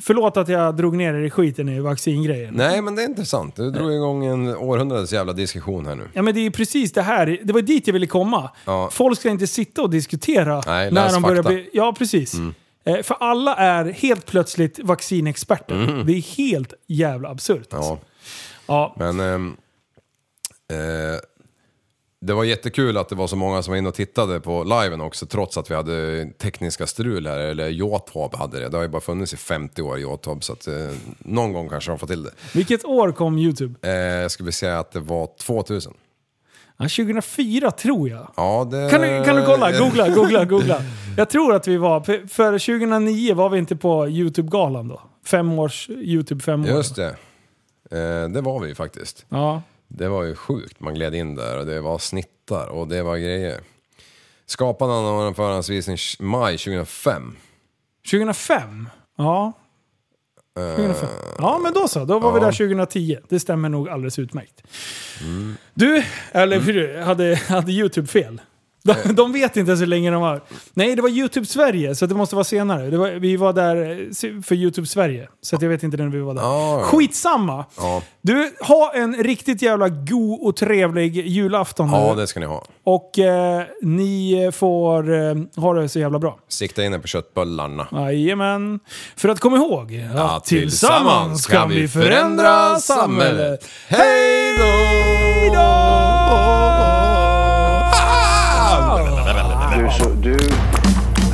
Speaker 5: förlåt att jag drog ner er i skiten i vaccingrejen.
Speaker 4: Nej, men det är intressant. Du drog igång en århundradets jävla diskussion här nu.
Speaker 5: Ja men det är ju precis det här, det var dit jag ville komma.
Speaker 4: Ja.
Speaker 5: Folk ska inte sitta och diskutera
Speaker 4: Nej,
Speaker 5: när
Speaker 4: läs
Speaker 5: de börjar
Speaker 4: fakta. Mm.
Speaker 5: bli... Ja precis. Eh, För alla är helt plötsligt vaccinexperter.
Speaker 4: Mm.
Speaker 5: Det är helt jävla absurt.
Speaker 4: Ja.
Speaker 5: ja.
Speaker 4: Men... ehm, eh, det var jättekul att det var så många som var inne och tittade på liven också trots att vi hade tekniska strul här, eller Youtube hade det. Det har ju bara funnits i 50 år, Youtube, så att eh, någon gång kanske de får till det.
Speaker 5: Vilket år kom YouTube?
Speaker 4: Eh, jag skulle säga att det var 2000.
Speaker 5: Ja, 2004 tror jag.
Speaker 4: Ja, det... Eh,
Speaker 5: Kan du, kan du kolla? Googla, googla, googla. Jag tror att vi var, för- för 2009 var vi inte på YouTube-galan då? Fem års YouTube, fem år.
Speaker 4: Just det. Eh, det var vi ju faktiskt.
Speaker 5: Ja.
Speaker 4: Det var ju sjukt. Man gled in där och det var snittar och det var grejer. Skaparna av en förhandsvisning i maj 2005.
Speaker 5: 2005? Ja.
Speaker 4: Eh,
Speaker 5: 2005. Ja men då så, då var vi
Speaker 4: Ja.
Speaker 5: där 2010. Det stämmer nog alldeles utmärkt.
Speaker 4: Mm.
Speaker 5: Du, eller hur, hade, hade YouTube fel? De,
Speaker 4: Eh.
Speaker 5: de vet inte så länge de var... Nej, det var YouTube Sverige, så det måste vara senare. Det var, vi var där eh, för YouTube Sverige, så att jag vet inte när vi var där. Skitsamma!
Speaker 4: Ja.
Speaker 5: Du, ha en riktigt jävla god och trevlig julafton
Speaker 4: ja,
Speaker 5: nu.
Speaker 4: det ska ni ha.
Speaker 5: Och eh, ni får eh, ha det så jävla bra.
Speaker 4: Sikta in er på köttbullarna.
Speaker 5: Jajamän. För att komma ihåg att
Speaker 4: Ja,
Speaker 5: tillsammans kan vi förändra samhället. Hej då! Ah!
Speaker 1: Du, så, du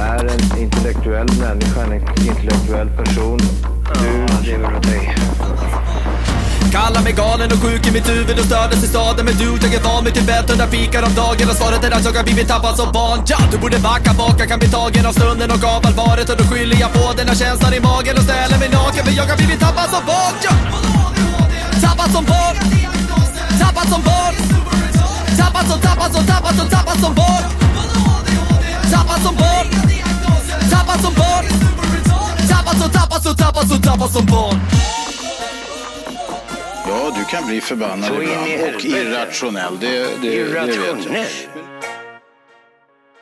Speaker 1: är en intellektuell människa, en intellektuell person. Du lever av dig.
Speaker 2: Kallar mig galen och sjuk i mitt huvud och stördes i staden Men du, jag är van vid Tibet under fikar om dagen Och svaret är att jag har blivit tappad som barn ja, Du borde backa bak, jag kan bli tagen av stunden och av allvaret Och då skyller jag på den här känslan i magen och ställer mig naken För jag har blivit tappad som barn ja. Tappad som barn Tappad som barn Tappad som, tappad som, tappad som, tappad som barn Tappad som barn Tappad som barn Tappad som, tappad som, tappad som, tappad som barn
Speaker 3: Ja, du kan bli förbannad
Speaker 2: Så in i
Speaker 3: ibland och
Speaker 2: helvete.
Speaker 3: irrationell. Det, det, det vet jag.
Speaker 2: Irrationell.